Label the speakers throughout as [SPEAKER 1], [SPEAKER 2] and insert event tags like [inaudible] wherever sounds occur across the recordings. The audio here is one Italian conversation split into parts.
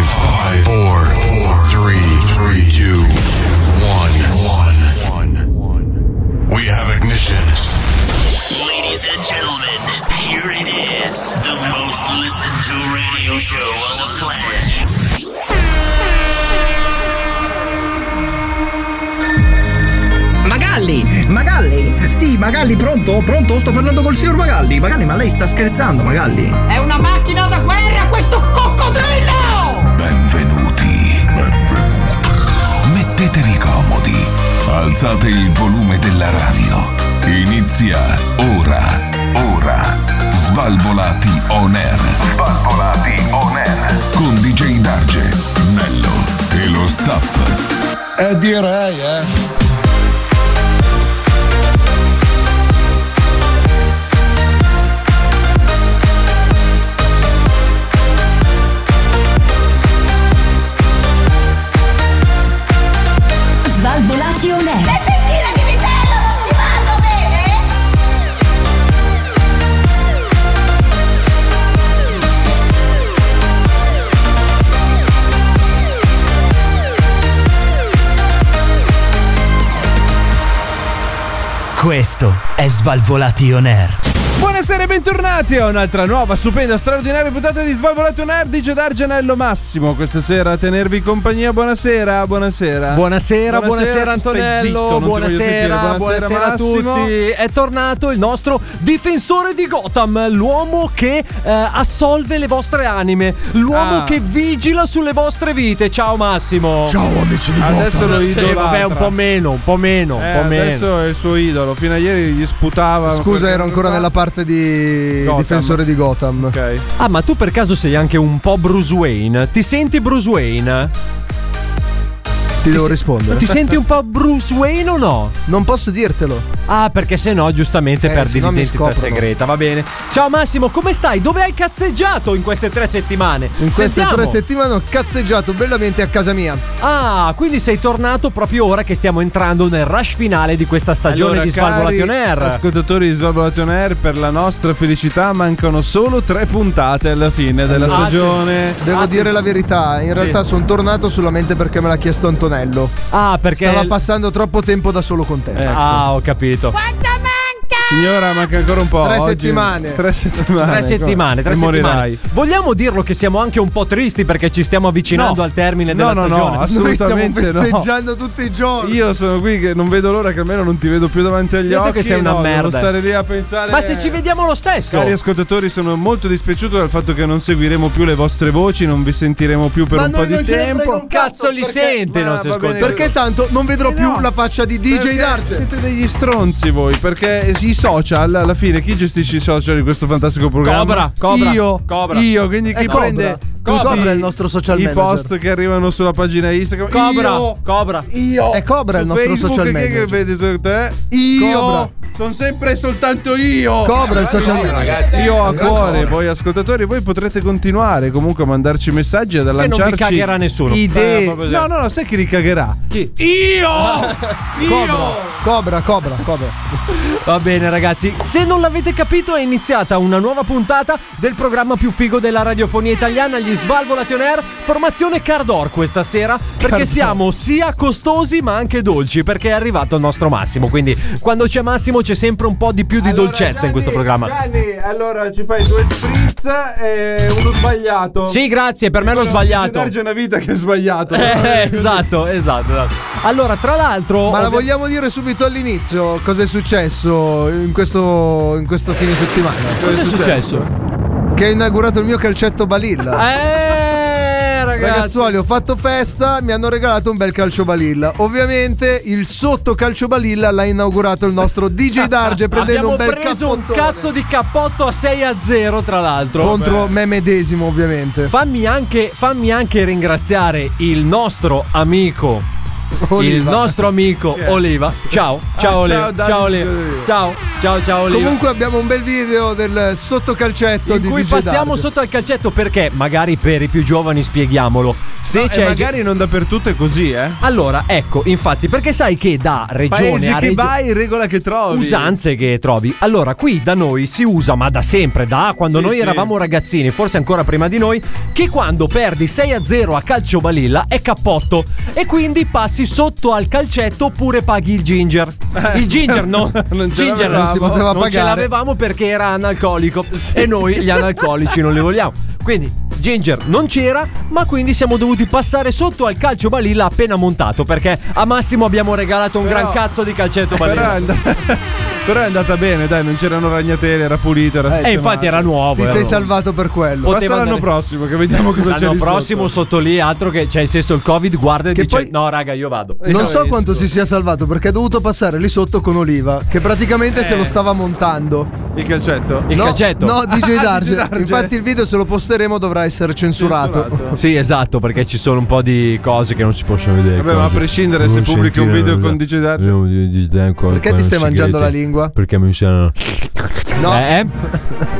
[SPEAKER 1] 5, 4, 3, 2, 1, 1. We have ignition.
[SPEAKER 2] Ladies and gentlemen, here it is, the most listened to radio show on the planet.
[SPEAKER 3] Magalli! Magalli! Sì, Magalli, pronto? Pronto? Sto parlando col signor Magalli! Magalli, ma lei sta scherzando, Magalli!
[SPEAKER 4] È una macchina da guerra questo coccodrillo!
[SPEAKER 5] Benvenuti. Benvenuti. Mettetevi comodi. Alzate il volume della radio. Inizia ora. Ora. Svalvolati on air. Svalvolati on air. Con DJ Darge, Nello e lo staff.
[SPEAKER 6] Eh direi, eh.
[SPEAKER 7] Svalvolati on air.
[SPEAKER 4] Sentire di vitello non ti vanno bene?
[SPEAKER 8] Questo è Svalvolati On Air.
[SPEAKER 9] Buonasera e bentornati a un'altra nuova, stupenda, straordinaria puntata di Svalvolato Nerd di Gedar Gianello Massimo. Questa sera a tenervi compagnia. Buonasera, buonasera.
[SPEAKER 10] Buonasera, buonasera,
[SPEAKER 9] tu stai
[SPEAKER 10] Antonello,
[SPEAKER 9] zitto, non ti voglio sentire.
[SPEAKER 10] buonasera, buonasera, a
[SPEAKER 9] Eh, Massimo.
[SPEAKER 10] tutti. È tornato il nostro difensore di Gotham, l'uomo che eh, assolve le vostre anime, l'uomo
[SPEAKER 9] Ah.
[SPEAKER 10] che vigila sulle vostre vite. Ciao Massimo.
[SPEAKER 3] Oh,
[SPEAKER 6] Ciao amici di
[SPEAKER 9] Adesso lo
[SPEAKER 10] Sì,
[SPEAKER 9] idolatra.
[SPEAKER 10] vabbè, un po' meno, un po' meno,
[SPEAKER 9] Eh,
[SPEAKER 10] un po' meno.
[SPEAKER 9] adesso è il suo idolo. Fino a ieri gli sputava.
[SPEAKER 3] Scusa, ero ancora nella parte di
[SPEAKER 9] Gotham.
[SPEAKER 3] difensore di Gotham.
[SPEAKER 9] Ok.
[SPEAKER 10] Ah, ma tu per caso sei anche un po' Bruce Wayne? Ti senti Bruce Wayne?
[SPEAKER 3] Ti devo rispondere.
[SPEAKER 10] Ti senti un po' Bruce Wayne o no?
[SPEAKER 3] Non posso dirtelo.
[SPEAKER 10] Ah, perché se no, giustamente
[SPEAKER 3] Eh,
[SPEAKER 10] perdi
[SPEAKER 3] se no mi
[SPEAKER 10] l'identità
[SPEAKER 3] scoprono.
[SPEAKER 10] segreta, va bene. Ciao Massimo, come stai? Dove hai cazzeggiato in queste tre settimane?
[SPEAKER 3] In queste
[SPEAKER 10] Sentiamo.
[SPEAKER 3] tre settimane ho cazzeggiato bellamente a casa mia.
[SPEAKER 10] Ah, quindi sei tornato proprio ora che stiamo entrando nel rush finale di questa stagione
[SPEAKER 9] Allora,
[SPEAKER 10] di Svalvolation
[SPEAKER 9] cari
[SPEAKER 10] Air.
[SPEAKER 9] Ascoltatori di Svalvolation Air, per la nostra felicità mancano solo tre puntate alla fine della
[SPEAKER 10] Allora.
[SPEAKER 9] stagione.
[SPEAKER 3] Devo dire la verità, in realtà sono tornato solamente perché me l'ha chiesto Antonello.
[SPEAKER 10] ah, perché
[SPEAKER 3] Stava Ecco. passando troppo tempo da solo con te.
[SPEAKER 10] Ah, ho capito.
[SPEAKER 4] Quanto manca?
[SPEAKER 9] Signora, manca ancora un po'.
[SPEAKER 3] Tre
[SPEAKER 9] Oggi-
[SPEAKER 3] settimane.
[SPEAKER 9] Tre settimane.
[SPEAKER 10] Tre settimane, tre
[SPEAKER 9] Ah, E
[SPEAKER 10] settimane.
[SPEAKER 9] morirai.
[SPEAKER 10] Vogliamo dirlo che siamo anche un po' tristi perché ci stiamo avvicinando
[SPEAKER 9] No.
[SPEAKER 10] al termine
[SPEAKER 9] No,
[SPEAKER 10] della
[SPEAKER 9] no,
[SPEAKER 10] stagione.
[SPEAKER 9] no,
[SPEAKER 3] Noi stiamo
[SPEAKER 9] assolutamente no.
[SPEAKER 3] festeggiando tutti i giorni.
[SPEAKER 9] Io sono qui che non vedo l'ora che almeno non ti vedo più davanti agli
[SPEAKER 10] Io dico
[SPEAKER 9] occhi.
[SPEAKER 10] che sei una
[SPEAKER 9] no, devo
[SPEAKER 10] merda.
[SPEAKER 9] stare lì a pensare.
[SPEAKER 10] Ma se ci vediamo lo stesso.
[SPEAKER 9] Cari ascoltatori, sono molto dispiaciuto dal fatto che non seguiremo più le vostre voci, non vi sentiremo più per
[SPEAKER 3] Ma
[SPEAKER 9] un po'
[SPEAKER 3] noi
[SPEAKER 9] di
[SPEAKER 3] non ce ne frega
[SPEAKER 9] tempo.
[SPEAKER 3] un
[SPEAKER 10] cazzo li
[SPEAKER 3] perché-
[SPEAKER 10] sente,
[SPEAKER 9] ma
[SPEAKER 10] non si
[SPEAKER 9] va
[SPEAKER 10] ascolta.
[SPEAKER 9] bene,
[SPEAKER 3] Perché tanto non vedrò
[SPEAKER 9] Eh
[SPEAKER 3] più
[SPEAKER 9] no.
[SPEAKER 3] la faccia di
[SPEAKER 9] Perché
[SPEAKER 3] DJ Dart.
[SPEAKER 9] Siete degli stronzi voi, perché i social, alla fine, chi gestisce i social di questo fantastico programma?
[SPEAKER 10] Cobra, Cobra,
[SPEAKER 9] Io,
[SPEAKER 10] Cobra.
[SPEAKER 9] io, quindi chi
[SPEAKER 3] Eh, Cobra.
[SPEAKER 9] prende
[SPEAKER 3] Cobra
[SPEAKER 9] tutti
[SPEAKER 3] è il nostro social
[SPEAKER 9] i
[SPEAKER 3] manager.
[SPEAKER 9] post che arrivano sulla pagina Instagram.
[SPEAKER 10] Cobra,
[SPEAKER 9] Io,
[SPEAKER 10] Cobra.
[SPEAKER 9] io.
[SPEAKER 3] È Cobra il
[SPEAKER 9] Su
[SPEAKER 3] nostro
[SPEAKER 9] Facebook,
[SPEAKER 3] social
[SPEAKER 9] chi è che
[SPEAKER 3] manager.
[SPEAKER 9] vedi tu- te? Io. Sono sempre e soltanto io.
[SPEAKER 3] Cobra il social media.
[SPEAKER 9] Ragazzi, io a cuore, voi ascoltatori, voi potrete continuare comunque a mandarci messaggi e ad
[SPEAKER 10] vi
[SPEAKER 9] lanciarci
[SPEAKER 10] cagherà nessuno. Eh,
[SPEAKER 9] Idee.
[SPEAKER 10] proprio sì.
[SPEAKER 9] No, no, no, sai chi li cagherà?
[SPEAKER 10] Chi? [laughs]
[SPEAKER 9] Io!
[SPEAKER 3] Cobra, cobra, cobra.
[SPEAKER 10] Va bene ragazzi, se non l'avete capito è iniziata una nuova puntata del programma più figo della radiofonia italiana, gli Svalvolation Air, formazione Cardor questa sera, perché siamo sia costosi ma anche dolci, perché è arrivato il nostro Massimo, quindi quando c'è Massimo c'è sempre un po' di più di dolcezza in questo programma.
[SPEAKER 9] Gianni, allora ci fai due spritz e uno sbagliato.
[SPEAKER 10] Sì, grazie, per me l'ho sbagliato. [laughs]
[SPEAKER 9] Darge una vita che è sbagliato.
[SPEAKER 10] Eh, esatto, esatto, esatto. Allora, tra l'altro...
[SPEAKER 3] Ma la
[SPEAKER 10] ovvi-
[SPEAKER 3] vogliamo dire subito all'inizio cosa è successo in questo, in questo fine settimana?
[SPEAKER 10] Cosa è successo?
[SPEAKER 3] Che ha inaugurato il mio calcetto balilla.
[SPEAKER 10] Eh, ragazzi.
[SPEAKER 3] Ragazzuoli, ho fatto festa, mi hanno regalato un bel calcio balilla. Ovviamente il sotto calcio balilla l'ha inaugurato il nostro
[SPEAKER 10] [laughs]
[SPEAKER 3] DJ Darge prendendo
[SPEAKER 10] Abbiamo
[SPEAKER 3] un bel
[SPEAKER 10] preso un
[SPEAKER 3] cappottone.
[SPEAKER 10] cazzo di cappotto a 6 a 0, tra l'altro.
[SPEAKER 3] contro me medesimo, ovviamente.
[SPEAKER 10] Fammi anche, fammi anche ringraziare il nostro amico il nostro amico Oliva. Ciao, ciao
[SPEAKER 9] Ah,
[SPEAKER 10] Oliva.
[SPEAKER 9] ciao, Davide
[SPEAKER 10] ciao Oliva.
[SPEAKER 9] Oliva.
[SPEAKER 10] Ciao, ciao, ciao Oliva.
[SPEAKER 3] Comunque abbiamo un bel video del sottocalcetto
[SPEAKER 10] in
[SPEAKER 3] di
[SPEAKER 10] cui
[SPEAKER 3] DJ
[SPEAKER 10] passiamo
[SPEAKER 3] Dark.
[SPEAKER 10] sotto al calcetto perché magari per i più giovani spieghiamolo. Se
[SPEAKER 3] eh,
[SPEAKER 9] No,
[SPEAKER 10] c'è
[SPEAKER 9] e Eh, magari non dappertutto è così, eh.
[SPEAKER 10] Allora, ecco, infatti, perché sai che da regione
[SPEAKER 9] Paesi
[SPEAKER 10] a
[SPEAKER 9] che
[SPEAKER 10] regione
[SPEAKER 9] vai, regola che trovi.
[SPEAKER 10] usanze che trovi. Allora, qui da noi si usa, ma da sempre, da quando
[SPEAKER 9] Sì,
[SPEAKER 10] noi
[SPEAKER 9] sì.
[SPEAKER 10] eravamo ragazzini, forse ancora prima di noi, che quando perdi 6 a 0 a calcio balilla è cappotto e quindi passi sotto al calcetto oppure paghi
[SPEAKER 9] [laughs]
[SPEAKER 10] il ginger. Il ginger no,
[SPEAKER 9] Non ce
[SPEAKER 10] ginger
[SPEAKER 9] l'avevamo. Non si
[SPEAKER 3] poteva
[SPEAKER 10] non ce
[SPEAKER 3] pagare.
[SPEAKER 10] l'avevamo perché era [laughs] analcolico e noi gli analcolici non li vogliamo. Quindi Ginger non c'era, ma quindi siamo dovuti passare sotto al calcio balilla appena montato perché a Massimo abbiamo regalato un
[SPEAKER 9] Però-
[SPEAKER 10] gran cazzo di calcetto balilla.
[SPEAKER 9] [laughs] [laughs] Però è, andata, però è andata bene, dai, non c'erano ragnatele, era pulito, era
[SPEAKER 10] E
[SPEAKER 9] sistemato.
[SPEAKER 10] Eh, infatti era nuovo.
[SPEAKER 3] Eh, Ti
[SPEAKER 10] era
[SPEAKER 3] sei
[SPEAKER 10] nuovo.
[SPEAKER 3] salvato per quello.
[SPEAKER 9] Passa
[SPEAKER 10] Pot- poteva
[SPEAKER 9] l'anno
[SPEAKER 10] andare-
[SPEAKER 9] prossimo, che vediamo cosa c'è
[SPEAKER 10] L'anno
[SPEAKER 9] lì
[SPEAKER 10] prossimo
[SPEAKER 9] sotto.
[SPEAKER 10] sotto. lì, altro che cioè, il senso il Covid guarda e
[SPEAKER 3] Che
[SPEAKER 10] dice:
[SPEAKER 3] poi- Eh,
[SPEAKER 10] No, raga, io vado.
[SPEAKER 3] non so quanto si sia salvato perché ha dovuto passare lì sotto con Oliva, che praticamente se lo stava montando.
[SPEAKER 9] Il calcetto?
[SPEAKER 10] Il
[SPEAKER 3] no,
[SPEAKER 10] calcetto.
[SPEAKER 3] No, DJ Darge.
[SPEAKER 9] Darge.
[SPEAKER 3] Infatti il video se lo posteremo dovrà essere censurato.
[SPEAKER 9] Censurato.
[SPEAKER 10] Sì, esatto, perché ci sono un po' di cose che non si possono vedere.
[SPEAKER 9] Vabbè, ma a prescindere se pubblichi un video con DJ Darge.
[SPEAKER 3] Perché ti stai mangiando la lingua? Perché mi sono. No, [laughs]
[SPEAKER 10] Eh?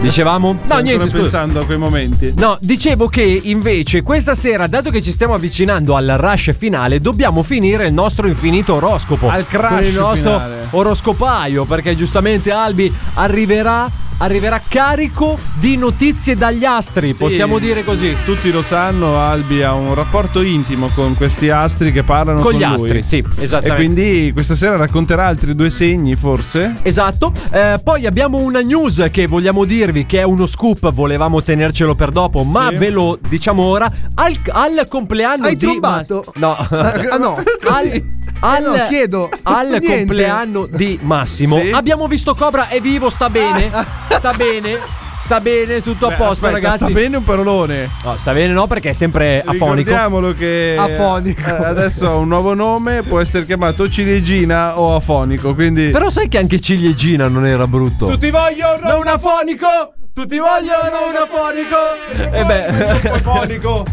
[SPEAKER 10] Dicevamo? No, niente,
[SPEAKER 9] Niente,
[SPEAKER 10] scusa.
[SPEAKER 9] pensando a quei momenti.
[SPEAKER 10] No, dicevo che invece questa sera, dato che ci stiamo avvicinando al rush finale, dobbiamo finire il nostro infinito oroscopo.
[SPEAKER 9] Al crash
[SPEAKER 10] Con il nostro
[SPEAKER 9] finale.
[SPEAKER 10] oroscopaio, perché giustamente Albi arriverà. Arriverà carico di notizie dagli astri, possiamo dire così.
[SPEAKER 9] Tutti lo sanno, Albi ha un rapporto intimo con questi astri che parlano con,
[SPEAKER 10] Con gli
[SPEAKER 9] lui.
[SPEAKER 10] astri, sì,
[SPEAKER 9] E
[SPEAKER 10] esattamente.
[SPEAKER 9] quindi questa sera racconterà altri due segni, forse?
[SPEAKER 10] Esatto, Eh, poi abbiamo una news che vogliamo dirvi che è uno scoop, volevamo tenercelo per dopo, ma
[SPEAKER 9] Sì.
[SPEAKER 10] ve lo diciamo ora. Al, al compleanno
[SPEAKER 3] Hai
[SPEAKER 10] di.
[SPEAKER 3] trombato?
[SPEAKER 10] No,
[SPEAKER 3] [laughs] Ah, no.
[SPEAKER 10] [laughs]
[SPEAKER 3] Eh,
[SPEAKER 10] al, al-
[SPEAKER 3] no, chiedo.
[SPEAKER 10] al
[SPEAKER 3] Niente.
[SPEAKER 10] compleanno di Massimo
[SPEAKER 9] Sì.
[SPEAKER 10] abbiamo visto Cobra è vivo,
[SPEAKER 3] Ah.
[SPEAKER 10] sta bene,
[SPEAKER 3] [laughs]
[SPEAKER 10] sta bene, sta bene, tutto a
[SPEAKER 9] Beh,
[SPEAKER 10] posto
[SPEAKER 9] aspetta,
[SPEAKER 10] ragazzi.
[SPEAKER 9] Sta bene un parolone.
[SPEAKER 10] No, sta bene no perché è sempre afonico.
[SPEAKER 9] Ricordiamolo che
[SPEAKER 3] Afonico.
[SPEAKER 9] eh, adesso ha un nuovo nome, può essere chiamato ciliegina o afonico, quindi
[SPEAKER 10] Però sai che anche Ciliegina non era brutto. Tutti vogliono un afonico! Tutti vogliono un afonico!
[SPEAKER 9] Eh [laughs]
[SPEAKER 10] E beh, [laughs]
[SPEAKER 9] afonico.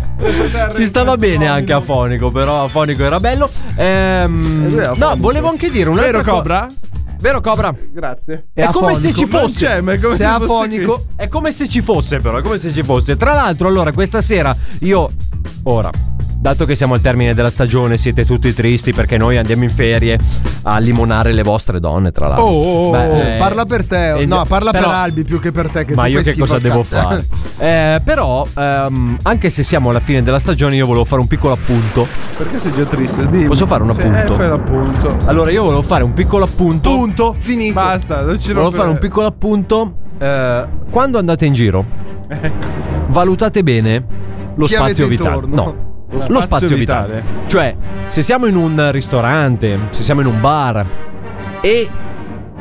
[SPEAKER 10] ci stava bene anche afonico, però afonico era bello. Ehm,
[SPEAKER 9] Eh, lui è
[SPEAKER 10] no,
[SPEAKER 9] afonico.
[SPEAKER 10] volevo anche dire un
[SPEAKER 9] Vero Cobra?
[SPEAKER 10] Vero Cobra?
[SPEAKER 9] Grazie.
[SPEAKER 10] È, come se ci
[SPEAKER 9] Non
[SPEAKER 10] fosse.
[SPEAKER 9] c'è, ma è come
[SPEAKER 3] se è
[SPEAKER 9] se fosse
[SPEAKER 3] afonico.
[SPEAKER 9] qui.
[SPEAKER 10] È come se ci fosse, però, è come se ci fosse. Tra l'altro, allora, questa sera io. Ora. Dato che siamo al termine della stagione, siete tutti tristi perché noi andiamo in ferie a limonare le vostre donne, tra l'altro.
[SPEAKER 9] Oh, oh,
[SPEAKER 10] Beh,
[SPEAKER 3] Oh,
[SPEAKER 10] eh,
[SPEAKER 3] parla per te,
[SPEAKER 10] eh,
[SPEAKER 3] no, parla
[SPEAKER 10] però-
[SPEAKER 3] per Albi più che per te. Che
[SPEAKER 10] Ma
[SPEAKER 3] tu
[SPEAKER 10] io
[SPEAKER 3] fai
[SPEAKER 10] che
[SPEAKER 3] schifo
[SPEAKER 10] cosa
[SPEAKER 3] al
[SPEAKER 10] devo
[SPEAKER 3] cazzo.
[SPEAKER 10] fare? Eh, però, ehm, anche se siamo alla fine della stagione, io volevo fare un piccolo
[SPEAKER 9] [laughs]
[SPEAKER 10] appunto.
[SPEAKER 9] Perché sei già triste? Dimmi.
[SPEAKER 10] Posso fare un
[SPEAKER 9] Sì,
[SPEAKER 10] appunto?
[SPEAKER 9] eh, fai l'appunto.
[SPEAKER 10] Allora, io volevo fare un piccolo appunto.
[SPEAKER 3] Punto, finito.
[SPEAKER 9] Basta, non ci
[SPEAKER 10] Volevo
[SPEAKER 9] rompere.
[SPEAKER 10] fare un piccolo appunto. eh, quando andate in giro, valutate bene lo
[SPEAKER 3] Chi
[SPEAKER 10] spazio
[SPEAKER 3] avete
[SPEAKER 10] vitale.
[SPEAKER 3] intorno?
[SPEAKER 10] No. Lo spazio,
[SPEAKER 9] spazio
[SPEAKER 10] vitale.
[SPEAKER 9] vitale.
[SPEAKER 10] Cioè, se siamo in un ristorante, se siamo in un bar e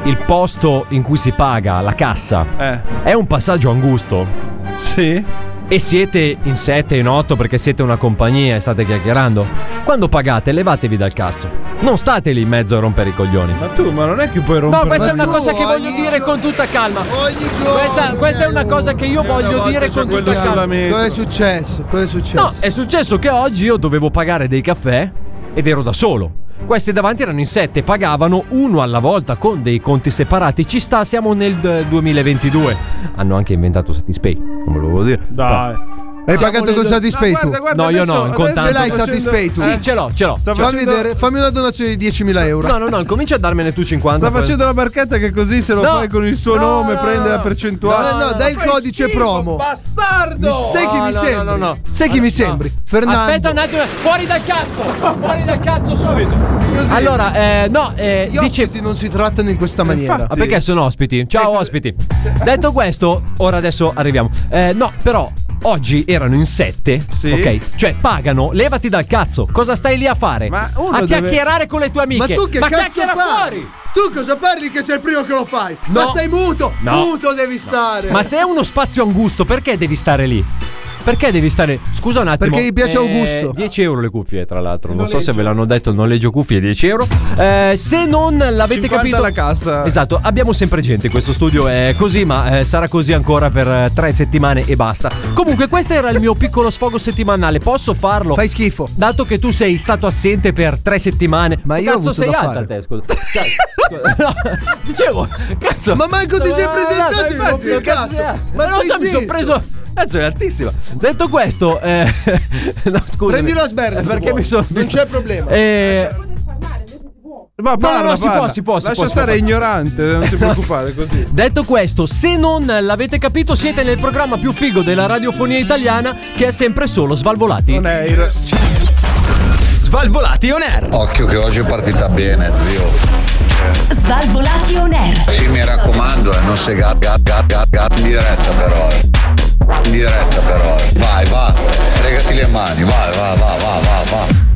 [SPEAKER 10] il posto in cui si paga, la cassa,
[SPEAKER 9] Eh,
[SPEAKER 10] è un passaggio angusto
[SPEAKER 9] sì.
[SPEAKER 10] e siete in 7, in 8 perché siete una compagnia e state chiacchierando, quando pagate levatevi dal cazzo. Non state lì in mezzo a rompere i coglioni.
[SPEAKER 9] Ma tu, ma non è che puoi rompere
[SPEAKER 10] No, questa è
[SPEAKER 3] Ma
[SPEAKER 10] una
[SPEAKER 3] tu
[SPEAKER 10] cosa che voglio
[SPEAKER 3] ogni
[SPEAKER 10] dire
[SPEAKER 3] gio-
[SPEAKER 10] con tutta calma.
[SPEAKER 3] Ogni giorno.
[SPEAKER 10] Questa, questa è una cosa che io
[SPEAKER 9] Io una
[SPEAKER 10] voglio
[SPEAKER 9] volta
[SPEAKER 10] dire
[SPEAKER 9] c'ho
[SPEAKER 10] con
[SPEAKER 9] quello
[SPEAKER 10] tutta
[SPEAKER 9] sulla
[SPEAKER 10] calma.
[SPEAKER 9] me-
[SPEAKER 3] Cosa è successo? Cosa è successo?
[SPEAKER 10] No, è successo che oggi io dovevo pagare dei caffè ed ero da solo. Questi davanti erano in sette, pagavano uno alla volta con dei conti separati. Ci sta, siamo nel eh, 2022. Hanno anche inventato Satispay, non ve lo volevo dire.
[SPEAKER 9] Dai.
[SPEAKER 3] Hai pagato con
[SPEAKER 10] nel-
[SPEAKER 3] Satispay tu?
[SPEAKER 9] guarda, guarda,
[SPEAKER 10] No, io
[SPEAKER 9] adesso-
[SPEAKER 10] no, in
[SPEAKER 9] adesso
[SPEAKER 10] contanti.
[SPEAKER 3] Ce l'hai
[SPEAKER 9] sto facendo-
[SPEAKER 3] Satispay tu?
[SPEAKER 10] Sì, Eh, ce l'ho, ce l'ho.
[SPEAKER 9] Sta
[SPEAKER 10] ce l'ho.
[SPEAKER 3] Fammi
[SPEAKER 9] facendo-
[SPEAKER 3] vedere, fammi una donazione di 10.000 euro.
[SPEAKER 10] No, no, no, comincia a darmene tu 50.
[SPEAKER 9] Sta
[SPEAKER 10] poi-
[SPEAKER 9] facendo la barchetta che così se lo
[SPEAKER 10] No.
[SPEAKER 9] fai con il suo
[SPEAKER 10] No,
[SPEAKER 9] nome
[SPEAKER 10] no,
[SPEAKER 9] prende
[SPEAKER 10] no.
[SPEAKER 9] la percentuale.
[SPEAKER 3] No, no, no, dai il
[SPEAKER 9] Fai
[SPEAKER 3] codice
[SPEAKER 9] schifo,
[SPEAKER 3] promo.
[SPEAKER 9] Bastardo!
[SPEAKER 3] Sai chi
[SPEAKER 10] No,
[SPEAKER 3] mi
[SPEAKER 10] no,
[SPEAKER 3] sembri?
[SPEAKER 10] no, no, no.
[SPEAKER 3] Sai chi mi
[SPEAKER 10] No.
[SPEAKER 3] sembri? Fernando.
[SPEAKER 10] Aspetta un attimo, fuori dal cazzo! Fuori dal cazzo subito!
[SPEAKER 3] Così.
[SPEAKER 10] Allora, eh, no, eh,
[SPEAKER 3] Gli
[SPEAKER 10] dice.
[SPEAKER 3] ospiti Ecco. non si trattano in questa maniera.
[SPEAKER 10] Ah, perché sono ospiti? Ciao ospiti. Detto questo, ora adesso arriviamo. Eh, no, però oggi erano in sette.
[SPEAKER 9] Sì.
[SPEAKER 10] Ok. Cioè, pagano, levati dal cazzo. Cosa stai lì a fare?
[SPEAKER 9] Ma uno
[SPEAKER 10] a
[SPEAKER 9] deve-
[SPEAKER 10] chiacchierare con le tue
[SPEAKER 3] Ma
[SPEAKER 10] amiche.
[SPEAKER 3] tu che cazzo
[SPEAKER 10] chiacchiera
[SPEAKER 3] parli?
[SPEAKER 10] fuori!
[SPEAKER 3] Tu cosa parli che sei il primo che lo fai? Ma
[SPEAKER 10] No.
[SPEAKER 3] sei muto!
[SPEAKER 10] No.
[SPEAKER 3] Muto devi stare!
[SPEAKER 10] Ma se è uno spazio angusto, perché devi stare lì? Perché devi stare. Scusa un attimo.
[SPEAKER 3] Perché gli piace Augusto.
[SPEAKER 10] 10 euro le cuffie, tra l'altro. Non so se ve l'hanno detto. Il noleggio cuffie è 10 euro. Eh, se non
[SPEAKER 9] 50
[SPEAKER 10] l'avete capito.
[SPEAKER 9] alla cassa.
[SPEAKER 10] Esatto. Abbiamo sempre gente. in Questo studio è così, ma eh, sarà così ancora per eh, tre settimane e basta. Comunque, questo era il mio piccolo sfogo settimanale. Posso farlo?
[SPEAKER 3] Fai schifo.
[SPEAKER 10] Dato che tu sei stato assente per tre settimane,
[SPEAKER 3] Ma
[SPEAKER 10] che
[SPEAKER 3] io ho
[SPEAKER 10] cazzo
[SPEAKER 3] avuto
[SPEAKER 10] sei
[SPEAKER 3] da
[SPEAKER 10] alta
[SPEAKER 3] fare.
[SPEAKER 10] te, scusa. Cioè,
[SPEAKER 3] [laughs]
[SPEAKER 10] scusa. No, dicevo, cazzo.
[SPEAKER 3] Ma manco ti sei
[SPEAKER 10] Ah,
[SPEAKER 3] presentato,
[SPEAKER 10] dai,
[SPEAKER 3] infatti,
[SPEAKER 10] che cazzo.
[SPEAKER 3] cazzo.
[SPEAKER 10] sei?
[SPEAKER 3] Ma
[SPEAKER 10] non lo
[SPEAKER 3] stai
[SPEAKER 10] so, mi sono
[SPEAKER 3] zitto.
[SPEAKER 10] preso. Cazzo, è altissima. Detto questo, eh, [laughs] no, scusa.
[SPEAKER 3] Prendi lo sberla, se
[SPEAKER 10] Perché
[SPEAKER 3] vuoi.
[SPEAKER 10] mi sono
[SPEAKER 3] Non c'è problema.
[SPEAKER 10] Eh,
[SPEAKER 9] Ma parla,
[SPEAKER 10] no, si
[SPEAKER 9] parla.
[SPEAKER 10] può, si può, si
[SPEAKER 9] Lascia
[SPEAKER 10] può, si
[SPEAKER 9] stare
[SPEAKER 10] può.
[SPEAKER 9] ignorante,
[SPEAKER 10] [laughs]
[SPEAKER 9] non ti preoccupare così.
[SPEAKER 10] Detto questo, se non l'avete capito, siete nel programma più figo della radiofonia italiana che è sempre solo Svalvolati.
[SPEAKER 9] Non è il-
[SPEAKER 8] Svalvolati on air.
[SPEAKER 6] Occhio che oggi è partita bene, zio.
[SPEAKER 7] Svalvolati on air.
[SPEAKER 6] Sì, mi raccomando, eh, non sei gat, gat, gat, gat, gat. In diretta però. eh. In diretta però. eh. Vai, va. Fregati le mani, vai, va, va, va, va, va.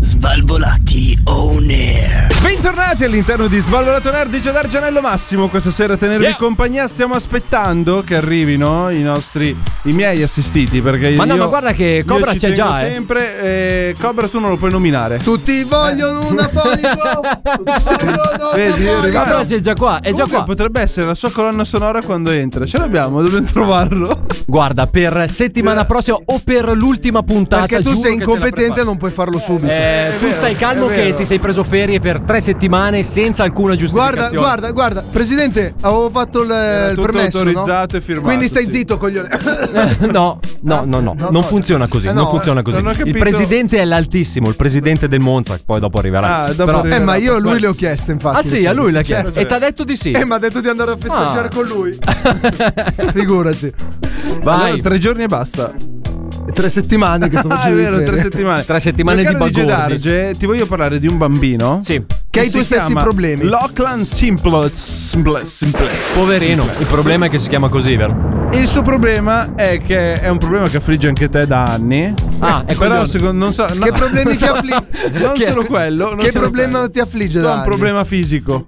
[SPEAKER 2] Svalvolati on air.
[SPEAKER 9] Bentornati all'interno di Svalvolato Nerd di Giadar Gianello Massimo Questa sera a tenervi
[SPEAKER 10] Yeah.
[SPEAKER 9] compagnia Stiamo aspettando che arrivino i nostri I miei assistiti perché
[SPEAKER 10] Ma no,
[SPEAKER 9] io-
[SPEAKER 10] ma guarda che
[SPEAKER 9] io
[SPEAKER 10] Cobra
[SPEAKER 9] ci
[SPEAKER 10] c'è
[SPEAKER 9] tengo
[SPEAKER 10] già, eh.
[SPEAKER 9] sempre eh, Cobra tu non lo puoi nominare Eh.
[SPEAKER 3] Tutti vogliono una
[SPEAKER 9] [laughs]
[SPEAKER 3] fonico. Tutti vogliono una
[SPEAKER 9] Vedi, è
[SPEAKER 3] fonico.
[SPEAKER 9] arrivato.
[SPEAKER 10] Cobra c'è già qua, è già
[SPEAKER 9] Comunque
[SPEAKER 10] qua.
[SPEAKER 9] potrebbe essere la sua colonna sonora quando entra Ce l'abbiamo, dobbiamo trovarlo
[SPEAKER 10] Guarda, per settimana prossima o per l'ultima puntata.
[SPEAKER 3] Eh. Perché tu
[SPEAKER 10] giuro
[SPEAKER 3] sei
[SPEAKER 10] che te la
[SPEAKER 3] incompetente e
[SPEAKER 10] preparo.
[SPEAKER 3] non puoi farlo subito.
[SPEAKER 10] Eh, tu stai calmo
[SPEAKER 9] è
[SPEAKER 10] che
[SPEAKER 9] vero.
[SPEAKER 10] ti sei preso ferie per tre settimane senza alcuna
[SPEAKER 3] Guarda,
[SPEAKER 10] giustificazione.
[SPEAKER 3] guarda, guarda, presidente, avevo fatto il, il
[SPEAKER 9] Eh, tutto
[SPEAKER 3] permesso. no?
[SPEAKER 9] autorizzato e firmato,
[SPEAKER 3] Quindi stai
[SPEAKER 9] sì.
[SPEAKER 3] zitto, coglione.
[SPEAKER 10] [laughs] No, no, no, no,
[SPEAKER 3] no,
[SPEAKER 10] non
[SPEAKER 3] no.
[SPEAKER 10] funziona così.
[SPEAKER 3] Eh,
[SPEAKER 10] non
[SPEAKER 3] no,
[SPEAKER 10] funziona così.
[SPEAKER 9] non ho
[SPEAKER 10] Il
[SPEAKER 9] capito.
[SPEAKER 10] presidente è l'altissimo, il presidente del Monza, poi dopo arriverà.
[SPEAKER 9] Ah, dopo arriverà.
[SPEAKER 3] eh, ma io a lui
[SPEAKER 9] Guarda.
[SPEAKER 3] le ho chieste, infatti.
[SPEAKER 10] Ah, sì, a lui l'ha chiesto.
[SPEAKER 3] Certo.
[SPEAKER 10] E ti ha detto di sì.
[SPEAKER 3] Eh, mi ha detto di andare a festeggiare
[SPEAKER 10] Ah.
[SPEAKER 3] con
[SPEAKER 10] [laughs]
[SPEAKER 3] lui. Figurati.
[SPEAKER 10] Vai.
[SPEAKER 9] Allora, Tre giorni e basta
[SPEAKER 3] È tre settimane che sto
[SPEAKER 9] Ah è
[SPEAKER 3] facendo. le
[SPEAKER 9] vero, tre
[SPEAKER 3] ferie.
[SPEAKER 9] settimane
[SPEAKER 10] Tre settimane
[SPEAKER 9] Mio
[SPEAKER 10] di
[SPEAKER 9] caro DJ
[SPEAKER 10] bagordi.
[SPEAKER 9] Darge, Ti voglio parlare di un bambino
[SPEAKER 10] Sì.
[SPEAKER 3] Che hai i
[SPEAKER 9] si
[SPEAKER 3] tuoi stessi
[SPEAKER 9] chiama
[SPEAKER 3] problemi.
[SPEAKER 9] Lachlan Simple Simple Simple
[SPEAKER 10] Poverino, il problema è che si chiama così, vero?
[SPEAKER 9] Il suo problema è che è un problema che affligge anche te da anni.
[SPEAKER 10] Ah, è
[SPEAKER 9] Però
[SPEAKER 10] coglione.
[SPEAKER 9] secondo non so, no,
[SPEAKER 3] Che problemi ti affligge?
[SPEAKER 9] [laughs] non solo quello, non
[SPEAKER 3] che
[SPEAKER 9] solo
[SPEAKER 3] problema
[SPEAKER 9] quello.
[SPEAKER 3] ti affligge,
[SPEAKER 9] Tu hai un
[SPEAKER 3] Dani?
[SPEAKER 9] problema fisico.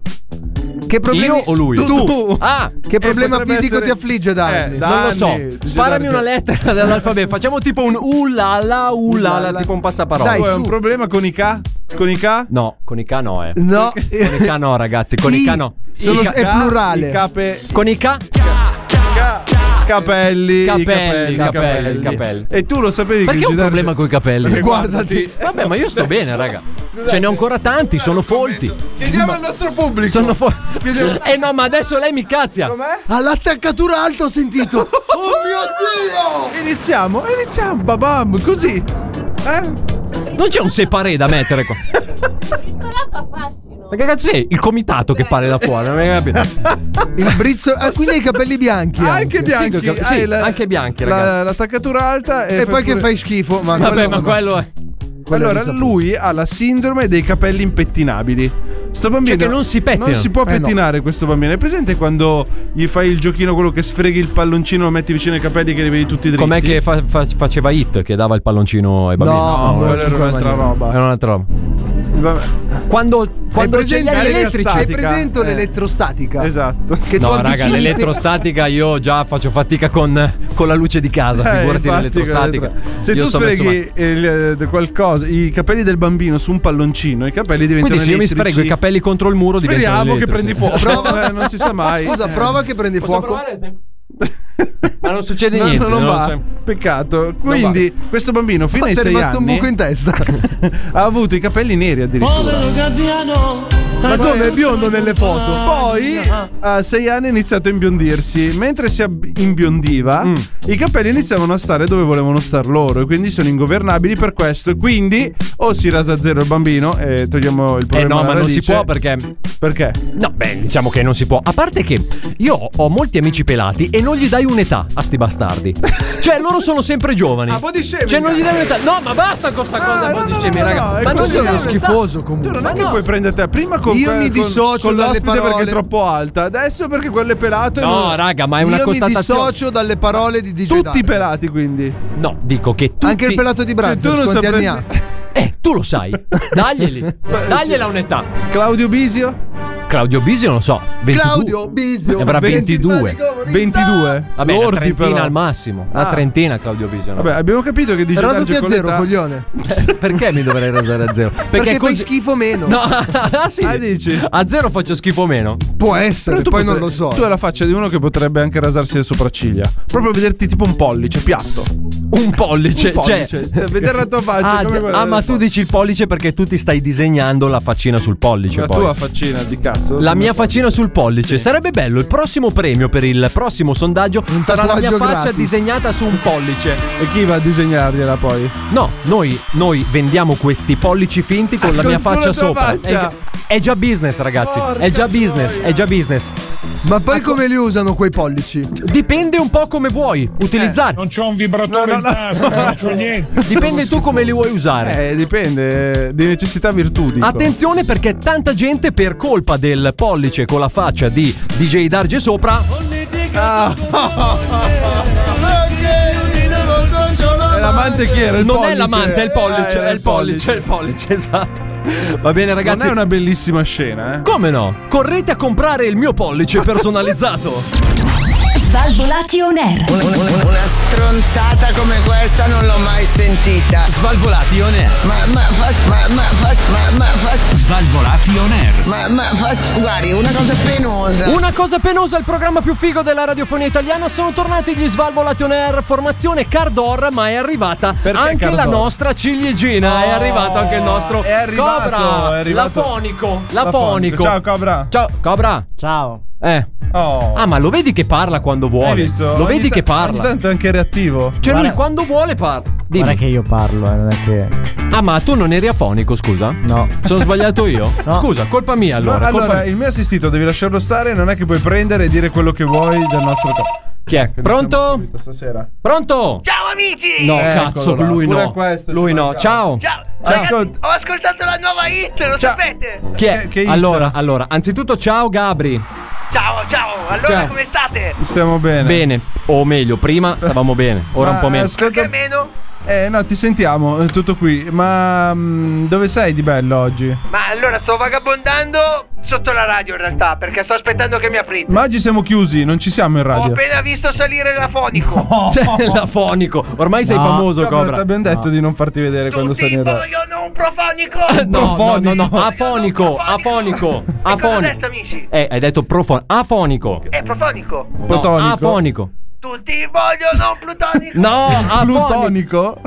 [SPEAKER 3] Che problemi...
[SPEAKER 10] Io o lui?
[SPEAKER 3] Tu.
[SPEAKER 9] Tu.
[SPEAKER 10] Ah,
[SPEAKER 3] Che problema
[SPEAKER 9] potrebbe
[SPEAKER 3] fisico
[SPEAKER 9] essere-
[SPEAKER 3] ti affligge, Dani?
[SPEAKER 9] Eh,
[SPEAKER 3] No,
[SPEAKER 9] da-
[SPEAKER 10] non lo so.
[SPEAKER 9] Anni, DJ
[SPEAKER 10] Sparami una
[SPEAKER 9] Darge.
[SPEAKER 10] lettera [laughs] dall'alfabeto. Facciamo tipo un ulala ulala,
[SPEAKER 3] Ulala.
[SPEAKER 10] tipo un passaparola.
[SPEAKER 3] Dai,
[SPEAKER 9] Tu hai
[SPEAKER 3] su.
[SPEAKER 9] un problema con i K? Con i K?
[SPEAKER 10] No, con i K no, eh.
[SPEAKER 3] No.
[SPEAKER 10] Con i K no, ragazzi, con i K no.
[SPEAKER 3] Sono-
[SPEAKER 10] I
[SPEAKER 9] K,
[SPEAKER 10] K-
[SPEAKER 3] è plurale.
[SPEAKER 9] I cape-
[SPEAKER 10] Con i K?
[SPEAKER 9] K- capelli, i
[SPEAKER 10] Capelli,
[SPEAKER 9] capelli, i
[SPEAKER 10] capelli, capelli.
[SPEAKER 9] E tu lo sapevi
[SPEAKER 10] Perché
[SPEAKER 9] che
[SPEAKER 10] ho un
[SPEAKER 9] Gigi Darge-
[SPEAKER 10] problema con i capelli?
[SPEAKER 9] Perché
[SPEAKER 3] Guardati.
[SPEAKER 10] Vabbè, ma io sto bene, raga. Ce ne ho ancora tanti, sono folti.
[SPEAKER 9] Chiediamo al nostro pubblico.
[SPEAKER 10] Sono folti. Eh no, ma adesso lei mi cazia.
[SPEAKER 3] Eh? All'attaccatura alta ho sentito.
[SPEAKER 9] [laughs]
[SPEAKER 3] oh mio Dio!
[SPEAKER 9] Iniziamo, iniziamo, babam, così. Eh?
[SPEAKER 10] Non c'è un separé da mettere qua. Ma che cazzo sei? Il comitato che pare da fuori, non hai capito?
[SPEAKER 9] [laughs]
[SPEAKER 3] Il brizzo... Ah, quindi hai i capelli bianchi anche.
[SPEAKER 9] Ah, Anche bianchi,
[SPEAKER 10] Sì, che- sì,
[SPEAKER 9] hai la-
[SPEAKER 10] anche bianchi,
[SPEAKER 9] la-
[SPEAKER 10] ragazzi.
[SPEAKER 9] L'attaccatura alta e,
[SPEAKER 3] E poi che
[SPEAKER 9] pure-
[SPEAKER 3] fai schifo. Ma
[SPEAKER 10] Vabbè,
[SPEAKER 3] quello-
[SPEAKER 10] ma quello è.
[SPEAKER 3] quello
[SPEAKER 9] allora,
[SPEAKER 3] lo sapevo.
[SPEAKER 9] lui ha la sindrome dei capelli impettinabili. Sto bambino.
[SPEAKER 10] Cioè che non si pettinano.
[SPEAKER 9] Non si può
[SPEAKER 3] Eh, no.
[SPEAKER 9] pettinare questo bambino. È presente quando gli fai il giochino, quello che sfreghi il palloncino, lo metti vicino ai capelli che li vedi tutti dritti?
[SPEAKER 10] Com'è che fa- fa- faceva Hit che dava il palloncino ai bambini?
[SPEAKER 3] No,
[SPEAKER 9] No,
[SPEAKER 3] no,
[SPEAKER 9] quella era un'altra
[SPEAKER 10] Era
[SPEAKER 9] roba.
[SPEAKER 10] un'altra roba.
[SPEAKER 9] Il bambino-
[SPEAKER 10] Quando, quando
[SPEAKER 3] Hai
[SPEAKER 10] c'è gli
[SPEAKER 3] presente
[SPEAKER 10] ali
[SPEAKER 9] l'elettrici?
[SPEAKER 10] elettrici.
[SPEAKER 3] [laughs] Hai presente
[SPEAKER 9] Eh.
[SPEAKER 3] l'elettrostatica?
[SPEAKER 9] Esatto.
[SPEAKER 3] Che tu
[SPEAKER 10] No, raga,
[SPEAKER 3] avvicini-
[SPEAKER 10] l'elettrostatica io già faccio fatica con, con la luce di casa,
[SPEAKER 9] [laughs] Eh,
[SPEAKER 10] figurati
[SPEAKER 9] infatti,
[SPEAKER 10] l'elettrostatica.
[SPEAKER 9] quella- Se
[SPEAKER 10] Io
[SPEAKER 9] tu
[SPEAKER 10] sto messo male.
[SPEAKER 9] sfreghi il- eh, qualcosa, i capelli del bambino su un palloncino, i capelli diventano
[SPEAKER 10] Quindi se io mi
[SPEAKER 9] elettrici.
[SPEAKER 10] sfrego i capelli contro il muro
[SPEAKER 9] Speriamo che prendi fuoco.
[SPEAKER 10] [laughs]
[SPEAKER 3] Prova-
[SPEAKER 9] Eh, non si sa mai.
[SPEAKER 3] Scusa,
[SPEAKER 9] Eh.
[SPEAKER 3] prova che prendi fuoco.
[SPEAKER 10] Ma non succede
[SPEAKER 9] No,
[SPEAKER 10] niente.
[SPEAKER 9] no, non
[SPEAKER 10] non
[SPEAKER 9] va.
[SPEAKER 10] so.
[SPEAKER 9] Peccato. Quindi, questo bambino fino
[SPEAKER 3] Ma
[SPEAKER 9] ai
[SPEAKER 3] ti è
[SPEAKER 9] 6
[SPEAKER 3] rimasto un
[SPEAKER 9] anni
[SPEAKER 3] buco in testa.
[SPEAKER 9] [laughs] ha avuto i capelli neri addirittura.
[SPEAKER 3] Ma come è biondo nelle foto?
[SPEAKER 9] Poi a 6 anni ha iniziato a imbiondirsi. Mentre si ab- imbiondiva,
[SPEAKER 10] Mm.
[SPEAKER 9] i capelli iniziavano a stare dove volevano star loro. E quindi sono ingovernabili per questo. Quindi, o si rasa a zero il bambino e togliamo il
[SPEAKER 10] Eh
[SPEAKER 9] problema.
[SPEAKER 10] no,
[SPEAKER 9] alla
[SPEAKER 10] ma non si
[SPEAKER 9] radice.
[SPEAKER 10] può perché
[SPEAKER 9] Perché?
[SPEAKER 10] No, beh, diciamo che non si può. A parte che io ho molti amici pelati e non gli dai un'età a sti
[SPEAKER 9] [laughs]
[SPEAKER 10] bastardi. Cioè, loro sono sempre giovani.
[SPEAKER 9] Ah, body shaming.
[SPEAKER 10] Cioè, non gli dai un'età. No, ma basta con sta cosa
[SPEAKER 9] Ah, no,
[SPEAKER 10] body
[SPEAKER 9] no, no,
[SPEAKER 10] shaming,
[SPEAKER 9] no,
[SPEAKER 10] raga.
[SPEAKER 9] no, è
[SPEAKER 10] ma non
[SPEAKER 3] Questo
[SPEAKER 10] gli
[SPEAKER 3] è uno
[SPEAKER 10] dai un'età.
[SPEAKER 3] schifoso
[SPEAKER 9] Tu
[SPEAKER 3] comunque.
[SPEAKER 9] non è
[SPEAKER 10] Ma
[SPEAKER 9] che
[SPEAKER 10] no.
[SPEAKER 9] puoi prenderti prima con
[SPEAKER 3] Io mi
[SPEAKER 9] con-
[SPEAKER 3] dissocio
[SPEAKER 9] con
[SPEAKER 3] dalle
[SPEAKER 9] l'ospite perché è
[SPEAKER 3] parole.
[SPEAKER 9] troppo alta. Adesso perché quello è pelato e
[SPEAKER 10] No,
[SPEAKER 9] non-
[SPEAKER 10] raga, ma è una
[SPEAKER 3] Io mi
[SPEAKER 10] constatazione.
[SPEAKER 3] dissocio dalle parole di DJ
[SPEAKER 9] Tutti
[SPEAKER 3] Darge.
[SPEAKER 9] pelati quindi.
[SPEAKER 10] No, dico che tutti
[SPEAKER 3] Anche il pelato di
[SPEAKER 9] Cioè,
[SPEAKER 3] braccio,
[SPEAKER 9] tu non
[SPEAKER 3] quanti anni ha?
[SPEAKER 9] sapresti- [laughs] cioè-
[SPEAKER 10] Eh, tu lo sai. Daglieli. Dagliela un'età.
[SPEAKER 9] Claudio Bisio?
[SPEAKER 10] Claudio Bisio, non so. 22.
[SPEAKER 3] Claudio Bisio.
[SPEAKER 10] Ne avrà
[SPEAKER 3] ben
[SPEAKER 10] 22.
[SPEAKER 3] simpatico comunista.
[SPEAKER 9] 22?
[SPEAKER 10] Vabbè, una
[SPEAKER 9] Lordi,
[SPEAKER 10] trentina
[SPEAKER 9] però.
[SPEAKER 10] al massimo. Una
[SPEAKER 9] Ah.
[SPEAKER 10] trentina Claudio Bisio. no? Eh,
[SPEAKER 9] Vabbè, abbiamo capito che dice
[SPEAKER 3] Rasati
[SPEAKER 9] Sergio
[SPEAKER 3] a
[SPEAKER 9] con
[SPEAKER 3] zero,
[SPEAKER 9] l'età-
[SPEAKER 3] coglione.
[SPEAKER 10] Perché mi dovrei rasare
[SPEAKER 9] [laughs]
[SPEAKER 10] a zero? Perché,
[SPEAKER 3] Perché, fai
[SPEAKER 10] così-
[SPEAKER 3] schifo meno.
[SPEAKER 10] No, [laughs] ah, sì.
[SPEAKER 9] Ah, dici?
[SPEAKER 10] A zero faccio schifo meno.
[SPEAKER 3] Può essere,
[SPEAKER 9] Tu
[SPEAKER 3] poi non
[SPEAKER 9] potre-
[SPEAKER 3] lo so.
[SPEAKER 9] Tu hai la faccia di uno che potrebbe anche rasarsi le sopracciglia. Proprio vederti tipo un pollice piatto.
[SPEAKER 10] Un pollice.
[SPEAKER 9] Un pollice. [laughs]
[SPEAKER 10] Cioè...
[SPEAKER 9] Eh, vedere la tua faccia.
[SPEAKER 10] [laughs] Ah,
[SPEAKER 9] come quella
[SPEAKER 10] ah,
[SPEAKER 9] del
[SPEAKER 10] ma tu
[SPEAKER 9] pollice.
[SPEAKER 10] dici il pollice perché tu ti stai disegnando la faccina sul pollice.
[SPEAKER 9] La
[SPEAKER 10] poi.
[SPEAKER 9] tua faccina di cazzo.
[SPEAKER 10] La mia faccina sul pollice. Sarebbe bello. Il prossimo premio per il prossimo sondaggio sarà la mia
[SPEAKER 3] tatuaggio
[SPEAKER 10] faccia
[SPEAKER 3] gratis.
[SPEAKER 10] disegnata su un pollice.
[SPEAKER 9] E chi va a disegnargliela poi?
[SPEAKER 10] No, noi, noi vendiamo questi pollici finti con la
[SPEAKER 9] Ah, Con
[SPEAKER 10] mia
[SPEAKER 9] solo
[SPEAKER 10] faccia
[SPEAKER 9] la tua
[SPEAKER 10] sopra.
[SPEAKER 9] faccia.
[SPEAKER 10] È, già- è già business, ragazzi.
[SPEAKER 9] Porca
[SPEAKER 10] è già business,
[SPEAKER 9] troia.
[SPEAKER 10] è già business.
[SPEAKER 3] Ma poi
[SPEAKER 9] Ecco.
[SPEAKER 3] come li usano quei pollici?
[SPEAKER 10] Dipende un po' come vuoi utilizzare.
[SPEAKER 9] No, no, no. [laughs]
[SPEAKER 10] Dipende tu come li vuoi usare.
[SPEAKER 9] Eh, dipende. eh, Di necessità virtù. dico.
[SPEAKER 10] Attenzione perché tanta gente per colpa del pollice con la faccia di DJ Darge sopra
[SPEAKER 9] E l'amante chi era? Il
[SPEAKER 10] non
[SPEAKER 9] pollice.
[SPEAKER 10] è l'amante, è il pollice,
[SPEAKER 9] Eh, era
[SPEAKER 10] è il pollice, è il pollice, [laughs] esatto. Va bene ragazzi.
[SPEAKER 9] Non è una bellissima scena, eh?
[SPEAKER 10] Come no? Correte a comprare il
[SPEAKER 9] [laughs]
[SPEAKER 10] mio pollice personalizzato.
[SPEAKER 7] Svalvolati on air.
[SPEAKER 4] Una stronzata come questa non l'ho mai sentita.
[SPEAKER 8] Svalvolati on air.
[SPEAKER 4] Ma, ma, fac- ma, ma, fac- ma, ma, fac-
[SPEAKER 8] Svalvolati on air.
[SPEAKER 4] ma, ma, fac- guardi, una cosa penosa.
[SPEAKER 10] Una cosa penosa, il programma più figo della radiofonia italiana sono tornati gli Svalvolati on air, formazione Cardor, ma è arrivata
[SPEAKER 9] Perché
[SPEAKER 10] anche
[SPEAKER 9] Cardor?
[SPEAKER 10] la nostra ciliegina, è arrivato anche il nostro
[SPEAKER 9] è arrivato,
[SPEAKER 10] Cobra,
[SPEAKER 9] è arrivato.
[SPEAKER 10] lafonico,
[SPEAKER 9] La
[SPEAKER 10] lafonico.
[SPEAKER 9] Ciao, Cobra.
[SPEAKER 10] Ciao Cobra.
[SPEAKER 11] Ciao.
[SPEAKER 10] Eh.
[SPEAKER 9] Oh.
[SPEAKER 10] Ah, ma lo vedi che parla quando vuole.
[SPEAKER 9] Hai visto?
[SPEAKER 10] Lo
[SPEAKER 9] Ogni
[SPEAKER 10] vedi
[SPEAKER 9] ta-
[SPEAKER 10] che
[SPEAKER 9] Ogni
[SPEAKER 10] parla. Cioè
[SPEAKER 9] tanto è anche reattivo.
[SPEAKER 10] lui quando vuole parla. Dimmi.
[SPEAKER 11] Guarda che io parlo, eh, non è che.
[SPEAKER 10] Ah, ma tu non eri afonico, scusa?
[SPEAKER 11] No.
[SPEAKER 10] Sono sbagliato io?
[SPEAKER 11] [laughs] No.
[SPEAKER 10] Scusa, colpa mia
[SPEAKER 9] Ma
[SPEAKER 10] allora.
[SPEAKER 9] Allora,
[SPEAKER 10] colpa mia.
[SPEAKER 9] il mio assistito devi lasciarlo stare, non è che puoi prendere e dire quello che vuoi del nostro co-
[SPEAKER 10] Chi è?
[SPEAKER 9] Diciamo
[SPEAKER 10] Pronto?
[SPEAKER 9] subito, Stasera.
[SPEAKER 10] Pronto?
[SPEAKER 2] Ciao amici!
[SPEAKER 10] No,
[SPEAKER 9] Eh, Eccolo
[SPEAKER 10] cazzo,
[SPEAKER 9] là,
[SPEAKER 10] lui
[SPEAKER 9] pure
[SPEAKER 10] no.
[SPEAKER 9] questo ci
[SPEAKER 10] lui no.
[SPEAKER 9] mancava.
[SPEAKER 10] Ciao.
[SPEAKER 2] Ciao!
[SPEAKER 9] Ciao.
[SPEAKER 2] Ragazzi, ho ascoltato la nuova hit, lo
[SPEAKER 9] Ciao.
[SPEAKER 2] sapete?
[SPEAKER 10] Chi è?
[SPEAKER 9] Che- Eh. che hit?
[SPEAKER 10] allora, allora, anzitutto ciao Gabri.
[SPEAKER 2] Ciao, ciao! Allora
[SPEAKER 10] Ciao.
[SPEAKER 2] come state?
[SPEAKER 9] Stiamo bene.
[SPEAKER 10] Bene. O meglio, prima stavamo bene, ora
[SPEAKER 9] Ma
[SPEAKER 10] un po' meno.
[SPEAKER 9] Ascolta,
[SPEAKER 2] Perché meno?
[SPEAKER 9] eh, no, ti sentiamo, eh, tutto qui. Ma mm, dove sei di bello oggi?
[SPEAKER 2] Ma allora sto vagabondando sotto la radio in realtà, perché sto aspettando che mi aprite.
[SPEAKER 9] Ma oggi siamo chiusi, non ci siamo in
[SPEAKER 2] Ho
[SPEAKER 9] radio.
[SPEAKER 2] appena visto salire l'afonico.
[SPEAKER 10] [laughs] Sei l'afonico. Ormai sei famoso,
[SPEAKER 9] Cobra,
[SPEAKER 10] Cobra.
[SPEAKER 9] Ti abbiamo detto di non farti vedere quando sei
[SPEAKER 2] Tutti
[SPEAKER 9] in radio.
[SPEAKER 2] vogliono un profonico!
[SPEAKER 10] [laughs] No, no, no, no,
[SPEAKER 9] Profonico.
[SPEAKER 10] afonico, afonico,
[SPEAKER 2] E cosa ho detto
[SPEAKER 10] afonico.
[SPEAKER 2] amici?
[SPEAKER 10] Eh, hai detto profonico. Afonico.
[SPEAKER 9] Eh,
[SPEAKER 2] È profonico!
[SPEAKER 10] No,
[SPEAKER 9] Protonico.
[SPEAKER 10] afonico.
[SPEAKER 2] Tutti vogliono un
[SPEAKER 9] [laughs]
[SPEAKER 2] plutonico!
[SPEAKER 10] No, afonico.
[SPEAKER 9] Plutonico?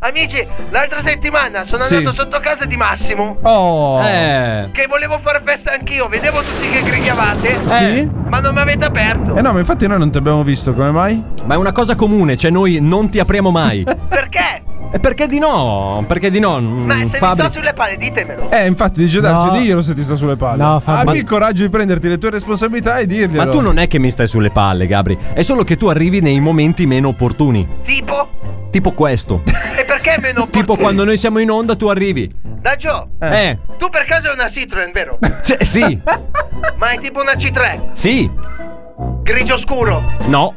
[SPEAKER 2] Amici, l'altra settimana sono
[SPEAKER 9] Sì.
[SPEAKER 2] andato sotto casa di Massimo.
[SPEAKER 9] Oh.
[SPEAKER 10] Eh.
[SPEAKER 2] Che volevo fare festa anch'io, vedevo tutti che grigliavate,
[SPEAKER 9] Sì?
[SPEAKER 10] eh.
[SPEAKER 2] ma non mi avete aperto.
[SPEAKER 9] Eh no, ma infatti noi non ti abbiamo visto, come mai?
[SPEAKER 10] Ma è una cosa comune, cioè noi non ti
[SPEAKER 9] [laughs]
[SPEAKER 10] apriamo mai.
[SPEAKER 2] Perché?
[SPEAKER 10] E perché di no? Perché di no? mm,
[SPEAKER 2] Ma se
[SPEAKER 10] Fabri?
[SPEAKER 2] mi sto sulle palle, ditemelo.
[SPEAKER 9] Eh, infatti, dice Darci,
[SPEAKER 11] No.
[SPEAKER 9] diglielo se ti sta sulle palle.
[SPEAKER 11] No, Fabio.
[SPEAKER 9] Abbi
[SPEAKER 11] Ma-
[SPEAKER 9] il coraggio di prenderti le tue responsabilità e dirglielo.
[SPEAKER 10] Ma tu non è che mi stai sulle palle, Gabri. È solo che tu arrivi nei momenti meno opportuni.
[SPEAKER 2] Tipo?
[SPEAKER 10] Tipo questo.
[SPEAKER 2] E perché meno
[SPEAKER 10] tipo
[SPEAKER 2] opportuno?
[SPEAKER 10] quando noi siamo in onda tu arrivi.
[SPEAKER 2] Da Gio,
[SPEAKER 10] Eh.
[SPEAKER 2] tu per caso hai una Citroen, vero?
[SPEAKER 10] Cioè, sì.
[SPEAKER 2] ma è tipo una C3,
[SPEAKER 10] sì.
[SPEAKER 2] grigio scuro,
[SPEAKER 10] No.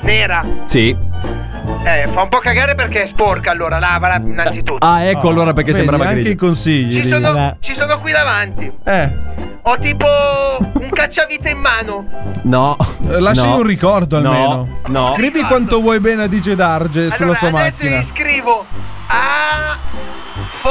[SPEAKER 2] nera.
[SPEAKER 10] Sì.
[SPEAKER 2] Eh, fa un po' cagare perché è sporca allora, lavala innanzitutto.
[SPEAKER 10] Ah, ecco allora perché
[SPEAKER 9] Vedi,
[SPEAKER 10] sembrava
[SPEAKER 9] anche
[SPEAKER 10] grigio.
[SPEAKER 9] i consigli.
[SPEAKER 2] Ci
[SPEAKER 9] lì.
[SPEAKER 2] sono,
[SPEAKER 11] vabbè.
[SPEAKER 2] ci sono qui davanti.
[SPEAKER 9] Eh,
[SPEAKER 2] Ho tipo un cacciavite in mano.
[SPEAKER 10] No.
[SPEAKER 9] lasci
[SPEAKER 10] No.
[SPEAKER 9] un ricordo
[SPEAKER 10] No.
[SPEAKER 9] almeno.
[SPEAKER 10] No.
[SPEAKER 9] Scrivi quanto vuoi bene a DJ Darge sulla
[SPEAKER 2] Esatto. Allora,
[SPEAKER 9] sua
[SPEAKER 2] adesso
[SPEAKER 9] macchina.
[SPEAKER 2] gli scrivo a fo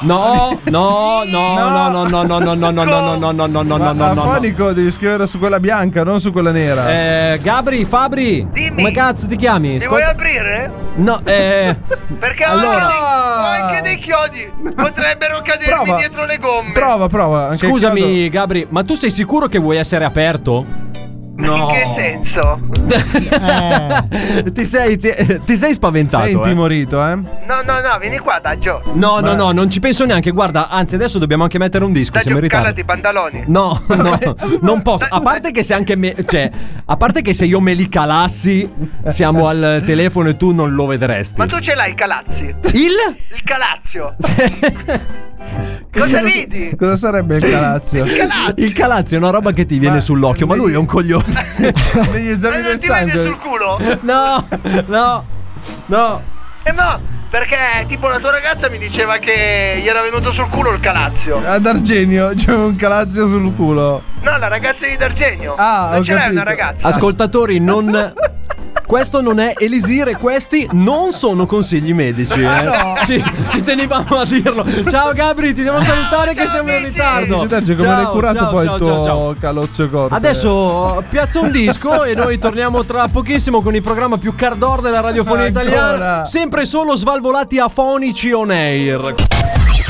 [SPEAKER 10] No, no, no, no, no, no, no, no, no, no, no, no,
[SPEAKER 9] Ma
[SPEAKER 10] no, no, no, no, no, no, no, no.
[SPEAKER 9] Afonico devi scrivere su quella bianca, non su quella nera.
[SPEAKER 10] Eh, Gabri, Fabri,
[SPEAKER 2] Dimmi.
[SPEAKER 10] come cazzo ti chiami?
[SPEAKER 2] Li
[SPEAKER 10] Ascolta-
[SPEAKER 2] vuoi aprire?
[SPEAKER 10] No, eh.
[SPEAKER 2] [laughs] Perché ho
[SPEAKER 9] Allora.
[SPEAKER 2] anche dei- ho anche dei chiodi. Potrebbero cadermi
[SPEAKER 9] Prova.
[SPEAKER 2] dietro le gomme.
[SPEAKER 9] Prova, prova. anche il chiodo.
[SPEAKER 10] Scusami, Gabri, ma tu sei sicuro che vuoi essere aperto?
[SPEAKER 2] In che
[SPEAKER 10] [laughs]
[SPEAKER 2] senso?
[SPEAKER 10] ti, sei, ti, ti sei spaventato.
[SPEAKER 9] Sei
[SPEAKER 10] eh.
[SPEAKER 9] intimorito, eh?
[SPEAKER 2] No, no, no, vieni qua, Daggio.
[SPEAKER 10] No, no,
[SPEAKER 9] Ma-
[SPEAKER 10] no, non ci penso neanche. Guarda, anzi, adesso dobbiamo anche mettere un disco.
[SPEAKER 2] Daggio,
[SPEAKER 10] Siamo in ritardo.
[SPEAKER 2] calati i pantaloni. [laughs]
[SPEAKER 10] No, no, non posso. A parte che se anche me. Cioè, a parte che se io me li calassi, siamo al telefono e tu non lo vedresti.
[SPEAKER 2] Ma tu ce l'hai i calazzi?
[SPEAKER 10] Il?
[SPEAKER 2] Il calazio. Cosa vedi?
[SPEAKER 9] Cosa sarebbe il calazio?
[SPEAKER 10] Il calazio è una roba che ti viene
[SPEAKER 9] Ma-
[SPEAKER 10] sull'occhio, ma lui è
[SPEAKER 9] [laughs]
[SPEAKER 10] un coglione.
[SPEAKER 9] Negli
[SPEAKER 2] Ma
[SPEAKER 9] esami
[SPEAKER 2] Eh, non
[SPEAKER 9] del
[SPEAKER 2] ti vede
[SPEAKER 9] sangue.
[SPEAKER 2] sul culo?
[SPEAKER 10] No, no, no.
[SPEAKER 2] Eh no,
[SPEAKER 12] Perché tipo la tua ragazza mi diceva che gli era venuto sul culo il calazio.
[SPEAKER 9] Ad Argenio c'è un calazio sul culo.
[SPEAKER 12] No, la ragazza di D'Argenio.
[SPEAKER 9] Ah,
[SPEAKER 12] non
[SPEAKER 9] ho
[SPEAKER 12] ce l'hai una
[SPEAKER 9] capito.
[SPEAKER 12] ragazza.
[SPEAKER 10] Ascoltatori, non. Questo non è Elisir e questi non sono consigli medici. eh.
[SPEAKER 2] Ah, no.
[SPEAKER 10] ci, ci tenevamo a dirlo. Ciao Gabri, ti devo salutare che siamo in ritardo.
[SPEAKER 9] Dice Sergio, come l'hai
[SPEAKER 10] Ciao,
[SPEAKER 9] curato
[SPEAKER 10] ciao,
[SPEAKER 9] poi
[SPEAKER 10] ciao,
[SPEAKER 9] il tuo
[SPEAKER 10] ciao, ciao.
[SPEAKER 9] calozio corpo?
[SPEAKER 10] Adesso eh, piazza un disco e noi torniamo tra pochissimo con il programma più cardor della radiofonia
[SPEAKER 9] Ancora.
[SPEAKER 10] italiana. Sempre e solo svalvolati afonici on air.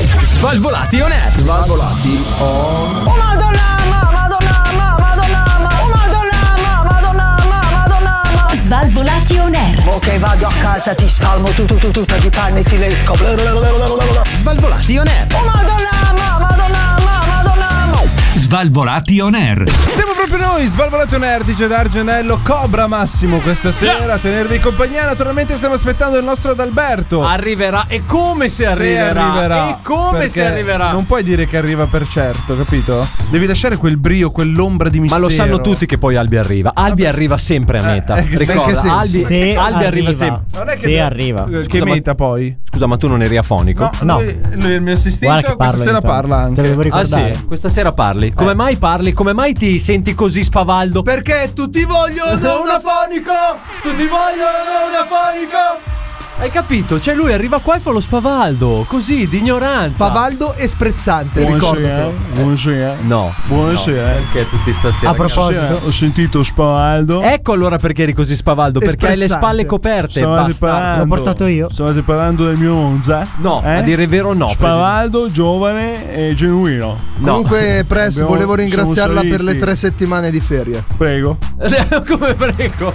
[SPEAKER 8] Svalvolati on air. Svalvolati on
[SPEAKER 2] Oh madonna, ma, madonna, ma, madonna, ma, oh madonna, ma, madonna, ma, madonna, ma.
[SPEAKER 7] Svalvolati on air.
[SPEAKER 4] Ok, vado a casa, ti spalmo tu tu tu tu, ti panni e ti lecco.
[SPEAKER 8] Svalvolati on air.
[SPEAKER 2] Oh madonna, ma, madonna, ma, madonna, ma.
[SPEAKER 8] Svalvolati on air.
[SPEAKER 9] Siamo proprio noi, Svalvolato Nerd, dice D'Argenello, Cobra Massimo questa sera, a tenervi compagnia. Naturalmente stiamo aspettando il nostro Adalberto.
[SPEAKER 10] Arriverà e come se
[SPEAKER 9] Se
[SPEAKER 10] arriverà.
[SPEAKER 9] arriverà,
[SPEAKER 10] E come se
[SPEAKER 9] perché
[SPEAKER 10] arriverà.
[SPEAKER 9] Non puoi dire che arriva per certo, capito? Devi lasciare quel brio, quell'ombra di
[SPEAKER 10] Ma
[SPEAKER 9] mistero.
[SPEAKER 10] lo sanno tutti che poi Albi arriva. Albi arriva sempre a meta.
[SPEAKER 9] Eh, in che
[SPEAKER 10] Ricorda,
[SPEAKER 9] senso?
[SPEAKER 10] Albi,
[SPEAKER 9] Se
[SPEAKER 10] Albi
[SPEAKER 9] arriva.
[SPEAKER 10] arriva sempre.
[SPEAKER 9] Non è che- Eh, Se arriva. Che meta poi?
[SPEAKER 10] Scusa, ma tu non eri afonico?
[SPEAKER 9] Lui, lui è il mio
[SPEAKER 10] Guarda
[SPEAKER 9] assistente,
[SPEAKER 10] che
[SPEAKER 9] questa
[SPEAKER 10] parla
[SPEAKER 9] sera
[SPEAKER 10] ogni tanto.
[SPEAKER 9] parla anche.
[SPEAKER 10] Ah sì, questa sera parli. Come mai parli? Come mai ti senti così spavaldo?
[SPEAKER 9] Perché tutti vogliono
[SPEAKER 10] [laughs] un afonico! Tutti vogliono un afonico! Hai capito? Cioè lui arriva qua e fa lo spavaldo, così, di ignoranza.
[SPEAKER 3] Spavaldo e sprezzante,
[SPEAKER 9] Buonasera,
[SPEAKER 3] ricordatelo.
[SPEAKER 9] buonasera.
[SPEAKER 10] No.
[SPEAKER 9] Buonasera.
[SPEAKER 10] Perché tutti stasera?
[SPEAKER 9] A proposito, ho sentito Spavaldo.
[SPEAKER 10] Ecco allora perché eri così spavaldo, perché hai le
[SPEAKER 9] sprezzante.
[SPEAKER 10] spalle coperte.
[SPEAKER 9] Stavate
[SPEAKER 10] Basta.
[SPEAKER 9] parlando- Stavate parlando del mio Monza?
[SPEAKER 10] No,
[SPEAKER 9] Eh?
[SPEAKER 10] a dire il vero no,
[SPEAKER 9] Spavaldo, giovane e genuino.
[SPEAKER 10] [laughs]
[SPEAKER 3] Comunque, Press,
[SPEAKER 9] Abbiamo-
[SPEAKER 3] Eh, volevo
[SPEAKER 9] siamo
[SPEAKER 3] ringraziarla per le
[SPEAKER 9] saliti.
[SPEAKER 3] tre settimane di ferie.
[SPEAKER 9] Prego.
[SPEAKER 10] [laughs] Come prego.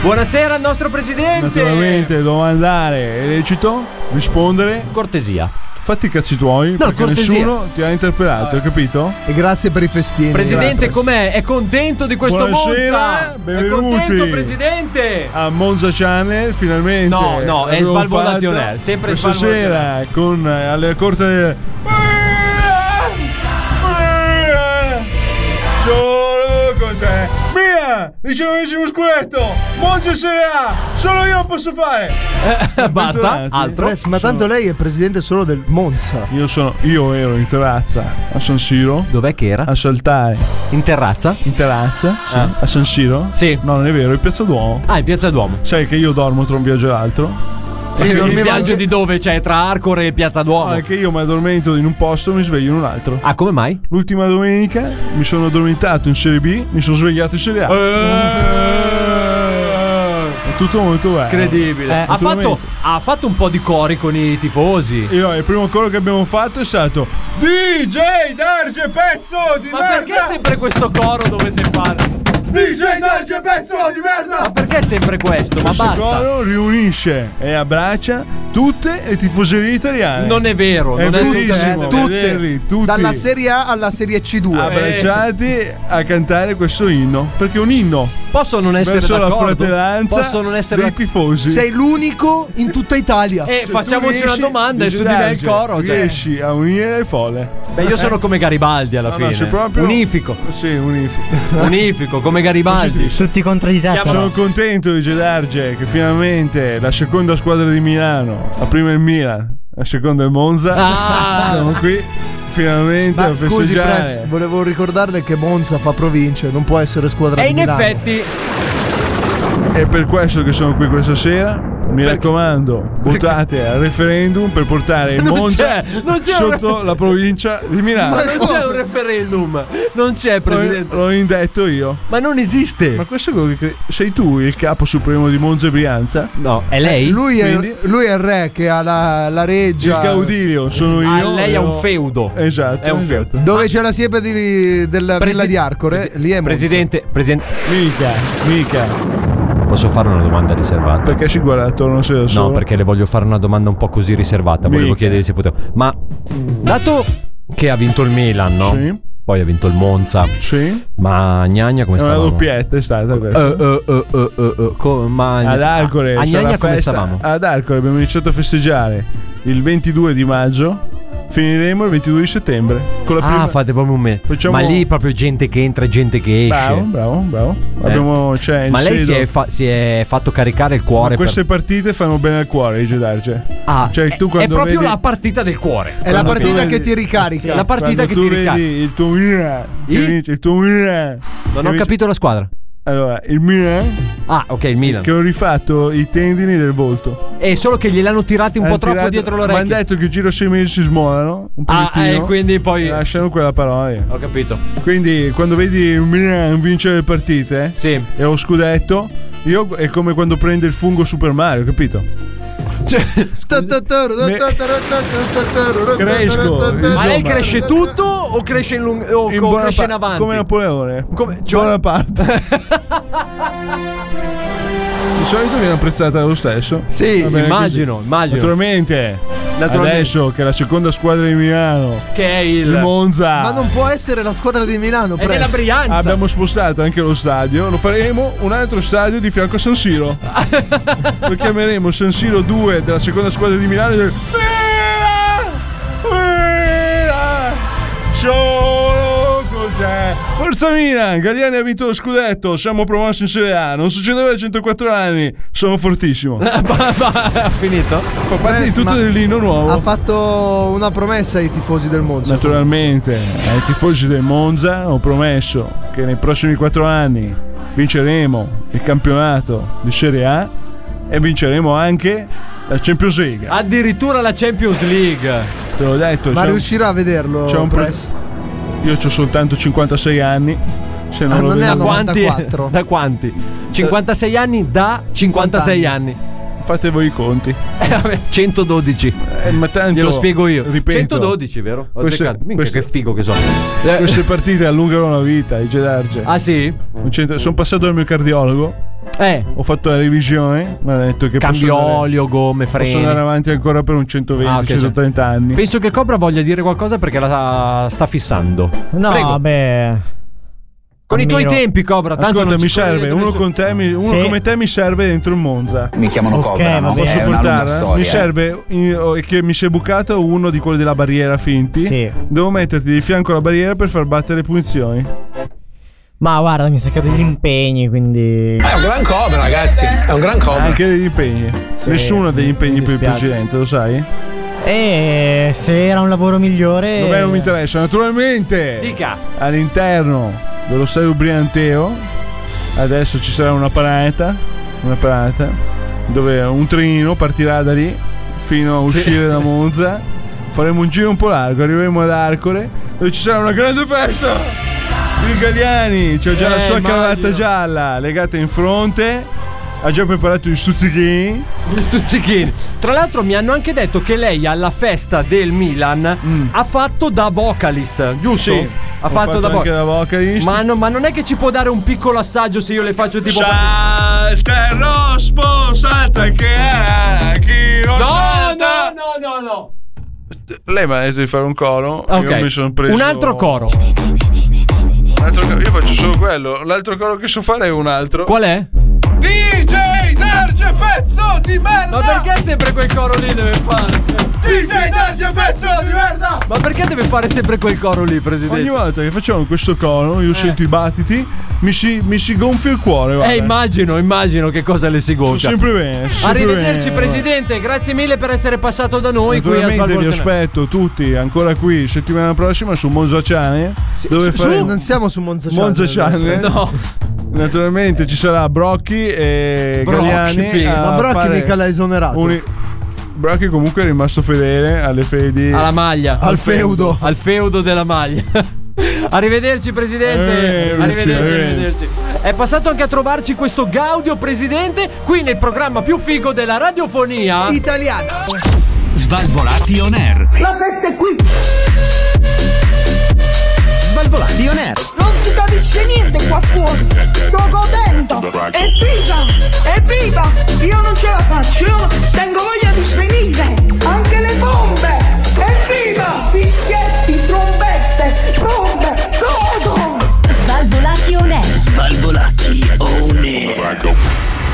[SPEAKER 10] Buonasera al nostro presidente.
[SPEAKER 9] Naturalmente, domandare è lecito, rispondere.
[SPEAKER 10] Cortesia.
[SPEAKER 9] Fatti i cazzi tuoi, perché
[SPEAKER 10] cortesia.
[SPEAKER 9] nessuno ti ha interpellato, hai capito?
[SPEAKER 3] E grazie per i festini.
[SPEAKER 10] Presidente,
[SPEAKER 3] Grazie.
[SPEAKER 10] com'è? È contento di questo
[SPEAKER 9] Buonasera,
[SPEAKER 10] Monza?
[SPEAKER 9] benvenuti.
[SPEAKER 10] È contento, presidente.
[SPEAKER 9] A Monza Channel, finalmente.
[SPEAKER 10] No, no, è
[SPEAKER 9] L'abbiamo
[SPEAKER 10] Svalvolation
[SPEAKER 9] fatta.
[SPEAKER 10] Air, sempre
[SPEAKER 9] Questa
[SPEAKER 10] Svalvolation
[SPEAKER 9] sera con eh, alle corte Solo con te. Mia, diciannovesimo scudetto. Monza Serie A. Solo io lo posso fare.
[SPEAKER 10] Eh, [laughs] Basta,
[SPEAKER 9] Bentornati.
[SPEAKER 10] altro.
[SPEAKER 3] Press, ma tanto lei è presidente solo del Monza.
[SPEAKER 9] Io sono io ero in terrazza a San Siro
[SPEAKER 10] Dov'è che era?
[SPEAKER 9] a saltare
[SPEAKER 10] In terrazza?
[SPEAKER 9] in terrazza sì,
[SPEAKER 10] Ah.
[SPEAKER 9] a San Siro.
[SPEAKER 10] Sì.
[SPEAKER 9] No, non è vero, è Piazza Duomo.
[SPEAKER 10] Ah, in Piazza Duomo.
[SPEAKER 9] Sai che io dormo tra un viaggio e l'altro.
[SPEAKER 10] Sì, il
[SPEAKER 3] dormiva
[SPEAKER 10] viaggio
[SPEAKER 3] anche-
[SPEAKER 10] di dove? Cioè, tra Arcore e Piazza Duomo.
[SPEAKER 9] No, è Ah, che io mi addormento in un posto e mi sveglio in un altro.
[SPEAKER 10] Ah, come mai?
[SPEAKER 9] L'ultima domenica mi sono addormentato in Serie B, mi sono svegliato in Serie A.
[SPEAKER 10] Eh.
[SPEAKER 9] È tutto molto bello. Eh,
[SPEAKER 10] Incredibile. Eh, ha, fatto,
[SPEAKER 9] naturalmente.
[SPEAKER 10] ha fatto un po' di cori con i tifosi.
[SPEAKER 9] E no, il primo coro che abbiamo fatto è stato DJ Darge Pezzo di
[SPEAKER 10] Ma
[SPEAKER 9] merda!
[SPEAKER 10] perché sempre questo coro dovete fare?
[SPEAKER 9] DJ Darge Pezzo di merda!
[SPEAKER 10] Ma perché sempre questo? Ma
[SPEAKER 9] Questo
[SPEAKER 10] basta.
[SPEAKER 9] coro riunisce e abbraccia tutte le tifoserie italiane.
[SPEAKER 10] Non è vero,
[SPEAKER 9] È
[SPEAKER 10] non è
[SPEAKER 9] bellissimo.
[SPEAKER 10] assolutamente vero.
[SPEAKER 9] vederli, tutti.
[SPEAKER 3] Dalla Serie A alla Serie C2.
[SPEAKER 9] Ah,
[SPEAKER 10] Eh,
[SPEAKER 9] abbracciati a cantare questo inno perché è un inno
[SPEAKER 10] Posso non essere
[SPEAKER 9] verso la
[SPEAKER 10] d'accordo?
[SPEAKER 9] fratellanza
[SPEAKER 10] Posso non essere
[SPEAKER 9] dei
[SPEAKER 10] d'accordo?
[SPEAKER 9] tifosi
[SPEAKER 3] Sei l'unico in tutta Italia.
[SPEAKER 10] E
[SPEAKER 9] Cioè, tu
[SPEAKER 10] facciamoci
[SPEAKER 9] riesci-
[SPEAKER 10] una domanda e
[SPEAKER 9] dici,
[SPEAKER 10] su di me il
[SPEAKER 9] Darge,
[SPEAKER 10] coro. Cioè.
[SPEAKER 9] riesci a unire le folle
[SPEAKER 10] Beh, io sono come Garibaldi alla
[SPEAKER 9] No, no,
[SPEAKER 10] fine.
[SPEAKER 9] sei proprio-
[SPEAKER 10] Unifico,
[SPEAKER 9] sì unifico
[SPEAKER 10] unifico, come Garibaldi.
[SPEAKER 11] Tutti contro di te.
[SPEAKER 10] Chiamalo.
[SPEAKER 11] però.
[SPEAKER 9] sono contento di Gedarge che finalmente la seconda squadra di Milano la prima è il Milan la seconda è il Monza
[SPEAKER 10] Ah.
[SPEAKER 9] [laughs] siamo qui finalmente
[SPEAKER 3] Ma
[SPEAKER 9] a
[SPEAKER 3] scusi,
[SPEAKER 9] festeggiare
[SPEAKER 3] Press, volevo ricordarle che Monza fa province, non può essere squadra
[SPEAKER 10] E
[SPEAKER 3] di
[SPEAKER 10] Eh, in
[SPEAKER 3] Milano.
[SPEAKER 10] effetti,
[SPEAKER 9] È per questo che sono qui questa sera. Mi raccomando, votate al referendum per portare il
[SPEAKER 10] Non
[SPEAKER 9] Monza
[SPEAKER 10] c'è, non c'è un
[SPEAKER 9] sotto la provincia di Milano.
[SPEAKER 10] ma non c'è un referendum. Non c'è,
[SPEAKER 9] L'ho,
[SPEAKER 10] presidente.
[SPEAKER 9] l'ho indetto io.
[SPEAKER 10] Ma non
[SPEAKER 9] Ma
[SPEAKER 10] esiste.
[SPEAKER 9] questo è quello che cre- sei tu il capo supremo di Monza e Brianza?
[SPEAKER 10] No, è lei?
[SPEAKER 3] Lui
[SPEAKER 9] Quindi?
[SPEAKER 3] è, lui è il re che ha la, la
[SPEAKER 9] Il
[SPEAKER 3] reggia.
[SPEAKER 9] caudilio sono io.
[SPEAKER 10] Ah, lei è
[SPEAKER 9] io-
[SPEAKER 10] un feudo.
[SPEAKER 9] Esatto.
[SPEAKER 10] È un
[SPEAKER 9] esatto.
[SPEAKER 10] feudo. Ah,
[SPEAKER 3] Dove c'è la siepe di- della
[SPEAKER 10] Presi-
[SPEAKER 3] villa di Arcore? Lì è Monza.
[SPEAKER 10] Presidente, presidente,
[SPEAKER 9] Mica, mica.
[SPEAKER 10] posso fare una domanda riservata?
[SPEAKER 9] Perché si guarda attorno se da solo?
[SPEAKER 10] No, perché le voglio fare una domanda un po' così riservata. Volevo
[SPEAKER 9] Cioè, Mica.
[SPEAKER 10] chiedere se potevo. Ma dato che ha vinto il Milan, no?
[SPEAKER 9] Sì.
[SPEAKER 10] Poi ha vinto il Monza.
[SPEAKER 9] Sì.
[SPEAKER 10] Ma Gnagna come
[SPEAKER 9] È una
[SPEAKER 10] stavamo?
[SPEAKER 9] doppietta è stata
[SPEAKER 10] Eh,
[SPEAKER 9] questa.
[SPEAKER 10] eh, eh, eh, eh, eh, co- ma
[SPEAKER 9] Ad Arcore
[SPEAKER 10] a, a
[SPEAKER 9] c'è la
[SPEAKER 10] Gnagna come
[SPEAKER 9] festa. Ah,
[SPEAKER 10] stavamo?
[SPEAKER 9] Ad Arcore abbiamo iniziato a festeggiare il 22 di maggio Finiremo il 22 di settembre. Con la
[SPEAKER 10] Ah,
[SPEAKER 9] prima...
[SPEAKER 10] fate proprio un me.
[SPEAKER 9] Facciamo-
[SPEAKER 10] Ma lì proprio gente che entra e gente che esce.
[SPEAKER 9] Bravo, bravo, bravo. Abbiamo, cioè, il
[SPEAKER 10] Eh, Ma lei si
[SPEAKER 9] Shadow-
[SPEAKER 10] è, fa- si è fatto caricare il
[SPEAKER 9] Ma
[SPEAKER 10] cuore.
[SPEAKER 9] queste partite fanno bene al cuore, Gigi Darge.
[SPEAKER 10] Ah,
[SPEAKER 9] cioè, tu
[SPEAKER 10] è-
[SPEAKER 9] quando
[SPEAKER 10] è proprio
[SPEAKER 9] vedi-
[SPEAKER 10] la partita del cuore.
[SPEAKER 3] È la
[SPEAKER 9] Quando
[SPEAKER 3] partita
[SPEAKER 9] tu
[SPEAKER 3] che ti ricarica.
[SPEAKER 9] Sì,
[SPEAKER 10] La partita
[SPEAKER 9] quando
[SPEAKER 10] che
[SPEAKER 9] tu
[SPEAKER 10] ti
[SPEAKER 9] vedi
[SPEAKER 10] ricarica.
[SPEAKER 9] Il tuo Milan. che
[SPEAKER 10] Il?
[SPEAKER 9] vince, il tuo Milan.
[SPEAKER 10] Non ho capito la squadra.
[SPEAKER 9] Allora, il Milan.
[SPEAKER 10] Ah, ok, il Milan.
[SPEAKER 9] Che ho rifatto i tendini del volto.
[SPEAKER 10] È Eh, solo che gliel'hanno tirati un po'
[SPEAKER 9] Hanno
[SPEAKER 10] troppo
[SPEAKER 9] tirato-
[SPEAKER 10] dietro
[SPEAKER 9] Mi
[SPEAKER 10] l'orecchio.
[SPEAKER 9] hanno detto che giro 6 mesi si smuolano. Un
[SPEAKER 10] Ah,
[SPEAKER 9] pochettino,
[SPEAKER 10] eh, quindi poi-
[SPEAKER 9] e Lasciano quella parola. lì.
[SPEAKER 10] Ho capito.
[SPEAKER 9] Quindi, quando vedi il Milan vincere le partite.
[SPEAKER 10] Sì.
[SPEAKER 9] E ho scudetto. Io è come quando prende il fungo Super Mario, capito? Cioè,
[SPEAKER 10] Cioè,
[SPEAKER 9] Cresco.
[SPEAKER 10] Ma lei
[SPEAKER 9] insomma.
[SPEAKER 10] cresce tutto o cresce in, lungo o
[SPEAKER 9] in
[SPEAKER 10] co-
[SPEAKER 9] buona
[SPEAKER 10] cresce in
[SPEAKER 9] pa-
[SPEAKER 10] avanti?
[SPEAKER 9] Come Napoleone.
[SPEAKER 10] Come- cioè-
[SPEAKER 9] buona parte. Di solito viene apprezzata lo stesso.
[SPEAKER 10] Sì,
[SPEAKER 9] Va bene
[SPEAKER 10] immagino,
[SPEAKER 9] così.
[SPEAKER 10] immagino.
[SPEAKER 9] Naturalmente,
[SPEAKER 10] Naturalmente.
[SPEAKER 9] Adesso che è la seconda squadra di Milano.
[SPEAKER 10] [laughs] Che è il.
[SPEAKER 9] Il Monza.
[SPEAKER 3] Ma non può essere la squadra di Milano.
[SPEAKER 10] È della
[SPEAKER 3] presto.
[SPEAKER 10] Brianza.
[SPEAKER 9] Abbiamo spostato anche lo stadio, lo faremo un altro stadio di fianco a San
[SPEAKER 10] [laughs]
[SPEAKER 9] Siro. lo chiameremo San Siro 2 della seconda squadra di Milano. e del- Solo con te. Forza Milan, Galliani ha vinto lo scudetto, siamo promossi in Serie A, non succedeva da 104 anni, sono
[SPEAKER 10] [laughs]
[SPEAKER 9] fortissimo. Fa
[SPEAKER 10] Ha finito?
[SPEAKER 9] parte di
[SPEAKER 3] Press,
[SPEAKER 9] tutto
[SPEAKER 3] ma-
[SPEAKER 9] dell'inno nuovo.
[SPEAKER 3] Ha fatto una promessa ai tifosi del Monza.
[SPEAKER 9] Naturalmente, ai tifosi del Monza ho promesso che nei prossimi 4 anni vinceremo il campionato di Serie A e vinceremo anche la Champions League.
[SPEAKER 10] Ah. Addirittura la Champions League.
[SPEAKER 9] Te l'ho detto,
[SPEAKER 3] Ma
[SPEAKER 9] c'è un-
[SPEAKER 3] riuscirà a vederlo?
[SPEAKER 9] c'è un pro-
[SPEAKER 3] Press?
[SPEAKER 9] io ho soltanto 56 anni, se non
[SPEAKER 3] Ah,
[SPEAKER 9] lo
[SPEAKER 3] non è
[SPEAKER 9] vedo-
[SPEAKER 3] a
[SPEAKER 10] Da quanti?
[SPEAKER 3] 94.
[SPEAKER 10] Da quanti? 56 anni da 56 anni.
[SPEAKER 9] fate voi i conti.
[SPEAKER 10] Eh, vabbè, 112.
[SPEAKER 9] Eh, ma tanto,
[SPEAKER 10] Glielo spiego io.
[SPEAKER 9] Ripeto,
[SPEAKER 10] 112, vero? Ho
[SPEAKER 9] Questo-
[SPEAKER 10] azzeccato. Minchia,
[SPEAKER 9] questo- Eh,
[SPEAKER 10] che figo che so.
[SPEAKER 9] queste partite allungano la vita, i Gedarge.
[SPEAKER 10] Ah, sì?
[SPEAKER 9] Sono passato dal mio cardiologo.
[SPEAKER 10] Eh.
[SPEAKER 9] Ho fatto la revisione, mi ha detto che posso
[SPEAKER 10] Cambio
[SPEAKER 9] andare-
[SPEAKER 10] olio, gomme,
[SPEAKER 9] Posso andare
[SPEAKER 10] freni.
[SPEAKER 9] avanti ancora per un 120,
[SPEAKER 10] Ah, ok,
[SPEAKER 9] 130 anni.
[SPEAKER 10] Penso che Cobra voglia dire qualcosa perché la sta fissando.
[SPEAKER 11] No,
[SPEAKER 10] Prego.
[SPEAKER 11] beh.
[SPEAKER 10] Con i tuoi
[SPEAKER 11] almeno-
[SPEAKER 10] tempi, Cobra. Tanto
[SPEAKER 9] Ascolta,
[SPEAKER 10] non
[SPEAKER 9] mi
[SPEAKER 10] ci corri
[SPEAKER 9] serve
[SPEAKER 10] dove
[SPEAKER 9] uno,
[SPEAKER 10] so-
[SPEAKER 9] con te, mi- uno
[SPEAKER 11] Sì.
[SPEAKER 9] come te mi serve dentro il Monza.
[SPEAKER 6] Mi chiamano
[SPEAKER 11] Ok,
[SPEAKER 6] Cobra,
[SPEAKER 11] vabbè,
[SPEAKER 6] ma
[SPEAKER 9] Posso
[SPEAKER 6] è una lunga
[SPEAKER 9] portarla?
[SPEAKER 6] storia. eh.
[SPEAKER 9] Mi serve in- oh, che mi si è bucato uno di quelli della barriera finti.
[SPEAKER 11] Sì.
[SPEAKER 9] Devo metterti di fianco alla barriera per far battere le punizioni.
[SPEAKER 11] Ma guarda, mi sa che ho degli impegni, quindi.
[SPEAKER 13] È un gran cobra, ragazzi. È un gran cobra.
[SPEAKER 9] Anche degli impegni. Nessuno ha degli
[SPEAKER 11] mi-
[SPEAKER 9] impegni
[SPEAKER 11] mi
[SPEAKER 9] più
[SPEAKER 11] dispiace.
[SPEAKER 9] precedente, lo sai?
[SPEAKER 11] E Eh, se era un lavoro migliore.
[SPEAKER 9] A me non mi interessa. Naturalmente,
[SPEAKER 10] Dica.
[SPEAKER 9] all'interno dello stadio Brianteo, adesso ci sarà una parata. Una parata dove un trenino partirà da lì fino a uscire da Monza. Faremo un giro un po' largo, arriveremo ad Arcore, dove ci sarà una grande festa. Il Galliani c'ha già la
[SPEAKER 10] Eh,
[SPEAKER 9] sua
[SPEAKER 10] immagino.
[SPEAKER 9] cravatta gialla legata in fronte. Ha già preparato i stuzzichini.
[SPEAKER 10] Gli stuzzichini. Tra l'altro mi hanno anche detto che lei alla festa del Milan ha fatto da vocalist, giusto?
[SPEAKER 9] Mm. Sì,
[SPEAKER 10] Ha
[SPEAKER 9] ho
[SPEAKER 10] fatto,
[SPEAKER 9] fatto
[SPEAKER 10] da
[SPEAKER 9] anche
[SPEAKER 10] vocalist.
[SPEAKER 9] da vocalist.
[SPEAKER 10] Ma, no- ma non è che ci può dare un piccolo assaggio se io le faccio tipo.
[SPEAKER 9] Salta il rospo, salta che è chi lo
[SPEAKER 10] no,
[SPEAKER 9] salta.
[SPEAKER 10] no, no, no, no.
[SPEAKER 9] Lei mi ha detto di fare un coro,
[SPEAKER 10] Ok.
[SPEAKER 9] io mi sono preso
[SPEAKER 10] Un altro coro.
[SPEAKER 9] Un altro coro, Io faccio solo quello, l'altro coro che so fare è un altro.
[SPEAKER 10] Qual è?
[SPEAKER 9] DJ Darge pezzo di merda!
[SPEAKER 10] Ma perché sempre quel coro lì deve fare?
[SPEAKER 9] DJ Darge pezzo di merda!
[SPEAKER 10] Ma perché deve fare sempre quel coro lì, presidente?
[SPEAKER 9] Ogni volta che facciamo questo coro, io sento i battiti, mi si, mi si gonfia il cuore, guarda.
[SPEAKER 10] Eh, immagino, immagino che cosa le si
[SPEAKER 9] Sto
[SPEAKER 10] gonfia.
[SPEAKER 9] sempre bene. sempre
[SPEAKER 10] Arrivederci,
[SPEAKER 9] bene, guarda.
[SPEAKER 10] presidente. Grazie mille per essere passato da noi qui a
[SPEAKER 9] Naturalmente vi
[SPEAKER 10] Svalvolazionale.
[SPEAKER 9] aspetto tutti ancora qui settimana prossima su Monza Channel dove
[SPEAKER 3] Su-
[SPEAKER 9] faremo
[SPEAKER 3] Non siamo su Monza Channel.
[SPEAKER 9] Monza Channel.
[SPEAKER 10] No.
[SPEAKER 9] Naturalmente ci sarà Brocchi e
[SPEAKER 10] Brocchi,
[SPEAKER 9] Galliani.
[SPEAKER 10] figo.
[SPEAKER 9] a
[SPEAKER 3] Ma Brocchi
[SPEAKER 9] fare
[SPEAKER 3] mica l'ha esonerato.
[SPEAKER 9] uni- Brocchi comunque è rimasto fedele alle fedi.
[SPEAKER 10] Alla maglia.
[SPEAKER 3] Al feudo.
[SPEAKER 10] Al feudo della maglia. [laughs] Arrivederci presidente.
[SPEAKER 3] Eh,
[SPEAKER 9] Arrivederci,
[SPEAKER 10] Arrivederci,
[SPEAKER 9] arrivederci.
[SPEAKER 10] arrivederci. È passato anche a trovarci questo Gaudio presidente qui nel programma più figo della radiofonia.
[SPEAKER 3] Italiano.
[SPEAKER 8] Svalvolati on air.
[SPEAKER 2] La festa è qui,
[SPEAKER 8] Svalvolati on air.
[SPEAKER 2] non si capisce niente qua fuori. Sto godendo. Evviva! Evviva! Io non ce la faccio, io tengo voglia di svenire. Anche le bombe! Evviva! Fischietti, trombette, bombe, godo!
[SPEAKER 7] Svalvolati on air.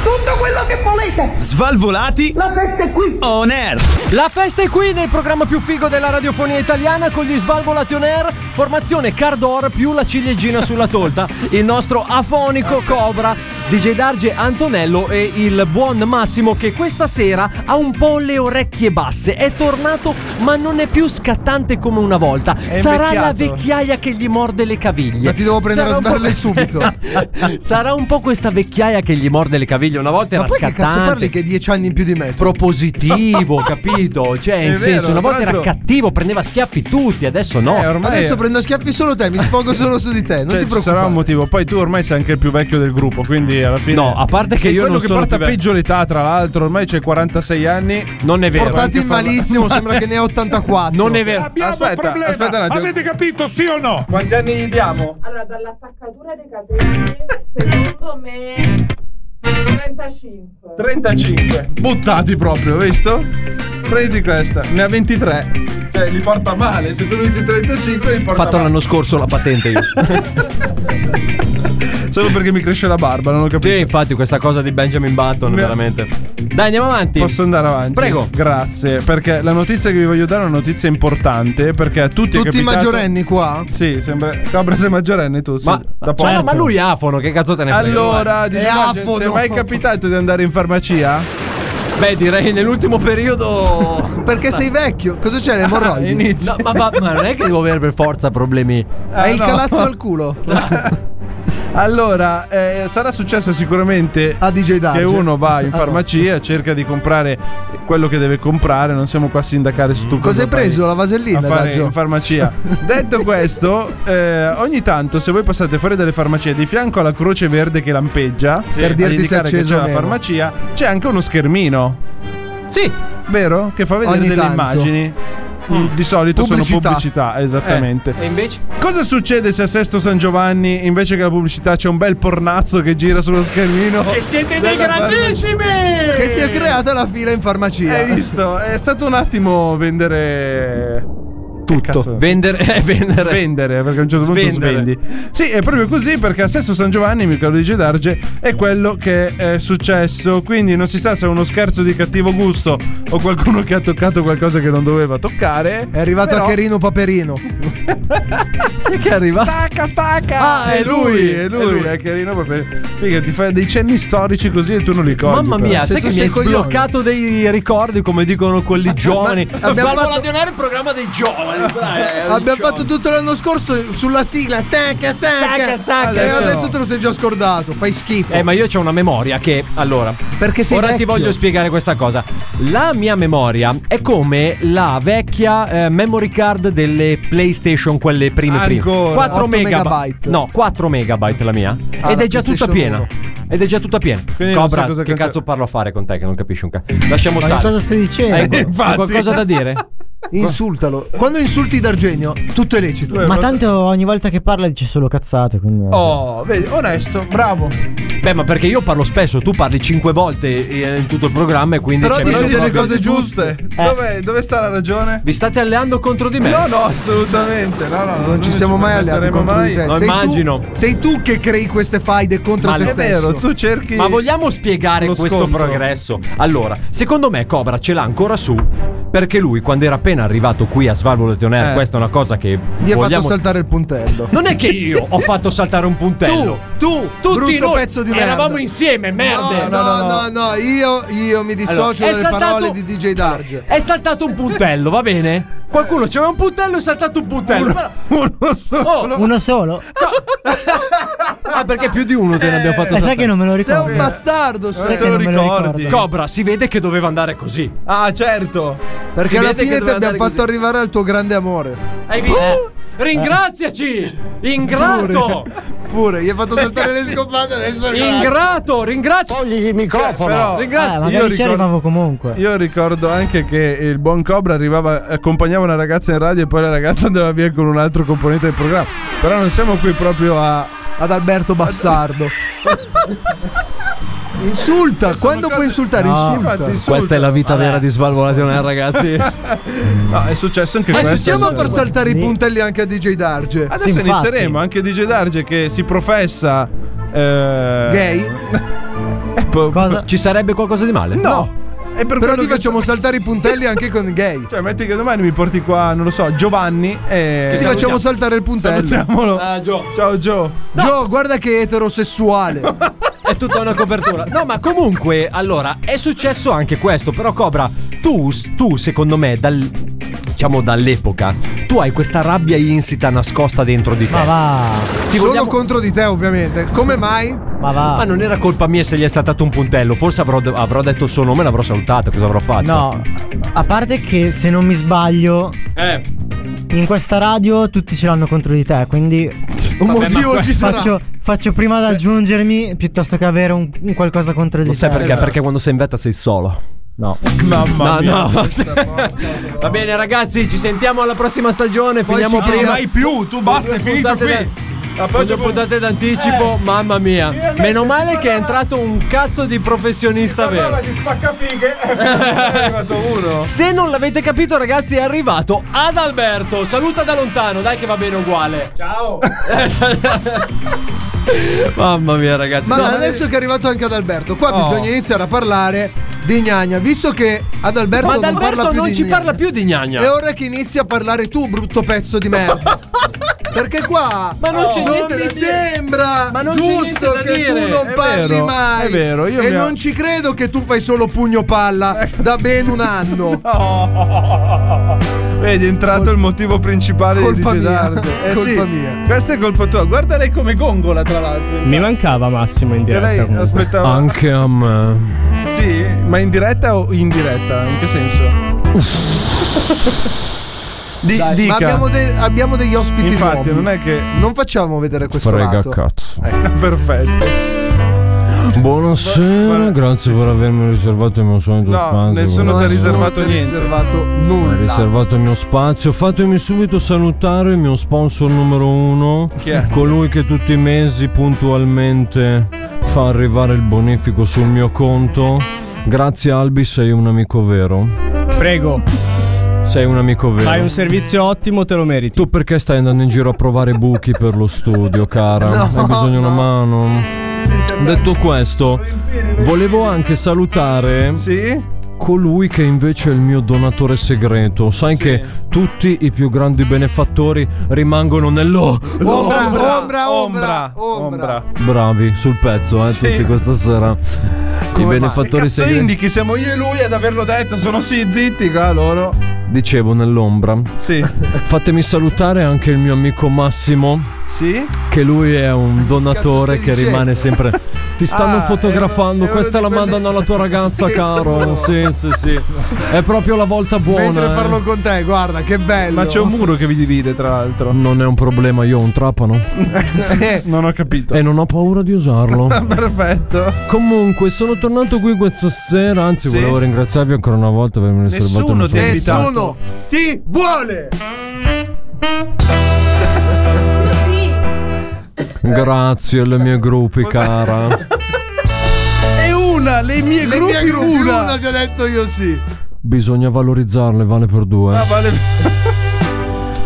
[SPEAKER 2] Tutto quello che volete!
[SPEAKER 8] Svalvolati.
[SPEAKER 2] La festa è qui.
[SPEAKER 8] On air.
[SPEAKER 10] La festa è qui nel programma più figo della radiofonia italiana con gli Svalvolati On Air, formazione Cardor più la ciliegina sulla torta, il nostro afonico Cobra, DJ Darge Antonello e il buon Massimo che questa sera ha un po' le orecchie basse, è tornato ma non è più scattante come una volta,
[SPEAKER 3] È
[SPEAKER 10] sarà la
[SPEAKER 3] invecchiato.
[SPEAKER 10] vecchiaia che gli morde le caviglie.
[SPEAKER 3] Ma ti devo prendere
[SPEAKER 10] Sarà
[SPEAKER 3] a
[SPEAKER 10] un
[SPEAKER 3] sberle
[SPEAKER 10] po' que-
[SPEAKER 3] subito.
[SPEAKER 10] [laughs] Sarà un po' questa vecchiaia che gli morde le caviglie, una volta
[SPEAKER 3] Ma
[SPEAKER 10] era
[SPEAKER 3] poi che
[SPEAKER 10] scattante
[SPEAKER 3] cazzo parli che hai dieci anni in più di me?
[SPEAKER 9] [laughs]
[SPEAKER 10] propositivo, capito? Cioè,
[SPEAKER 3] È
[SPEAKER 10] in
[SPEAKER 3] vero,
[SPEAKER 10] senso, una volta
[SPEAKER 3] tra
[SPEAKER 10] era
[SPEAKER 3] l'altro-
[SPEAKER 10] cattivo, prendeva schiaffi tutti, adesso no.
[SPEAKER 3] Adesso prendo schiaffi solo te, mi
[SPEAKER 9] [laughs]
[SPEAKER 3] sfogo solo su di te. Non
[SPEAKER 9] Eh, Cioè,
[SPEAKER 3] ti
[SPEAKER 9] ci
[SPEAKER 3] preoccupare.
[SPEAKER 9] sarà un motivo. Poi tu ormai sei anche il più vecchio del gruppo, quindi alla fine.
[SPEAKER 10] No, a parte che
[SPEAKER 9] Sei
[SPEAKER 10] io
[SPEAKER 9] quello
[SPEAKER 10] non
[SPEAKER 9] che
[SPEAKER 10] sono
[SPEAKER 9] porta
[SPEAKER 10] più vecchio.
[SPEAKER 9] peggio l'età, tra l'altro. Ormai c'è 46 anni.
[SPEAKER 10] Non è vero. eh,
[SPEAKER 3] Portati in malissimo, sembra che ne ha 84.
[SPEAKER 10] Non è vero.
[SPEAKER 9] Abbiamo aspetta, Aspetta un attimo. Avete capito, sì o no? Quanti anni gli diamo?
[SPEAKER 14] Allora, dall'attaccatura dei capelli, secondo me 35.
[SPEAKER 9] 35. Buttati proprio, visto? Prendi questa, ne ha 23. Cioè, li porta male. Se tu ne dici 35, li
[SPEAKER 10] Ho
[SPEAKER 9] porta
[SPEAKER 10] fatto
[SPEAKER 9] male.
[SPEAKER 10] l'anno scorso la
[SPEAKER 9] [laughs]
[SPEAKER 10] patente io.
[SPEAKER 9] Solo perché mi cresce la barba, non ho capito.
[SPEAKER 10] Sì, infatti, questa cosa di Benjamin Button,
[SPEAKER 9] Mi-
[SPEAKER 10] veramente. Dai, andiamo avanti.
[SPEAKER 9] Posso andare avanti?
[SPEAKER 10] Prego.
[SPEAKER 9] Grazie, perché la notizia che vi voglio dare è una notizia importante. Perché a tutti, è
[SPEAKER 3] Tutti i
[SPEAKER 9] capitato-
[SPEAKER 3] maggiorenni qua?
[SPEAKER 9] Sì, sembra. Cabra sei maggiorenne tu. sì,
[SPEAKER 10] Ma,
[SPEAKER 9] da
[SPEAKER 10] cioè,
[SPEAKER 9] poco.
[SPEAKER 10] ma lui è afono, che cazzo te ne Eh, frega?
[SPEAKER 9] Allora,
[SPEAKER 10] Vai.
[SPEAKER 9] diciamo, ti è mai capitato di andare in farmacia?
[SPEAKER 10] Beh, direi nell'ultimo
[SPEAKER 9] [laughs]
[SPEAKER 10] periodo.
[SPEAKER 3] Perché sei vecchio. Cosa c'è? Le emorroidi?
[SPEAKER 10] No, ma, ma- ma non è che devo avere per forza problemi.
[SPEAKER 3] Hai il
[SPEAKER 9] Ah, no.
[SPEAKER 3] calazzo al culo.
[SPEAKER 9] Allora, eh, sarà successo sicuramente
[SPEAKER 3] A DJ
[SPEAKER 9] che
[SPEAKER 3] Darge.
[SPEAKER 9] uno va in
[SPEAKER 3] [laughs] Ah, no.
[SPEAKER 9] farmacia, cerca di comprare quello che deve comprare. Non siamo qua a sindacare su tu.
[SPEAKER 3] Cos'hai preso? La vasellina,
[SPEAKER 9] A fare
[SPEAKER 3] Daggio? [laughs]
[SPEAKER 9] in farmacia. Detto questo, eh, ogni tanto se voi passate fuori dalle farmacie di fianco alla croce verde che lampeggia,
[SPEAKER 3] Per
[SPEAKER 9] a
[SPEAKER 3] dirti se è
[SPEAKER 9] indicare che
[SPEAKER 3] acceso
[SPEAKER 9] c'è
[SPEAKER 3] o
[SPEAKER 9] la
[SPEAKER 3] meno.
[SPEAKER 9] farmacia, c'è anche uno schermino.
[SPEAKER 10] Sì.
[SPEAKER 9] Vero? Che fa vedere
[SPEAKER 3] Ogni
[SPEAKER 9] delle
[SPEAKER 3] tanto. Mm.
[SPEAKER 9] immagini. Mm, Di solito sono
[SPEAKER 3] Pubblicità. Eh.
[SPEAKER 9] pubblicità, esattamente.
[SPEAKER 10] Eh, E invece?
[SPEAKER 9] Cosa succede se a Sesto San Giovanni invece che la pubblicità c'è un bel pornazzo che gira sullo schermino?
[SPEAKER 10] E siete dei
[SPEAKER 9] Della farmacia.
[SPEAKER 10] grandissimi!
[SPEAKER 3] Che si è creata la fila in farmacia.
[SPEAKER 9] Hai visto? È stato un attimo vendere. Tutto.
[SPEAKER 10] Vendere, eh, vendere.
[SPEAKER 9] Svendere, perché a un certo
[SPEAKER 10] Svendere.
[SPEAKER 9] punto svendi. Sì, è proprio così perché a Sesto San Giovanni, mio caro DJ Darge, è quello che è successo. Quindi non si sa se è uno scherzo di cattivo gusto o qualcuno che ha toccato qualcosa che non doveva toccare.
[SPEAKER 3] È arrivato
[SPEAKER 9] Però-
[SPEAKER 3] a Cherino Paperino.
[SPEAKER 10] che è arrivato?
[SPEAKER 9] Stacca, stacca!
[SPEAKER 10] Ah,
[SPEAKER 9] è
[SPEAKER 10] è
[SPEAKER 9] lui,
[SPEAKER 10] lui,
[SPEAKER 9] è lui, è carino proprio. Figa, ti fai dei cenni storici così e tu non li cogli.
[SPEAKER 10] Mamma
[SPEAKER 9] però.
[SPEAKER 10] mia,
[SPEAKER 9] Se
[SPEAKER 10] sai
[SPEAKER 9] tu
[SPEAKER 10] che mi
[SPEAKER 9] sei
[SPEAKER 10] hai
[SPEAKER 9] coglione.
[SPEAKER 10] sbloccato dei ricordi, come dicono quelli giovani.
[SPEAKER 3] abbiamo fatto-
[SPEAKER 10] Radionare il programma dei giovani. eh,
[SPEAKER 3] Abbiamo fatto tutto l'anno scorso sulla sigla stacca stacca
[SPEAKER 10] Stacca, stacca.
[SPEAKER 3] E
[SPEAKER 10] Eh, Adesso
[SPEAKER 3] Ah, adesso
[SPEAKER 10] no.
[SPEAKER 3] te lo sei già scordato, fai schifo.
[SPEAKER 10] Eh, ma io ho una memoria che. Allora.
[SPEAKER 3] Perché sei
[SPEAKER 10] Ora ti
[SPEAKER 3] vecchio.
[SPEAKER 10] voglio spiegare questa cosa. La mia memoria è come la vecchia eh, memory card delle PlayStation, quelle prime prime.
[SPEAKER 9] Ancora,
[SPEAKER 10] 4
[SPEAKER 3] 8
[SPEAKER 10] megab-
[SPEAKER 3] megabyte.
[SPEAKER 10] No, 4 megabyte la mia.
[SPEAKER 3] Ah,
[SPEAKER 10] Ed
[SPEAKER 3] la
[SPEAKER 10] è già tutta
[SPEAKER 3] PlayStation
[SPEAKER 10] piena.
[SPEAKER 3] uno.
[SPEAKER 10] Ed è già tutta piena.
[SPEAKER 9] Quindi non so
[SPEAKER 10] Cobra,
[SPEAKER 9] cosa
[SPEAKER 10] che
[SPEAKER 9] cazzo-
[SPEAKER 10] cazzo parlo a fare con te che non capisci un cazzo. Lasciamo
[SPEAKER 11] Ma non so cosa
[SPEAKER 10] stare.
[SPEAKER 11] stai [laughs]
[SPEAKER 10] Hai
[SPEAKER 11] dicendo.
[SPEAKER 10] qual- hai qualcosa
[SPEAKER 3] [laughs]
[SPEAKER 10] da dire?
[SPEAKER 3] Insultalo. Quando insulti D'Argenio, tutto è lecito.
[SPEAKER 11] Ma tanto ogni volta che parla dice solo cazzate. Quindi...
[SPEAKER 9] Oh, vedi, onesto, bravo.
[SPEAKER 10] Beh, ma perché io parlo spesso, tu parli 5 volte eh, in tutto il programma e quindi
[SPEAKER 3] Però
[SPEAKER 10] c'è
[SPEAKER 3] dici
[SPEAKER 9] Però
[SPEAKER 10] meno
[SPEAKER 3] delle
[SPEAKER 10] proprio- Eh.
[SPEAKER 3] cose giuste.
[SPEAKER 9] Dov'è- Dove sta la ragione?
[SPEAKER 10] Vi state alleando contro di me?
[SPEAKER 9] No, no, assolutamente. No, no, no,
[SPEAKER 3] Non
[SPEAKER 9] noi
[SPEAKER 3] ci siamo mai alleati
[SPEAKER 9] permetteremo
[SPEAKER 3] contro di te.
[SPEAKER 10] No,
[SPEAKER 3] sei
[SPEAKER 10] immagino.
[SPEAKER 3] Tu, sei tu che crei queste faide contro
[SPEAKER 10] Ma
[SPEAKER 3] te
[SPEAKER 10] no.
[SPEAKER 9] È
[SPEAKER 3] stesso.
[SPEAKER 9] vero, tu cerchi.
[SPEAKER 10] Ma vogliamo spiegare
[SPEAKER 9] Lo
[SPEAKER 10] questo
[SPEAKER 9] scontro.
[SPEAKER 10] progresso? Allora, secondo me Cobra ce l'ha ancora su perché lui quando era appena arrivato qui a Svalvolo Air,
[SPEAKER 9] Eh.
[SPEAKER 10] questa è una cosa che
[SPEAKER 3] Mi hai
[SPEAKER 10] vogliamo-
[SPEAKER 3] fatto saltare il puntello.
[SPEAKER 10] Non è che io ho fatto saltare un
[SPEAKER 3] tu,
[SPEAKER 10] puntello.
[SPEAKER 3] tu,
[SPEAKER 10] Tutti
[SPEAKER 3] brutto
[SPEAKER 10] noi
[SPEAKER 3] pezzo di merda.
[SPEAKER 10] eravamo insieme,
[SPEAKER 3] No,
[SPEAKER 10] merda.
[SPEAKER 3] no, no, no, no, io, io mi dissocio
[SPEAKER 10] Allora, è
[SPEAKER 3] dalle
[SPEAKER 10] saltato-
[SPEAKER 3] parole di DJ Darge.
[SPEAKER 10] È saltato un puntello, va bene? Qualcuno c'aveva un puntello e è saltato un puntello.
[SPEAKER 9] Uno solo.
[SPEAKER 10] Oh,
[SPEAKER 11] Uno solo?
[SPEAKER 10] ah, perché più di uno te ne abbiamo
[SPEAKER 9] Esatto.
[SPEAKER 10] fatto
[SPEAKER 11] Eh, sai
[SPEAKER 10] saltare.
[SPEAKER 11] che non me lo
[SPEAKER 3] Sei
[SPEAKER 11] ricordo.
[SPEAKER 3] un bastardo, sei.
[SPEAKER 11] Sai che non me lo ricordo.
[SPEAKER 10] Cobra, si vede che doveva andare così.
[SPEAKER 9] Ah, certo.
[SPEAKER 3] Perché
[SPEAKER 10] Si
[SPEAKER 3] alla
[SPEAKER 10] vede che
[SPEAKER 3] fine ti
[SPEAKER 10] doveva
[SPEAKER 3] abbiamo
[SPEAKER 10] andare
[SPEAKER 3] fatto
[SPEAKER 10] così.
[SPEAKER 3] arrivare al tuo grande amore.
[SPEAKER 10] Hai visto?
[SPEAKER 3] Eh.
[SPEAKER 10] Ringraziaci! Ingrato!
[SPEAKER 3] Pure, gli hai fatto saltare le scopate adesso.
[SPEAKER 10] Ingrato! Ringrazio!
[SPEAKER 11] Togli il microfono.
[SPEAKER 9] Però
[SPEAKER 11] Eh,
[SPEAKER 10] Ringrazio!
[SPEAKER 11] magari
[SPEAKER 9] Io
[SPEAKER 11] ci
[SPEAKER 9] ricordo-
[SPEAKER 11] arrivavo comunque.
[SPEAKER 9] Io ricordo anche che il buon Cobra arrivava, accompagnava una ragazza in radio e poi la ragazza andava via con un altro componente del programma. Però non siamo qui proprio a.
[SPEAKER 3] Ad Alberto Bastardo. insulta, quando puoi insultare, insulta.
[SPEAKER 9] Infatti, insulta.
[SPEAKER 10] Questa è la vita vera di Svalvolatione, [laughs] ragazzi.
[SPEAKER 9] No, è successo anche
[SPEAKER 3] Ma
[SPEAKER 9] questo.
[SPEAKER 3] riusciamo a far
[SPEAKER 9] Sì.
[SPEAKER 3] saltare i puntelli anche a DJ Darge.
[SPEAKER 9] Adesso
[SPEAKER 11] Sì, infatti.
[SPEAKER 9] inizieremo anche DJ Darge che si professa eh,
[SPEAKER 3] Gay.
[SPEAKER 15] Cosa? Ci sarebbe qualcosa di male?
[SPEAKER 9] No. E per
[SPEAKER 3] Però
[SPEAKER 9] quello
[SPEAKER 3] ti
[SPEAKER 9] che-
[SPEAKER 3] facciamo saltare i puntelli anche con i gay.
[SPEAKER 9] Cioè, metti che domani mi porti qua, non lo so, Giovanni e.
[SPEAKER 3] Ti facciamo saltare il puntello.
[SPEAKER 9] Salutiamolo.
[SPEAKER 10] Ah,
[SPEAKER 9] Ciao, Gio.
[SPEAKER 3] Gio, guarda che eterosessuale.
[SPEAKER 15] [laughs] È tutta una copertura. No, ma comunque, allora, è successo anche questo. Però, Cobra, tu, tu secondo me, dal, diciamo dall'epoca, tu hai questa rabbia insita nascosta dentro di te. Ma
[SPEAKER 16] va.
[SPEAKER 15] Ti
[SPEAKER 3] Solo
[SPEAKER 15] vogliamo-
[SPEAKER 3] contro di te, ovviamente. Come mai?
[SPEAKER 16] Ma va.
[SPEAKER 15] Ma non era colpa mia se gli è saltato un puntello. Forse avrò, avrò detto il suo nome e l'avrò salutato. Cosa avrò fatto?
[SPEAKER 16] No, a parte che se non mi sbaglio,
[SPEAKER 15] Eh.
[SPEAKER 16] in questa radio tutti ce l'hanno contro di te, quindi.
[SPEAKER 3] Un motivo ci sarà.
[SPEAKER 16] Faccio, faccio prima ad aggiungermi piuttosto che avere un, un qualcosa contro di
[SPEAKER 15] Lo
[SPEAKER 16] te.
[SPEAKER 15] sai perché? Perché quando sei in vetta sei solo.
[SPEAKER 16] No.
[SPEAKER 15] Mamma
[SPEAKER 16] mia.
[SPEAKER 15] No, no. [laughs] Va bene, ragazzi, ci sentiamo alla prossima stagione.
[SPEAKER 9] Poi
[SPEAKER 15] Finiamo
[SPEAKER 9] ci
[SPEAKER 15] prima.
[SPEAKER 9] chiederai più, tu basta, è
[SPEAKER 15] Due
[SPEAKER 9] finito
[SPEAKER 15] puntate
[SPEAKER 9] qui.
[SPEAKER 15] da- Con due puntate d'anticipo, mamma mia. Meno male che è entrato un cazzo di professionista vero.
[SPEAKER 9] di spaccafighe. È arrivato uno.
[SPEAKER 15] Se non l'avete capito, ragazzi, è arrivato ad Alberto. Saluta da lontano, dai che va bene uguale.
[SPEAKER 3] [laughs]
[SPEAKER 15] Ciao. Mamma mia, ragazzi.
[SPEAKER 3] Ma
[SPEAKER 15] No,
[SPEAKER 3] adesso che è arrivato anche ad Alberto, qua
[SPEAKER 15] Oh.
[SPEAKER 3] bisogna iniziare a parlare di gnagna, visto che ad Alberto
[SPEAKER 15] Ma ad
[SPEAKER 3] non
[SPEAKER 15] Alberto
[SPEAKER 3] parla più
[SPEAKER 15] non
[SPEAKER 3] di
[SPEAKER 15] ci
[SPEAKER 3] gnagna.
[SPEAKER 15] parla più di gnagna.
[SPEAKER 3] È ora che inizi a parlare tu, brutto pezzo
[SPEAKER 15] [laughs]
[SPEAKER 3] di merda. Perché qua
[SPEAKER 15] Ma non c'è niente
[SPEAKER 3] mi
[SPEAKER 15] da dire.
[SPEAKER 3] sembra
[SPEAKER 15] Ma non c'è niente
[SPEAKER 3] giusto
[SPEAKER 15] da
[SPEAKER 3] che
[SPEAKER 15] dire.
[SPEAKER 3] tu non
[SPEAKER 15] È
[SPEAKER 3] parli
[SPEAKER 9] vero,
[SPEAKER 3] mai.
[SPEAKER 9] è vero, io
[SPEAKER 3] e
[SPEAKER 9] mi- Ecco.
[SPEAKER 3] non ci credo che tu fai solo pugno palla da ben un
[SPEAKER 9] [laughs]
[SPEAKER 3] anno.
[SPEAKER 9] Vedi, è entrato il motivo principale
[SPEAKER 3] Colpa
[SPEAKER 9] di DJ
[SPEAKER 3] mia. [laughs]
[SPEAKER 9] Dardo. Eh
[SPEAKER 3] Colpa
[SPEAKER 9] sì,
[SPEAKER 3] mia.
[SPEAKER 9] Questa è colpa tua. Guarda lei come gongola, tra l'altro.
[SPEAKER 17] Mi mancava Massimo in
[SPEAKER 9] Che
[SPEAKER 17] diretta.
[SPEAKER 9] lei
[SPEAKER 17] comunque. Ah.
[SPEAKER 9] aspettava.
[SPEAKER 15] a me.
[SPEAKER 9] Sì, ma in diretta o in diretta? In che senso? Di-
[SPEAKER 3] Dai,
[SPEAKER 9] dica.
[SPEAKER 3] Ma abbiamo, de- abbiamo degli ospiti
[SPEAKER 9] Infatti,
[SPEAKER 3] nuovi.
[SPEAKER 9] non è che.
[SPEAKER 3] Non facciamo vedere questo lato.
[SPEAKER 9] Ecco, perfetto.
[SPEAKER 10] Buonasera, grazie per avermi riservato il mio solito
[SPEAKER 9] No,
[SPEAKER 10] spazio.
[SPEAKER 9] nessuno ti ha
[SPEAKER 10] Buonasera.
[SPEAKER 9] riservato
[SPEAKER 3] Non ti ha
[SPEAKER 9] niente.
[SPEAKER 3] riservato
[SPEAKER 10] Ho
[SPEAKER 3] nulla.
[SPEAKER 10] riservato il mio spazio. Fatemi subito salutare il mio sponsor numero uno.
[SPEAKER 9] Chi è?
[SPEAKER 10] Colui che tutti i mesi puntualmente fa arrivare il bonifico sul mio conto. Grazie Albi, sei un amico vero.
[SPEAKER 17] Prego.
[SPEAKER 10] Sei un amico vero.
[SPEAKER 17] Fai un servizio ottimo, te lo meriti.
[SPEAKER 10] Tu perché stai andando in giro a provare buchi per lo studio, cara? Hai bisogno di una mano. Detto questo, volevo anche salutare. Colui che invece è il mio donatore segreto. Sai che tutti i più grandi benefattori rimangono nell'O.
[SPEAKER 3] Ombra, ombra, ombra,
[SPEAKER 9] ombra,
[SPEAKER 3] ombra.
[SPEAKER 10] Bravi, sul pezzo, eh,
[SPEAKER 9] Sì.
[SPEAKER 10] tutti questa sera. I benefattori
[SPEAKER 9] Cazzo
[SPEAKER 10] segreti.
[SPEAKER 9] indichi, siamo io e lui ad averlo detto. Sono sì, zitti, qua loro.
[SPEAKER 10] Dicevo nell'ombra.
[SPEAKER 9] Sì.
[SPEAKER 10] Fatemi salutare anche il mio amico Massimo.
[SPEAKER 9] Sì.
[SPEAKER 10] Che lui è un donatore che
[SPEAKER 9] dicendo?
[SPEAKER 10] rimane sempre. Ti stanno
[SPEAKER 9] Ah,
[SPEAKER 10] fotografando, questa la mandano alla tua ragazza, caro. Sì, sì, sì. È proprio la volta buona.
[SPEAKER 3] Mentre
[SPEAKER 10] eh.
[SPEAKER 3] parlo con te, guarda che bello.
[SPEAKER 9] Ma c'è un muro che vi divide, tra l'altro.
[SPEAKER 10] Non è un problema, io ho un trapano.
[SPEAKER 3] Eh.
[SPEAKER 9] [laughs] non ho capito.
[SPEAKER 10] E non ho paura di usarlo.
[SPEAKER 9] Perfetto.
[SPEAKER 10] Comunque, sono tornato qui questa sera. Anzi,
[SPEAKER 9] Sì.
[SPEAKER 10] volevo ringraziarvi ancora una volta per avermi riservato
[SPEAKER 9] Nessuno
[SPEAKER 10] una
[SPEAKER 9] ti ha
[SPEAKER 10] sorpresa.
[SPEAKER 9] invitato.
[SPEAKER 3] Ti vuole!
[SPEAKER 10] Grazie alle mie gruppi, cara.
[SPEAKER 9] E una, le mie
[SPEAKER 3] Le
[SPEAKER 9] gruppi,
[SPEAKER 3] mie gruppi,
[SPEAKER 9] una.
[SPEAKER 3] una ti ho detto io sì.
[SPEAKER 10] Bisogna valorizzarle, vale per due.
[SPEAKER 9] Ah, vale.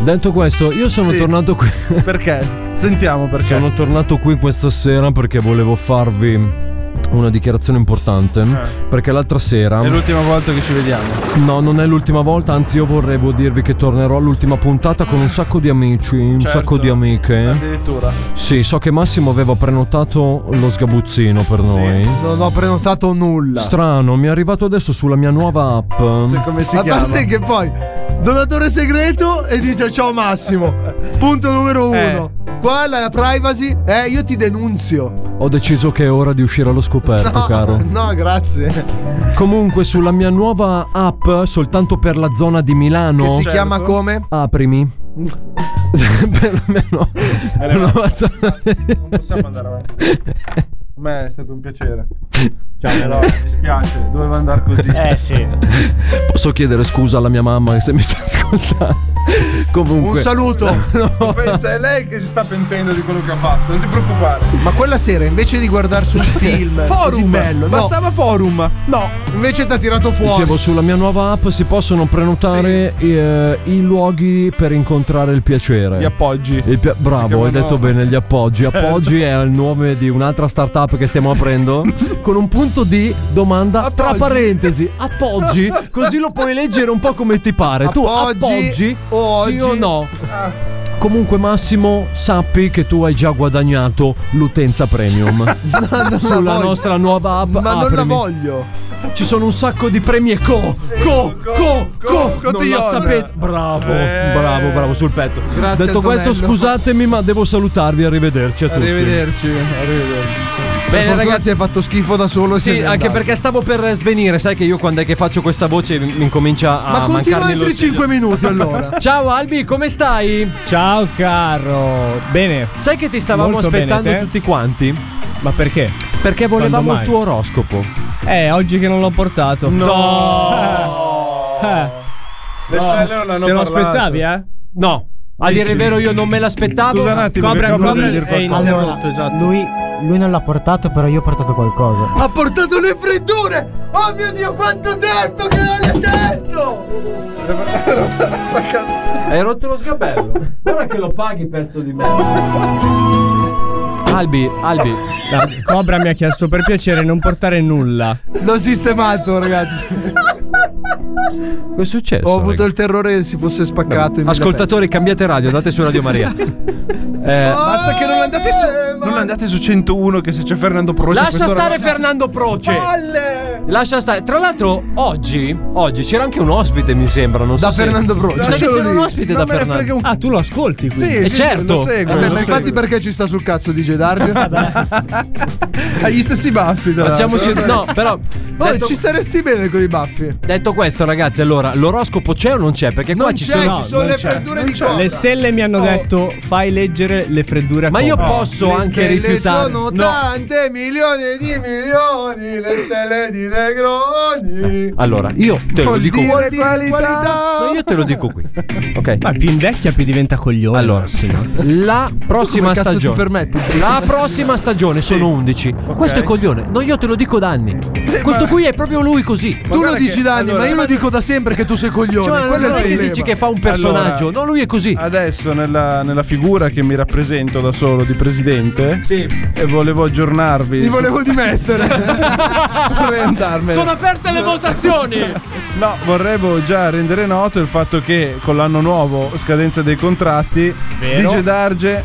[SPEAKER 10] Detto questo, io sono
[SPEAKER 9] Sì.
[SPEAKER 10] tornato qui.
[SPEAKER 9] Perché? Sentiamo perché.
[SPEAKER 10] Sono tornato qui questa sera perché volevo farvi una dichiarazione importante. Perché l'altra sera.
[SPEAKER 9] Eh. È l'ultima volta che ci vediamo.
[SPEAKER 10] No, non è l'ultima volta, anzi io vorrevo dirvi che tornerò all'ultima puntata con un sacco di amici, un
[SPEAKER 9] Certo.
[SPEAKER 10] sacco di amiche.
[SPEAKER 9] Addirittura.
[SPEAKER 10] Sì, so che Massimo aveva prenotato lo sgabuzzino per noi.
[SPEAKER 3] Non ho prenotato nulla.
[SPEAKER 10] Strano, mi è arrivato adesso sulla mia nuova app.
[SPEAKER 9] come
[SPEAKER 3] A parte che poi donatore segreto e dice ciao Massimo. Punto numero uno. Qua la privacy, eh, io ti denunzio.
[SPEAKER 10] Ho deciso che è ora di uscire allo scoperto, caro.
[SPEAKER 3] [laughs] No, grazie.
[SPEAKER 10] Comunque, sulla mia nuova app, soltanto per la zona di Milano.
[SPEAKER 9] Eh,
[SPEAKER 3] Che si
[SPEAKER 9] Certo.
[SPEAKER 3] chiama come?
[SPEAKER 10] Aprimi. Perlomeno. una zona-
[SPEAKER 9] Non possiamo andare avanti. A me è stato un piacere. Ciao, però, mi dispiace, doveva andare così.
[SPEAKER 17] Eh sì.
[SPEAKER 10] Posso chiedere scusa alla mia mamma se mi sta ascoltando. Comunque.
[SPEAKER 5] Un saluto.
[SPEAKER 9] Pensa, è lei che si sta pentendo di quello che ha fatto, non ti preoccupare.
[SPEAKER 5] Ma quella sera invece di
[SPEAKER 9] [laughs]
[SPEAKER 5] guardarsi un film così
[SPEAKER 9] Forum.
[SPEAKER 5] bello, no.
[SPEAKER 9] Bastava forum. No,
[SPEAKER 5] invece ti ha tirato fuori.
[SPEAKER 10] Dicevo, sulla mia nuova app si possono prenotare eh, i, luoghi per incontrare il piacere.
[SPEAKER 9] Gli appoggi.
[SPEAKER 10] Il pia- bravo,
[SPEAKER 9] chiamano-
[SPEAKER 10] hai detto bene, gli appoggi.
[SPEAKER 9] Certo.
[SPEAKER 10] Appoggi è il nome di un'altra startup che
[SPEAKER 5] [laughs]
[SPEAKER 10] stiamo aprendo con un punto di domanda tra parentesi. Appoggi, così lo puoi leggere un po' come ti pare. Tu
[SPEAKER 5] Appoggi
[SPEAKER 10] appoggi
[SPEAKER 5] o
[SPEAKER 10] sì o
[SPEAKER 5] oggi? Ah.
[SPEAKER 10] no? Comunque Massimo, sappi che tu hai già guadagnato l'utenza
[SPEAKER 5] [laughs]
[SPEAKER 10] premium
[SPEAKER 5] non la
[SPEAKER 10] sulla
[SPEAKER 5] voglio.
[SPEAKER 10] nostra nuova app.
[SPEAKER 5] Ma non la
[SPEAKER 10] Aprimi.
[SPEAKER 5] voglio.
[SPEAKER 10] Ci sono un sacco di premi e co, co, co, co, non
[SPEAKER 5] cotillon.
[SPEAKER 10] la sapete. Bravo,
[SPEAKER 9] Eh.
[SPEAKER 10] bravo, bravo sul petto.
[SPEAKER 9] Grazie,
[SPEAKER 10] Detto questo,
[SPEAKER 9] Antonello.
[SPEAKER 10] scusatemi, ma devo salutarvi. Arrivederci a tutti.
[SPEAKER 9] Arrivederci, arrivederci.
[SPEAKER 5] Per
[SPEAKER 10] Bene,
[SPEAKER 5] fortuna
[SPEAKER 10] ragazzi.
[SPEAKER 5] si è fatto schifo da solo. e se
[SPEAKER 10] Sì,
[SPEAKER 5] n'è
[SPEAKER 10] anche
[SPEAKER 5] andato.
[SPEAKER 10] perché stavo per svenire, sai che io quando è che faccio questa voce mi mi incomincia a
[SPEAKER 5] Ma continua
[SPEAKER 10] mancarmi lo
[SPEAKER 5] altri
[SPEAKER 10] stile.
[SPEAKER 5] 5
[SPEAKER 10] [laughs]
[SPEAKER 5] minuti allora.
[SPEAKER 10] Ciao Albi, come stai?
[SPEAKER 18] Ciao caro. Bene.
[SPEAKER 10] Sai che ti stavamo
[SPEAKER 18] Molto bene,
[SPEAKER 10] aspettando
[SPEAKER 18] te?
[SPEAKER 10] tutti quanti?
[SPEAKER 18] Ma perché?
[SPEAKER 10] Perché volevamo il tuo oroscopo.
[SPEAKER 18] Eh, oggi che non l'ho portato.
[SPEAKER 5] [laughs]
[SPEAKER 10] No.
[SPEAKER 18] Eh.
[SPEAKER 9] Le stelle non hanno
[SPEAKER 18] Te lo
[SPEAKER 9] parlato.
[SPEAKER 18] aspettavi, eh?
[SPEAKER 10] No. A dire il vero io non me l'aspettavo.
[SPEAKER 9] Scusa un attimo,
[SPEAKER 18] Cobra,
[SPEAKER 9] che-
[SPEAKER 18] Cobra
[SPEAKER 9] volevo
[SPEAKER 18] è
[SPEAKER 9] qualcosa.
[SPEAKER 18] interrotto,
[SPEAKER 3] Allora,
[SPEAKER 18] esatto.
[SPEAKER 3] Lui, lui non l'ha portato, però io ho portato qualcosa.
[SPEAKER 5] Ha portato le freddure! Oh mio dio, quanto tempo che non le sento!
[SPEAKER 10] [laughs] Hai rotto lo sgabello. Ora che lo paghi, pezzo di merda.
[SPEAKER 5] [laughs]
[SPEAKER 10] Albi, Albi.
[SPEAKER 18] Ah, Cobra mi ha chiesto per piacere non portare nulla.
[SPEAKER 5] L'ho sistemato, ragazzi.
[SPEAKER 10] Che è successo?
[SPEAKER 5] Ho avuto il terrore che si fosse
[SPEAKER 10] Eh,
[SPEAKER 5] spaccato. in mille
[SPEAKER 10] Ascoltatori, cambiate radio, andate su Radio Maria. Eh,
[SPEAKER 5] pezzi. Basta che non andate su.
[SPEAKER 9] Non andate su 101 che se c'è Fernando Proce
[SPEAKER 10] lascia
[SPEAKER 9] quest'ora-
[SPEAKER 10] stare Fernando Proce.
[SPEAKER 5] Palle!
[SPEAKER 10] Lascia stare. Tra l'altro, oggi, oggi c'era anche un ospite, mi sembra. Non
[SPEAKER 5] Da
[SPEAKER 10] so se-
[SPEAKER 5] Fernando Proce.
[SPEAKER 10] Sai che
[SPEAKER 5] Lascialo
[SPEAKER 10] c'era un
[SPEAKER 5] lì.
[SPEAKER 10] ospite
[SPEAKER 9] Non
[SPEAKER 10] da
[SPEAKER 9] me ne
[SPEAKER 10] Fernando.
[SPEAKER 9] frega un
[SPEAKER 18] Ah, tu lo ascolti quindi.
[SPEAKER 9] Sì,
[SPEAKER 10] Eh,
[SPEAKER 9] sì,
[SPEAKER 10] certo.
[SPEAKER 9] lo seguo.
[SPEAKER 10] Eh,
[SPEAKER 5] Vabbè,
[SPEAKER 9] lo
[SPEAKER 5] ma infatti
[SPEAKER 9] seguo.
[SPEAKER 5] perché ci sta sul cazzo DJ Dario?
[SPEAKER 9] Ha gli stessi baffi, tra
[SPEAKER 10] Facciamoci.
[SPEAKER 9] l'altro.
[SPEAKER 10] No, però.
[SPEAKER 5] Poi
[SPEAKER 10] detto-
[SPEAKER 5] ci staresti bene con i baffi?
[SPEAKER 10] Detto questo, ragazzi, allora l'oroscopo c'è o non c'è? Perché qua
[SPEAKER 5] Non
[SPEAKER 10] ci
[SPEAKER 5] c'è,
[SPEAKER 10] sono.
[SPEAKER 5] ci sono
[SPEAKER 18] non
[SPEAKER 5] le
[SPEAKER 18] c'è,
[SPEAKER 5] freddure di
[SPEAKER 9] c'è.
[SPEAKER 5] Cobra.
[SPEAKER 18] Le stelle mi hanno detto fai leggere le freddure a
[SPEAKER 10] Ma io
[SPEAKER 18] Cobra".
[SPEAKER 10] posso
[SPEAKER 5] Le
[SPEAKER 10] anche
[SPEAKER 5] stelle
[SPEAKER 10] rifiutare.
[SPEAKER 5] sono
[SPEAKER 10] No.
[SPEAKER 5] tante, milioni di milioni, le stelle di Negroni.
[SPEAKER 10] Allora, io te lo
[SPEAKER 5] Vuol
[SPEAKER 10] dico
[SPEAKER 5] dire
[SPEAKER 10] qua.
[SPEAKER 5] di qualità.
[SPEAKER 10] No, io te lo dico qui. Ok.
[SPEAKER 18] Ma più invecchia più diventa coglione.
[SPEAKER 10] Allora,
[SPEAKER 18] sì, no?
[SPEAKER 10] la prossima
[SPEAKER 5] Come cazzo ti
[SPEAKER 10] stagione.
[SPEAKER 5] permetti?
[SPEAKER 10] La prossima stagione sono 11. Questo è coglione. No, io te lo dico da anni. Questo qui è proprio lui così.
[SPEAKER 5] Tu lo
[SPEAKER 9] guarda
[SPEAKER 5] dici
[SPEAKER 9] che-
[SPEAKER 5] da anni,
[SPEAKER 9] allora-
[SPEAKER 5] ma io lo dico da sempre che tu sei coglione.
[SPEAKER 10] Cioè,
[SPEAKER 5] Quello
[SPEAKER 10] non
[SPEAKER 5] è
[SPEAKER 10] è
[SPEAKER 5] il
[SPEAKER 10] che
[SPEAKER 5] problema.
[SPEAKER 10] dici che fa un personaggio.
[SPEAKER 9] Allora-
[SPEAKER 10] no, lui è così.
[SPEAKER 9] Adesso nella, nella figura che mi rappresento da solo di presidente
[SPEAKER 10] Sì.
[SPEAKER 9] e volevo aggiornarvi.
[SPEAKER 5] Mi
[SPEAKER 9] su-
[SPEAKER 5] volevo dimettere.
[SPEAKER 10] [laughs]
[SPEAKER 9] vorrei andarmene.
[SPEAKER 10] Sono aperte le votazioni.
[SPEAKER 9] No, vorrevo già rendere noto il fatto che con l'anno nuovo, scadenza dei contratti,
[SPEAKER 18] Vero.
[SPEAKER 9] Dice Darge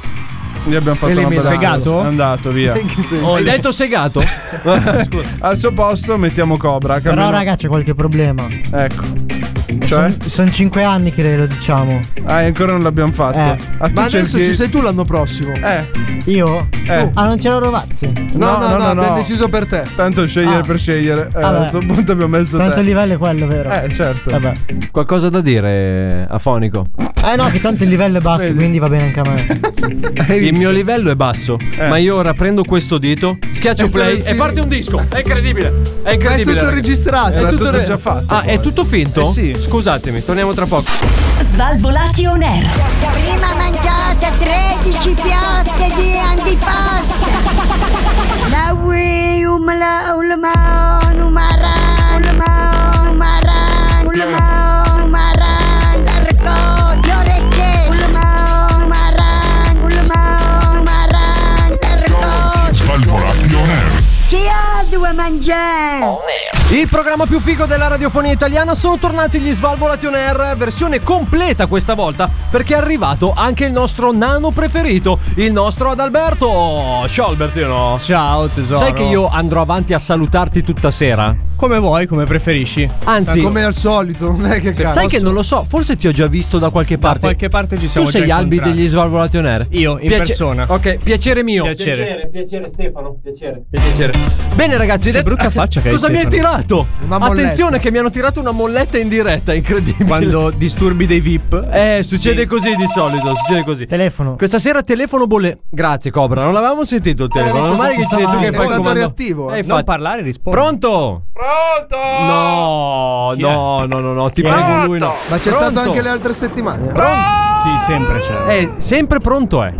[SPEAKER 9] gli abbiamo fatto
[SPEAKER 18] Eliminato.
[SPEAKER 9] una bella
[SPEAKER 18] Segato?
[SPEAKER 9] È andato
[SPEAKER 3] [laughs]
[SPEAKER 9] via.
[SPEAKER 10] Hai detto segato?
[SPEAKER 9] [laughs] Al suo posto mettiamo Cobra. che
[SPEAKER 3] Però,
[SPEAKER 9] almeno-
[SPEAKER 3] raga, c'è qualche problema.
[SPEAKER 9] Ecco. Cioè?
[SPEAKER 3] Sono 5 anni che lo diciamo.
[SPEAKER 9] Ah, ancora non l'abbiamo fatto.
[SPEAKER 3] Eh.
[SPEAKER 9] Ah, tu
[SPEAKER 5] ma adesso
[SPEAKER 9] cerchi-
[SPEAKER 5] ci sei tu l'anno prossimo.
[SPEAKER 9] Eh.
[SPEAKER 3] Io?
[SPEAKER 9] Eh.
[SPEAKER 3] Ah, non c'era Rovazzi.
[SPEAKER 5] No, no,
[SPEAKER 9] No, no, no,
[SPEAKER 5] no, abbiamo
[SPEAKER 9] no.
[SPEAKER 5] deciso per te.
[SPEAKER 9] Tanto scegliere
[SPEAKER 3] Ah.
[SPEAKER 9] per scegliere. Eh,
[SPEAKER 3] Vabbè.
[SPEAKER 9] a questo punto abbiamo messo
[SPEAKER 3] Tanto
[SPEAKER 9] te.
[SPEAKER 3] il livello è quello, vero?
[SPEAKER 9] Eh, certo.
[SPEAKER 3] Vabbè.
[SPEAKER 10] Qualcosa da dire, Afonico?
[SPEAKER 3] Eh no, che tanto il livello è basso, quindi va bene anche a [laughs] me.
[SPEAKER 10] Il mio livello è basso,
[SPEAKER 9] Eh.
[SPEAKER 10] ma io ora prendo questo dito, schiaccio
[SPEAKER 5] E te lo
[SPEAKER 10] play e
[SPEAKER 5] infili.
[SPEAKER 10] parte un disco. È incredibile. È incredibile.
[SPEAKER 5] Ma è tutto
[SPEAKER 10] ragazzi.
[SPEAKER 5] registrato.
[SPEAKER 9] Era Ah, tutto
[SPEAKER 10] re-
[SPEAKER 9] già fatto.
[SPEAKER 10] Ah, è tutto finto?
[SPEAKER 9] Eh sì.
[SPEAKER 10] Scusatemi, torniamo tra poco.
[SPEAKER 7] Svalvolati on air.
[SPEAKER 19] Prima mangiate 13 piatte di antipasto. La ui umla ulma numara ulma numara ulma numara l'arco le orecchie ulma numara ulma numara l'arco
[SPEAKER 1] Svalvolati on air.
[SPEAKER 19] chi ha due mangiare?
[SPEAKER 20] Il programma più figo della radiofonia italiana sono tornati gli Svalvolati on Air, versione completa questa volta, perché è arrivato anche il nostro nano preferito, il nostro Adalberto. Oh, ciao Albertino.
[SPEAKER 18] Ciao tesoro.
[SPEAKER 20] Sai che io andrò avanti a salutarti tutta sera?
[SPEAKER 18] Come vuoi, come preferisci. Cioè,
[SPEAKER 20] Anzi,
[SPEAKER 5] Come al solito, non è che cazzo.
[SPEAKER 20] sai che non lo so, forse ti ho già visto da qualche parte.
[SPEAKER 18] qualche parte ci siamo
[SPEAKER 20] Tu
[SPEAKER 18] già
[SPEAKER 20] sei Albi
[SPEAKER 18] incontrati.
[SPEAKER 20] degli Svalvolati on Air?
[SPEAKER 18] Io, in persona.
[SPEAKER 20] Ok, piacere mio.
[SPEAKER 18] Piacere.
[SPEAKER 20] piacere Stefano, piacere. Piacere. Bene ragazzi, che
[SPEAKER 18] brutta faccia che hai,
[SPEAKER 20] Cosa mi hai
[SPEAKER 18] Stefano.
[SPEAKER 20] tirato?
[SPEAKER 5] Una molletta.
[SPEAKER 20] Attenzione che mi hanno tirato una molletta in diretta, incredibile.
[SPEAKER 18] Quando disturbi dei VIP.
[SPEAKER 20] [laughs] Eh, succede così di solito, succede così.
[SPEAKER 3] Telefono.
[SPEAKER 20] Questa sera telefono bolle. Grazie Cobra, non l'avevamo sentito il
[SPEAKER 5] Eh,
[SPEAKER 20] telefono. Non male che sei tu che
[SPEAKER 5] È
[SPEAKER 20] fai il
[SPEAKER 5] stato
[SPEAKER 20] comando.
[SPEAKER 5] reattivo.
[SPEAKER 20] Eh,
[SPEAKER 18] Non
[SPEAKER 20] infatti.
[SPEAKER 18] parlare, rispondi.
[SPEAKER 20] Pronto?
[SPEAKER 21] Pronto?
[SPEAKER 20] No,
[SPEAKER 9] No, no, no, no, no, ti prego lui no.
[SPEAKER 3] Ma c'è
[SPEAKER 9] Pronto?
[SPEAKER 3] stato anche le altre settimane. eh?
[SPEAKER 9] Sì, sempre c'è.
[SPEAKER 20] Eh,
[SPEAKER 9] sempre pronto è.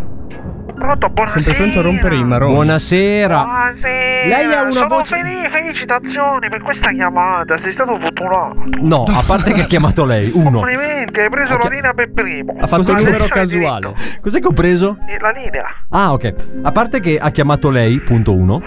[SPEAKER 22] Sempre pronto a rompere i maroni.
[SPEAKER 9] Buonasera.
[SPEAKER 10] Buonasera.
[SPEAKER 9] Lei ha una
[SPEAKER 10] Sono
[SPEAKER 9] voce-
[SPEAKER 10] felice, felicitazioni per questa chiamata. Sei stato fortunato.
[SPEAKER 9] No, a parte che ha chiamato lei, uno.
[SPEAKER 10] Complimenti, hai preso la linea per primo.
[SPEAKER 9] Cos'è che-
[SPEAKER 10] Adesso hai
[SPEAKER 9] Cos'è che ho preso?
[SPEAKER 10] diritto. Eh, La linea.
[SPEAKER 9] Ah, ok. A parte che ha chiamato lei, punto uno.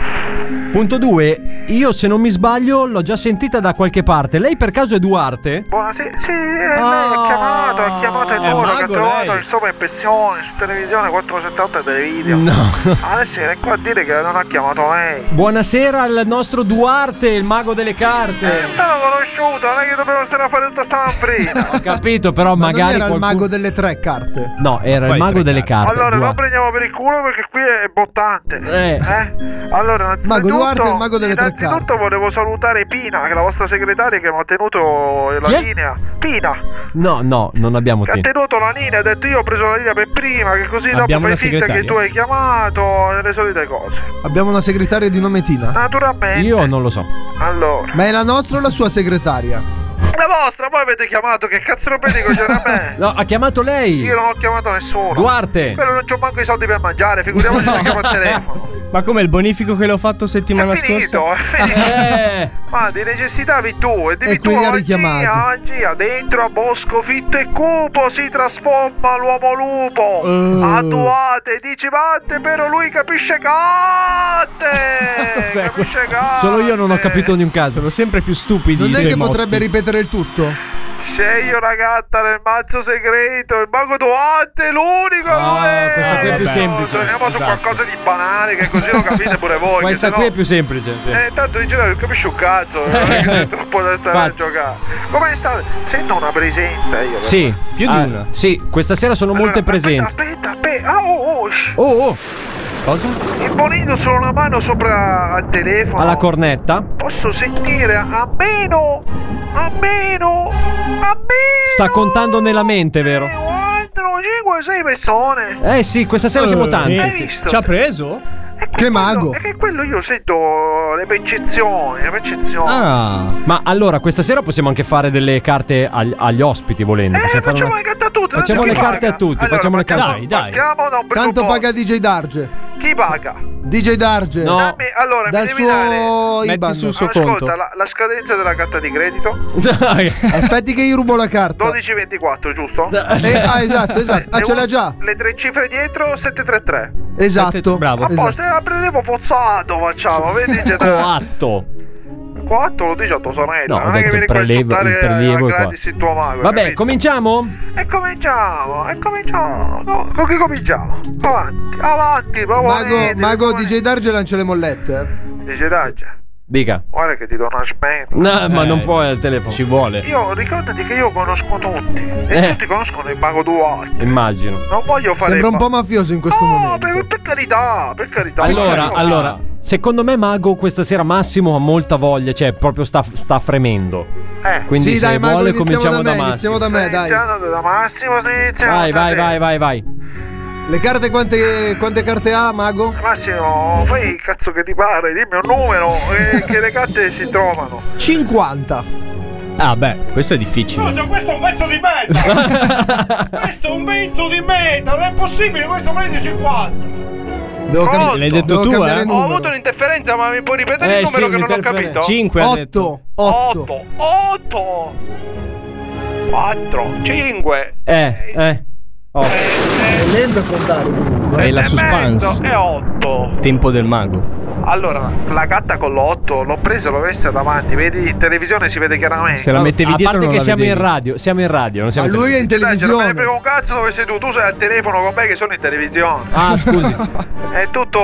[SPEAKER 9] Punto due, io se non mi sbaglio l'ho già sentita da qualche parte. Lei per caso è Duarte?
[SPEAKER 10] Buonasera. Sì, eh, lei ha chiamato, ha chiamato il numero che ha trovato il sopra impressione su televisione 478 televideo.
[SPEAKER 9] No.
[SPEAKER 10] [laughs] Adesso viene qua a dire che non ha chiamato lei.
[SPEAKER 9] Buonasera al nostro Duarte, il mago delle carte.
[SPEAKER 10] Eh, Te l'ho conosciuto, non è che dovevo stare a fare
[SPEAKER 9] [laughs]
[SPEAKER 10] tutta sta manfrina.
[SPEAKER 9] Ho capito, però
[SPEAKER 3] Ma non
[SPEAKER 9] magari
[SPEAKER 3] era il
[SPEAKER 9] qualcuno-
[SPEAKER 3] mago delle tre carte.
[SPEAKER 9] No, era il mago delle carte.
[SPEAKER 10] Allora, non
[SPEAKER 9] Duarte.
[SPEAKER 10] prendiamo per il culo perché qui è bottante.
[SPEAKER 9] Eh.
[SPEAKER 10] Allora,
[SPEAKER 3] Mago
[SPEAKER 10] innanzitutto-
[SPEAKER 3] Duarte, il mago delle tre
[SPEAKER 10] Innanzitutto volevo salutare Pina, che è la vostra segretaria che mi ha tenuto la
[SPEAKER 9] Chi è?
[SPEAKER 10] linea. Pina,
[SPEAKER 9] No, no, non abbiamo
[SPEAKER 10] che ha
[SPEAKER 9] tempo.
[SPEAKER 10] tenuto la linea, ha detto io ho preso la linea per prima, che così dopo
[SPEAKER 9] Abbiamo
[SPEAKER 10] fai
[SPEAKER 9] una
[SPEAKER 10] finta che
[SPEAKER 9] segretaria.
[SPEAKER 10] tu hai chiamato e le solite cose.
[SPEAKER 3] Abbiamo una segretaria di nome Tina.
[SPEAKER 10] Naturalmente.
[SPEAKER 9] Io non lo so.
[SPEAKER 10] Allora.
[SPEAKER 3] Ma è la nostra o la sua segretaria?
[SPEAKER 10] La vostra, voi avete chiamato, che cazzo rompete con c'era me?
[SPEAKER 9] No, ha chiamato lei.
[SPEAKER 10] Io non ho chiamato nessuno.
[SPEAKER 9] Duarte.
[SPEAKER 10] Però non c'ho manco i soldi per mangiare, figuriamoci se chiamo il telefono.
[SPEAKER 22] Ma come il bonifico che l'ho fatto settimana scorsa?
[SPEAKER 10] Finito, è finito. Ma di necessità vi tu e dimmi
[SPEAKER 22] E
[SPEAKER 10] tu
[SPEAKER 22] quindi ha
[SPEAKER 10] magia,
[SPEAKER 22] richiamato.
[SPEAKER 10] magia, dentro a bosco fitto e cupo si trasforma l'uomo lupo.
[SPEAKER 23] Eh.
[SPEAKER 10] Attuate, dici batte, però lui capisce catte. capisce catte.
[SPEAKER 9] Solo io non ho capito di un caso. Sono sempre più stupidi.
[SPEAKER 3] Non è che potrebbe ripetere il tutto?
[SPEAKER 10] Scegli una gatta nel mazzo segreto, il mago Duarte è l'unico a voler.
[SPEAKER 9] Ah, questa qui è più
[SPEAKER 10] Adesso
[SPEAKER 9] semplice,
[SPEAKER 10] Torniamo su
[SPEAKER 9] esatto.
[SPEAKER 10] qualcosa di banale che così lo capite pure voi. che
[SPEAKER 9] Questa
[SPEAKER 10] sennò-
[SPEAKER 9] qui è più semplice. sì.
[SPEAKER 10] Eh, tanto in giro non capisci
[SPEAKER 9] [laughs]
[SPEAKER 10] un cazzo, eh, non è che è troppo da stare a
[SPEAKER 9] Infatti.
[SPEAKER 10] giocare. Come sta? Sento una presenza io. però.
[SPEAKER 9] Sì,
[SPEAKER 10] Ah,
[SPEAKER 9] Ah, Sì, questa sera sono molte presenti.
[SPEAKER 10] Aspetta, aspetta, ah, oh, oh, shh.
[SPEAKER 9] Oh, oh. Cosa?
[SPEAKER 10] imponendo solo una mano sopra al telefono.
[SPEAKER 9] Alla cornetta.
[SPEAKER 10] Posso sentire a meno, a meno, a Eh,
[SPEAKER 9] Sta contando nella mente, vero?
[SPEAKER 10] meno 5, 6 persone.
[SPEAKER 9] Eh sì, questa sera siamo tanti.
[SPEAKER 10] Hai visto?
[SPEAKER 9] preso?
[SPEAKER 3] Che mago.
[SPEAKER 10] È che quello io sento le percezioni, le percezioni.
[SPEAKER 3] Ah.
[SPEAKER 9] Ma allora, questa sera possiamo anche fare delle carte agli, agli ospiti volendo. Possiamo fare
[SPEAKER 10] Eh, Facciamo
[SPEAKER 9] una-
[SPEAKER 10] le carte a tutti.
[SPEAKER 9] Facciamo
[SPEAKER 10] adesso
[SPEAKER 9] le
[SPEAKER 10] chi
[SPEAKER 9] carte
[SPEAKER 10] paga?
[SPEAKER 9] a tutti,
[SPEAKER 10] Allora,
[SPEAKER 9] facciamo le carte.
[SPEAKER 10] partiamo- partiamo da
[SPEAKER 3] Tanto
[SPEAKER 10] un presupposto.
[SPEAKER 3] paga DJ Darge.
[SPEAKER 10] Chi paga?
[SPEAKER 3] DJ Darge.
[SPEAKER 9] No.
[SPEAKER 10] Dammi- allora,
[SPEAKER 3] Dal
[SPEAKER 10] mi devi
[SPEAKER 3] suo
[SPEAKER 10] dare...
[SPEAKER 3] IBAN. Metti sul suo
[SPEAKER 10] Ascolta,
[SPEAKER 3] conto.
[SPEAKER 10] La, la scadenza della carta di credito
[SPEAKER 3] Aspetti che io rubo la carta.
[SPEAKER 10] 1224, giusto?
[SPEAKER 3] Eh, ah, esatto, esatto. Ah,
[SPEAKER 10] Le
[SPEAKER 3] ce l'ha
[SPEAKER 10] un-
[SPEAKER 3] già.
[SPEAKER 10] Le tre cifre dietro 733.
[SPEAKER 3] Esatto. Bravo.
[SPEAKER 10] Apposta, la prendevo forzato, facciamo, vedi? già da-
[SPEAKER 9] Coatto.
[SPEAKER 10] Quattro lo dici a tua sorella,
[SPEAKER 9] No, ho
[SPEAKER 10] non è che
[SPEAKER 9] detto il
[SPEAKER 10] vieni qua a
[SPEAKER 9] prelievo-
[SPEAKER 10] insultare
[SPEAKER 9] il prelievo
[SPEAKER 10] a
[SPEAKER 9] è qua.
[SPEAKER 10] gratis il tuo mago.
[SPEAKER 9] Vabbè,
[SPEAKER 10] capito?
[SPEAKER 9] cominciamo?
[SPEAKER 10] E cominciamo, e cominciamo. No, con chi cominciamo? Avanti, avanti,
[SPEAKER 3] Mago,
[SPEAKER 10] proponete.
[SPEAKER 3] mago DJ Darge lancia le mollette.
[SPEAKER 10] Dice Daggia,
[SPEAKER 9] Dica.
[SPEAKER 10] guarda che ti do una smetta.
[SPEAKER 9] No, ma
[SPEAKER 3] Eh,
[SPEAKER 9] non può al telefono. Ci vuole.
[SPEAKER 10] Io ricordati che io conosco tutti. E
[SPEAKER 9] Eh.
[SPEAKER 10] tutti conoscono il mago Duarte.
[SPEAKER 9] Immagino.
[SPEAKER 10] Non voglio fare.
[SPEAKER 3] Sembra un
[SPEAKER 10] il
[SPEAKER 3] po'
[SPEAKER 10] ma-
[SPEAKER 3] mafioso in questo
[SPEAKER 10] No,
[SPEAKER 3] momento.
[SPEAKER 10] Ah, per, per carità, per carità. Ecco.
[SPEAKER 9] Allora,
[SPEAKER 10] per carità.
[SPEAKER 9] allora, secondo me Mago questa sera Massimo ha molta voglia, cioè proprio sta, sta fremendo.
[SPEAKER 10] Eh.
[SPEAKER 9] Quindi
[SPEAKER 3] sì,
[SPEAKER 9] se
[SPEAKER 3] dai, Mago,
[SPEAKER 9] vuole
[SPEAKER 3] iniziamo
[SPEAKER 9] cominciamo
[SPEAKER 3] da me,
[SPEAKER 9] Massimo.
[SPEAKER 3] iniziamo da me, dai.
[SPEAKER 10] Iniziando da Massimo, iniziamo
[SPEAKER 9] Vai,
[SPEAKER 10] da
[SPEAKER 9] vai,
[SPEAKER 10] te.
[SPEAKER 9] vai, vai, vai.
[SPEAKER 3] Le carte quante, quante carte ha, Mago?
[SPEAKER 10] Massimo, fai il cazzo che ti pare, dimmi un numero e che le carte si trovano.
[SPEAKER 3] 50.
[SPEAKER 22] Ah, beh, questo è difficile.
[SPEAKER 10] questo è un pezzo di
[SPEAKER 9] [laughs]
[SPEAKER 10] merda! questo è un pezzo di merda! Non è possibile, questo prende 50!
[SPEAKER 3] Devo
[SPEAKER 10] Pronto?
[SPEAKER 22] cambi- l'hai detto
[SPEAKER 3] Devo
[SPEAKER 22] tu,
[SPEAKER 3] cambiare
[SPEAKER 22] eh?
[SPEAKER 10] Ho
[SPEAKER 3] numero.
[SPEAKER 10] avuto un'interferenza, ma mi puoi ripetere
[SPEAKER 22] Eh,
[SPEAKER 10] il numero
[SPEAKER 22] sì,
[SPEAKER 10] che non ho
[SPEAKER 22] un'interferenza.
[SPEAKER 10] capito?
[SPEAKER 22] Cinque
[SPEAKER 3] Oh,
[SPEAKER 22] ha detto.
[SPEAKER 3] 8. 8.
[SPEAKER 10] 8 8 4 5
[SPEAKER 9] Eh, eh. Oh.
[SPEAKER 3] È lento a contare.
[SPEAKER 22] È la suspense.
[SPEAKER 10] e 8
[SPEAKER 22] Tempo del mago.
[SPEAKER 10] allora la gatta con l'8 l'ho presa l'ho messa davanti vedi in televisione si vede chiaramente
[SPEAKER 22] Se la mettevi
[SPEAKER 9] a
[SPEAKER 22] dietro
[SPEAKER 9] parte
[SPEAKER 22] non
[SPEAKER 9] che
[SPEAKER 22] la
[SPEAKER 9] siamo
[SPEAKER 22] vedevi.
[SPEAKER 9] in radio, siamo in radio, non siamo
[SPEAKER 3] Ma lui è in
[SPEAKER 10] Dai, se non me ne
[SPEAKER 3] televisione.
[SPEAKER 10] frega un cazzo dove sei tu tu sei al telefono con me che sono in televisione
[SPEAKER 9] Ah, scusi,
[SPEAKER 10] [laughs] è tutto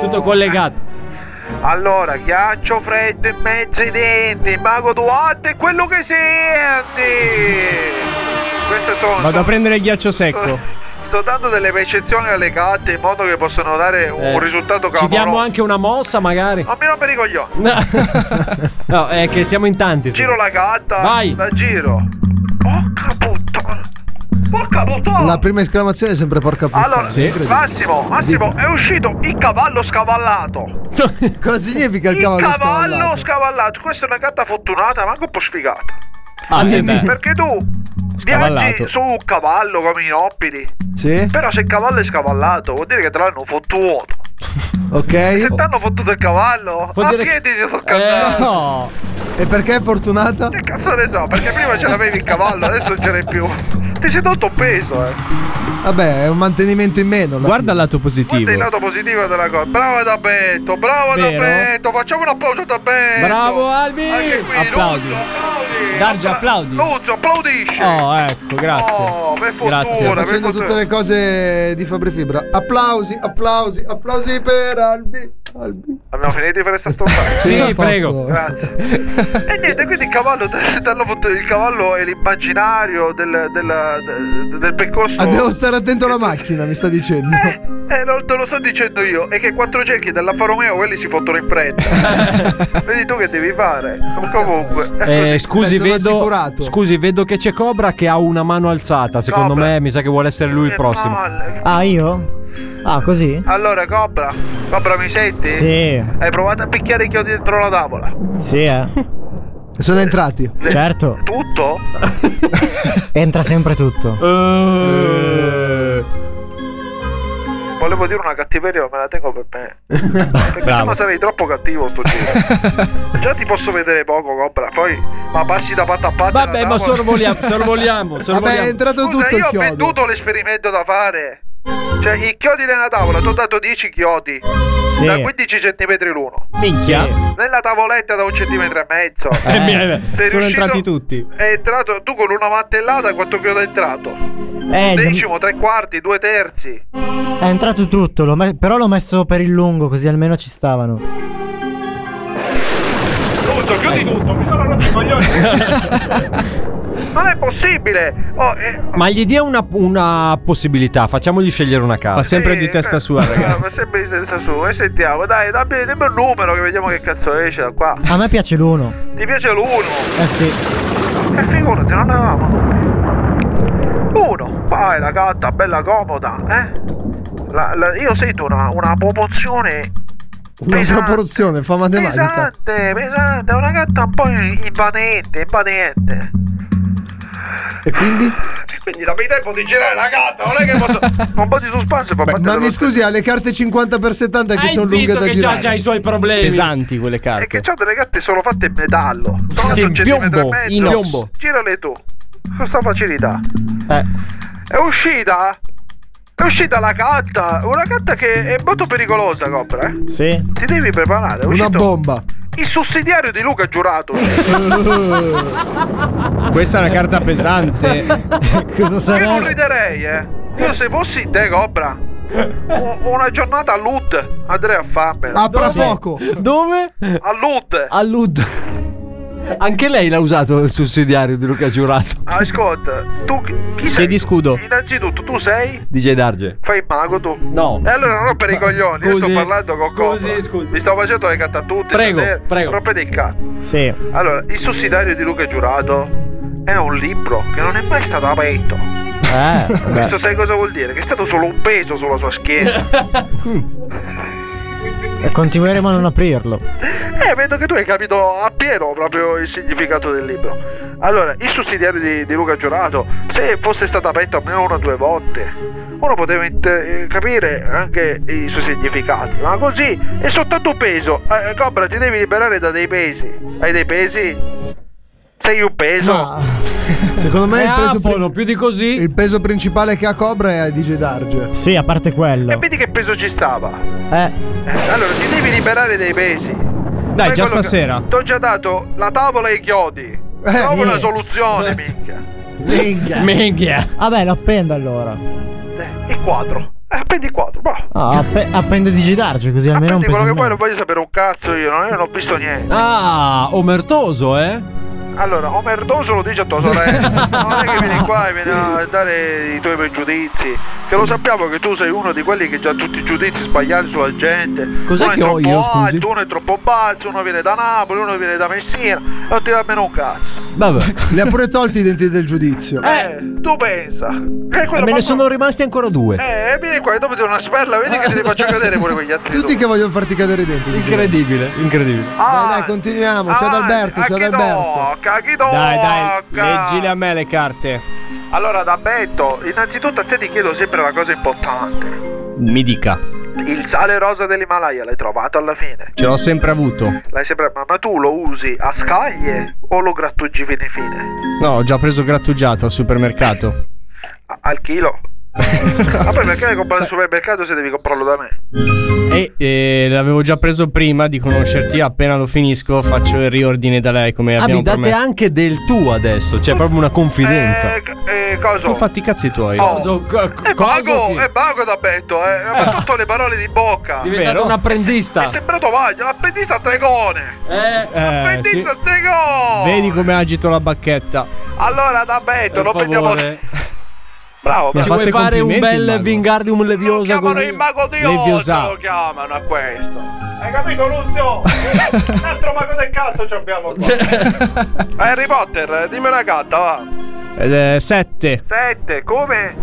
[SPEAKER 9] tutto collegato.
[SPEAKER 10] allora ghiaccio freddo in mezzo ai denti mago Duarte è quello che senti questo è tutto
[SPEAKER 22] Vado a prendere il ghiaccio secco.
[SPEAKER 10] Sto dando delle percezioni alle carte in modo che possano dare un
[SPEAKER 9] Eh,
[SPEAKER 10] risultato
[SPEAKER 9] Ci
[SPEAKER 10] clamoroso.
[SPEAKER 9] diamo anche una mossa magari.
[SPEAKER 10] Non mi rompere i coglioni.
[SPEAKER 9] No. [laughs] No, è che siamo in tanti.
[SPEAKER 10] Giro la gatta.
[SPEAKER 9] Vai.
[SPEAKER 10] La giro. Porca puttana. Porca puttana!
[SPEAKER 9] La prima esclamazione è sempre porca puttana.
[SPEAKER 10] Allora, Massimo, Massimo, è uscito il cavallo scavallato.
[SPEAKER 9] Cosa significa il
[SPEAKER 10] Il
[SPEAKER 9] cavallo
[SPEAKER 10] cavallo
[SPEAKER 9] scavallato?
[SPEAKER 10] scavallato. Questa è una gatta fortunata, manco può spiegare.
[SPEAKER 9] Ah, eh beh.
[SPEAKER 10] Perché tu
[SPEAKER 9] Scavallato.
[SPEAKER 10] viaggi su un cavallo come i nobili.
[SPEAKER 9] Sì.
[SPEAKER 10] Però se il cavallo è scavallato, vuol dire che te l'hanno fottuto.
[SPEAKER 9] Ok.
[SPEAKER 10] Se ti hanno fottuto il cavallo,
[SPEAKER 9] Vuol
[SPEAKER 10] a
[SPEAKER 9] dire
[SPEAKER 10] piedi ti sono
[SPEAKER 9] Eh,
[SPEAKER 10] cazzato.
[SPEAKER 9] no. E perché è fortunata?
[SPEAKER 10] Che cazzo ne so, perché prima ce l'avevi il cavallo, adesso non ce n'è più. Ti sei tolto peso, eh.
[SPEAKER 9] Vabbè, è un mantenimento in meno. Guarda il lato
[SPEAKER 10] Guarda il
[SPEAKER 9] positivo.
[SPEAKER 10] lato positivo della cosa. Bravo Dabetto, bravo
[SPEAKER 9] Vero?
[SPEAKER 10] Dabetto, facciamo un applauso a Dabetto.
[SPEAKER 24] Bravo,
[SPEAKER 10] Albi.
[SPEAKER 24] Applaudi. Dargi, applaudi.
[SPEAKER 10] Luzzo, applaudisci. Oh,
[SPEAKER 24] Oh, ecco, grazie. grazie.
[SPEAKER 9] Sta facendo tutte le cose di Fabri Fibra. Applausi, applausi, applausi per Albi. Albi.
[SPEAKER 10] Abbiamo finito di fare sta
[SPEAKER 24] [laughs]
[SPEAKER 10] storia?
[SPEAKER 9] Sì, a posto. prego.
[SPEAKER 10] Grazie. e niente, quindi il cavallo, [laughs] t'hanno fatto- il cavallo è l'immaginario del, del, del, del percorso.
[SPEAKER 9] Ah, devo stare attento alla macchina, mi sta dicendo.
[SPEAKER 10] Eh, lo- te lo sto dicendo io, è che i quattro ciechi dell'Alfa Romeo quelli si fottono in fretta. Vedi tu che devi fare. Comunque. è
[SPEAKER 25] Eh,
[SPEAKER 10] così.
[SPEAKER 25] scusi, vedo, scusi, vedo che c'è Cobra che ha una mano alzata. Secondo me, mi sa che vuole essere
[SPEAKER 10] Eh,
[SPEAKER 25] lui il prossimo.
[SPEAKER 3] Ah, io? Ah, così?
[SPEAKER 10] Allora, Cobra, Cobra mi senti?
[SPEAKER 3] Sì.
[SPEAKER 10] Hai provato a picchiare i chiodi dentro la tavola?
[SPEAKER 3] Sì, eh.
[SPEAKER 9] Sono entrati.
[SPEAKER 3] Certo.
[SPEAKER 10] Tutto?
[SPEAKER 3] Entra sempre tutto.
[SPEAKER 10] Volevo dire una cattiveria, ma me la tengo per me. Perché
[SPEAKER 3] Bravo.
[SPEAKER 10] sennò sarei troppo cattivo sto giro. Già ti posso vedere poco, Cobra. Poi, ma passi da patta a patta.
[SPEAKER 25] Vabbè, ma sorvoliamo, sorvoliamo, sorvoliamo. Vabbè, è entrato tutto il
[SPEAKER 10] io
[SPEAKER 25] chiodo.
[SPEAKER 10] ho venduto l'esperimento da fare. Cioè, i chiodi nella tavola, ti ho dato 10 chiodi.
[SPEAKER 25] Sì.
[SPEAKER 10] Da 15 cm l'uno.
[SPEAKER 25] Minchia. Sì.
[SPEAKER 10] Nella tavoletta da un centimetro e mezzo.
[SPEAKER 24] Eh, eh,
[SPEAKER 10] Sei
[SPEAKER 24] sono
[SPEAKER 10] riuscito-
[SPEAKER 24] entrati tutti.
[SPEAKER 10] È entrato tu con una martellata quanto chiodo è entrato?
[SPEAKER 3] Eh,
[SPEAKER 10] Decimo, tre quarti, due terzi.
[SPEAKER 3] È entrato tutto, l'ho me- però l'ho messo per il lungo, così almeno ci stavano.
[SPEAKER 10] Tutto, chiudi tutto, mi sono rotto i coglioni. non è possibile. Oh, eh,
[SPEAKER 25] Ma gli dia una, una possibilità, facciamogli scegliere una casa. Fa
[SPEAKER 10] sempre di testa
[SPEAKER 25] sua,
[SPEAKER 26] Esatto.
[SPEAKER 10] raga, ma sempre di senza su, e sentiamo, dai, dammi, dammi un numero che vediamo che cazzo esce da qua.
[SPEAKER 3] A me piace l'uno.
[SPEAKER 10] Ti piace l'uno?
[SPEAKER 3] Eh sì.
[SPEAKER 10] E figurati, non avevamo numeri. Uno, vai la gatta, bella comoda, eh? La- la- io sento una, una proporzione
[SPEAKER 9] Una
[SPEAKER 26] Esatto.
[SPEAKER 9] proporzione, fa matematica.
[SPEAKER 10] pesante, pesante, una gatta un po' invadente, invadente.
[SPEAKER 9] E quindi?
[SPEAKER 10] Quindi dammi tempo di girare la gatta, non è che posso... un po' di suspense fa parte
[SPEAKER 9] Ma
[SPEAKER 10] dello-
[SPEAKER 9] mi scusi, ha le carte 50 x 70 che
[SPEAKER 10] Hai
[SPEAKER 9] sono lunghe
[SPEAKER 10] Ah, zitto
[SPEAKER 9] da
[SPEAKER 10] che già
[SPEAKER 9] girare.
[SPEAKER 10] c'ha i suoi problemi.
[SPEAKER 24] Pesanti quelle
[SPEAKER 10] È
[SPEAKER 24] carte.
[SPEAKER 10] che
[SPEAKER 3] Certo.
[SPEAKER 10] c'ho cioè, delle gatte sono fatte in metallo. Sono
[SPEAKER 24] Sì,
[SPEAKER 10] un
[SPEAKER 24] in
[SPEAKER 10] centimetro
[SPEAKER 24] piombo,
[SPEAKER 10] e mezzo.
[SPEAKER 24] in piombo.
[SPEAKER 10] Girale tu. Questa facilità.
[SPEAKER 3] Eh.
[SPEAKER 10] È uscita? È uscita la gatta. Una gatta che è molto pericolosa, Copra. Eh?
[SPEAKER 3] Sì.
[SPEAKER 10] Ti devi preparare. È
[SPEAKER 9] Una
[SPEAKER 10] uscito
[SPEAKER 9] bomba.
[SPEAKER 10] Il sussidiario di
[SPEAKER 3] [laughs]
[SPEAKER 10] Luca Giurato.
[SPEAKER 24] Questa è una carta pesante.
[SPEAKER 3] [laughs] Cosa
[SPEAKER 10] Io non riderei, eh. Io se fossi
[SPEAKER 3] [laughs]
[SPEAKER 10] te, Cobra. u- Una giornata a Lud andrei a farmela.
[SPEAKER 9] Apra fuoco.
[SPEAKER 3] Cioè,
[SPEAKER 25] Dove?
[SPEAKER 10] A Lud.
[SPEAKER 25] Al Lud. Anche lei l'ha usato il sussidiario di Luca Giurato.
[SPEAKER 10] Ah, Ascolta, tu chi- chi sei?
[SPEAKER 25] Chiedi scudo.
[SPEAKER 10] Innanzitutto, tu sei?
[SPEAKER 25] DJ Darge.
[SPEAKER 10] Fai il mago tu?
[SPEAKER 25] No.
[SPEAKER 10] E allora non rompere i coglioni, io sto
[SPEAKER 25] Scusi.
[SPEAKER 10] parlando con
[SPEAKER 25] Scusi,
[SPEAKER 10] Cobra. Mi stavo facendo le carte a tutti.
[SPEAKER 25] Prego,
[SPEAKER 10] stasera.
[SPEAKER 25] prego.
[SPEAKER 10] Rompete il cazzo.
[SPEAKER 3] Sì.
[SPEAKER 10] Allora, il sussidiario di Luca Giurato è un libro che non è mai stato aperto.
[SPEAKER 3] Eh.
[SPEAKER 10] Questo sai cosa vuol dire? Che è stato solo un peso sulla sua schiena.
[SPEAKER 3] E continueremo a non aprirlo.
[SPEAKER 10] eh, vedo che tu hai capito appieno proprio il significato del libro. Allora, il sussidiario di, di Luca Giurato, se fosse stato aperto almeno una o due volte, uno poteva inter- eh, capire anche i suoi significati. Ma così è soltanto un peso. Eh, Cobra, ti devi liberare da dei pesi. Hai dei pesi? Sei un peso?
[SPEAKER 9] Secondo me
[SPEAKER 10] È
[SPEAKER 9] il peso,
[SPEAKER 10] afono,
[SPEAKER 25] più di così.
[SPEAKER 9] il peso principale che ha Cobra è DJ Darge.
[SPEAKER 3] Sì, a parte quello.
[SPEAKER 10] Vedi che peso ci stava?
[SPEAKER 3] Eh.
[SPEAKER 10] Eh, Allora, ti devi liberare dei pesi.
[SPEAKER 24] Dai,
[SPEAKER 10] Fai
[SPEAKER 24] già
[SPEAKER 10] quello che-
[SPEAKER 24] stasera.
[SPEAKER 10] Ti ho già dato la tavola e i chiodi. Trovo una
[SPEAKER 3] Eh, niente. Eh.
[SPEAKER 10] soluzione, minchia.
[SPEAKER 3] Minchia.
[SPEAKER 25] Minchia.
[SPEAKER 3] Vabbè, lo appendo allora.
[SPEAKER 10] Eh, Il quadro. Eh, Appendi il quadro, bravo.
[SPEAKER 3] Ah, appe- appendo di girarci così almeno
[SPEAKER 10] Appendi
[SPEAKER 3] un
[SPEAKER 10] Ah, quello che
[SPEAKER 3] po'.
[SPEAKER 10] vuoi, non voglio sapere un cazzo io, non, io non ho visto niente.
[SPEAKER 25] Ah, omertoso, eh?
[SPEAKER 10] Allora, omertoso lo dice a
[SPEAKER 26] [laughs]
[SPEAKER 10] tua sorella. Non è che vieni qua e vieni a dare i tuoi pregiudizi. Che lo sappiamo che tu sei uno di quelli che ha tutti i giudizi sbagliati sulla gente.
[SPEAKER 26] Cos'è
[SPEAKER 10] uno è
[SPEAKER 26] che ho
[SPEAKER 10] troppo
[SPEAKER 26] io, scusi?
[SPEAKER 10] alto, uno è troppo basso, uno viene da Napoli, uno viene da Messina. Non ti va bene un cazzo.
[SPEAKER 26] Vabbè.
[SPEAKER 3] Li ha pure tolti i denti del giudizio.
[SPEAKER 10] Eh, tu pensa. E
[SPEAKER 26] Me ne sono rimasti ancora due.
[SPEAKER 10] Eh, vieni qua e dopo ti do una sperla, vedi che ti faccio cadere pure quegli altri.
[SPEAKER 3] Tutti che vogliono farti cadere i denti.
[SPEAKER 26] Incredibile, incredibile.
[SPEAKER 3] dai,
[SPEAKER 10] Ah,
[SPEAKER 3] dai, continuiamo. C'è Adalberto, c'è Adalberto.
[SPEAKER 9] Dai, dai, leggile a me le carte.
[SPEAKER 10] Allora, da Betto, innanzitutto a te ti chiedo sempre la cosa importante.
[SPEAKER 9] Mi dica,
[SPEAKER 10] Il sale rosa dell'Himalaya l'hai trovato alla fine?
[SPEAKER 9] ce l'ho sempre avuto.
[SPEAKER 10] L'hai sempre... Ma, ma tu lo usi a scaglie o lo grattugi fine fine?
[SPEAKER 9] No, ho già preso grattugiato al supermercato.
[SPEAKER 10] A-
[SPEAKER 9] [laughs]
[SPEAKER 10] al chilo? Ma poi perché l'hai comprato al supermercato se devi comprarlo da me?
[SPEAKER 9] E eh, l'avevo già preso prima di conoscerti. Appena lo finisco, faccio il riordine da lei come
[SPEAKER 26] Ah,
[SPEAKER 9] abbiamo
[SPEAKER 26] mi date
[SPEAKER 9] promesso.
[SPEAKER 26] anche del tuo adesso, c'è proprio una confidenza.
[SPEAKER 10] E cosa?
[SPEAKER 9] Tu fatti i cazzi tuoi.
[SPEAKER 10] eh, Oh. È vago, è vago da Betto, eh. Ha fatto le parole di bocca.
[SPEAKER 26] Diventato un apprendista.
[SPEAKER 10] È sembrato Vaglia, l'apprendista stregone.
[SPEAKER 9] Eh, sì.
[SPEAKER 10] Apprendista stregone.
[SPEAKER 9] Vedi come agito la bacchetta.
[SPEAKER 10] Allora da Betto, non prendiamo... [laughs] Bravo,
[SPEAKER 9] Mi ha
[SPEAKER 26] Ci vuoi
[SPEAKER 9] fatto i
[SPEAKER 26] fare un
[SPEAKER 9] complimenti, il
[SPEAKER 26] bel
[SPEAKER 9] mago.
[SPEAKER 26] Wingardium Leviosa
[SPEAKER 10] Chiamano
[SPEAKER 26] così?
[SPEAKER 10] il mago di
[SPEAKER 26] Leviosa.
[SPEAKER 10] Oz, lo chiamano a questo. Hai capito
[SPEAKER 9] [laughs]
[SPEAKER 10] Luzio? Un altro mago del cazzo ci abbiamo
[SPEAKER 9] Cioè.
[SPEAKER 10] qua. Harry Potter, dimmi una carta, va.
[SPEAKER 9] Eh, sette.
[SPEAKER 10] Sette, come?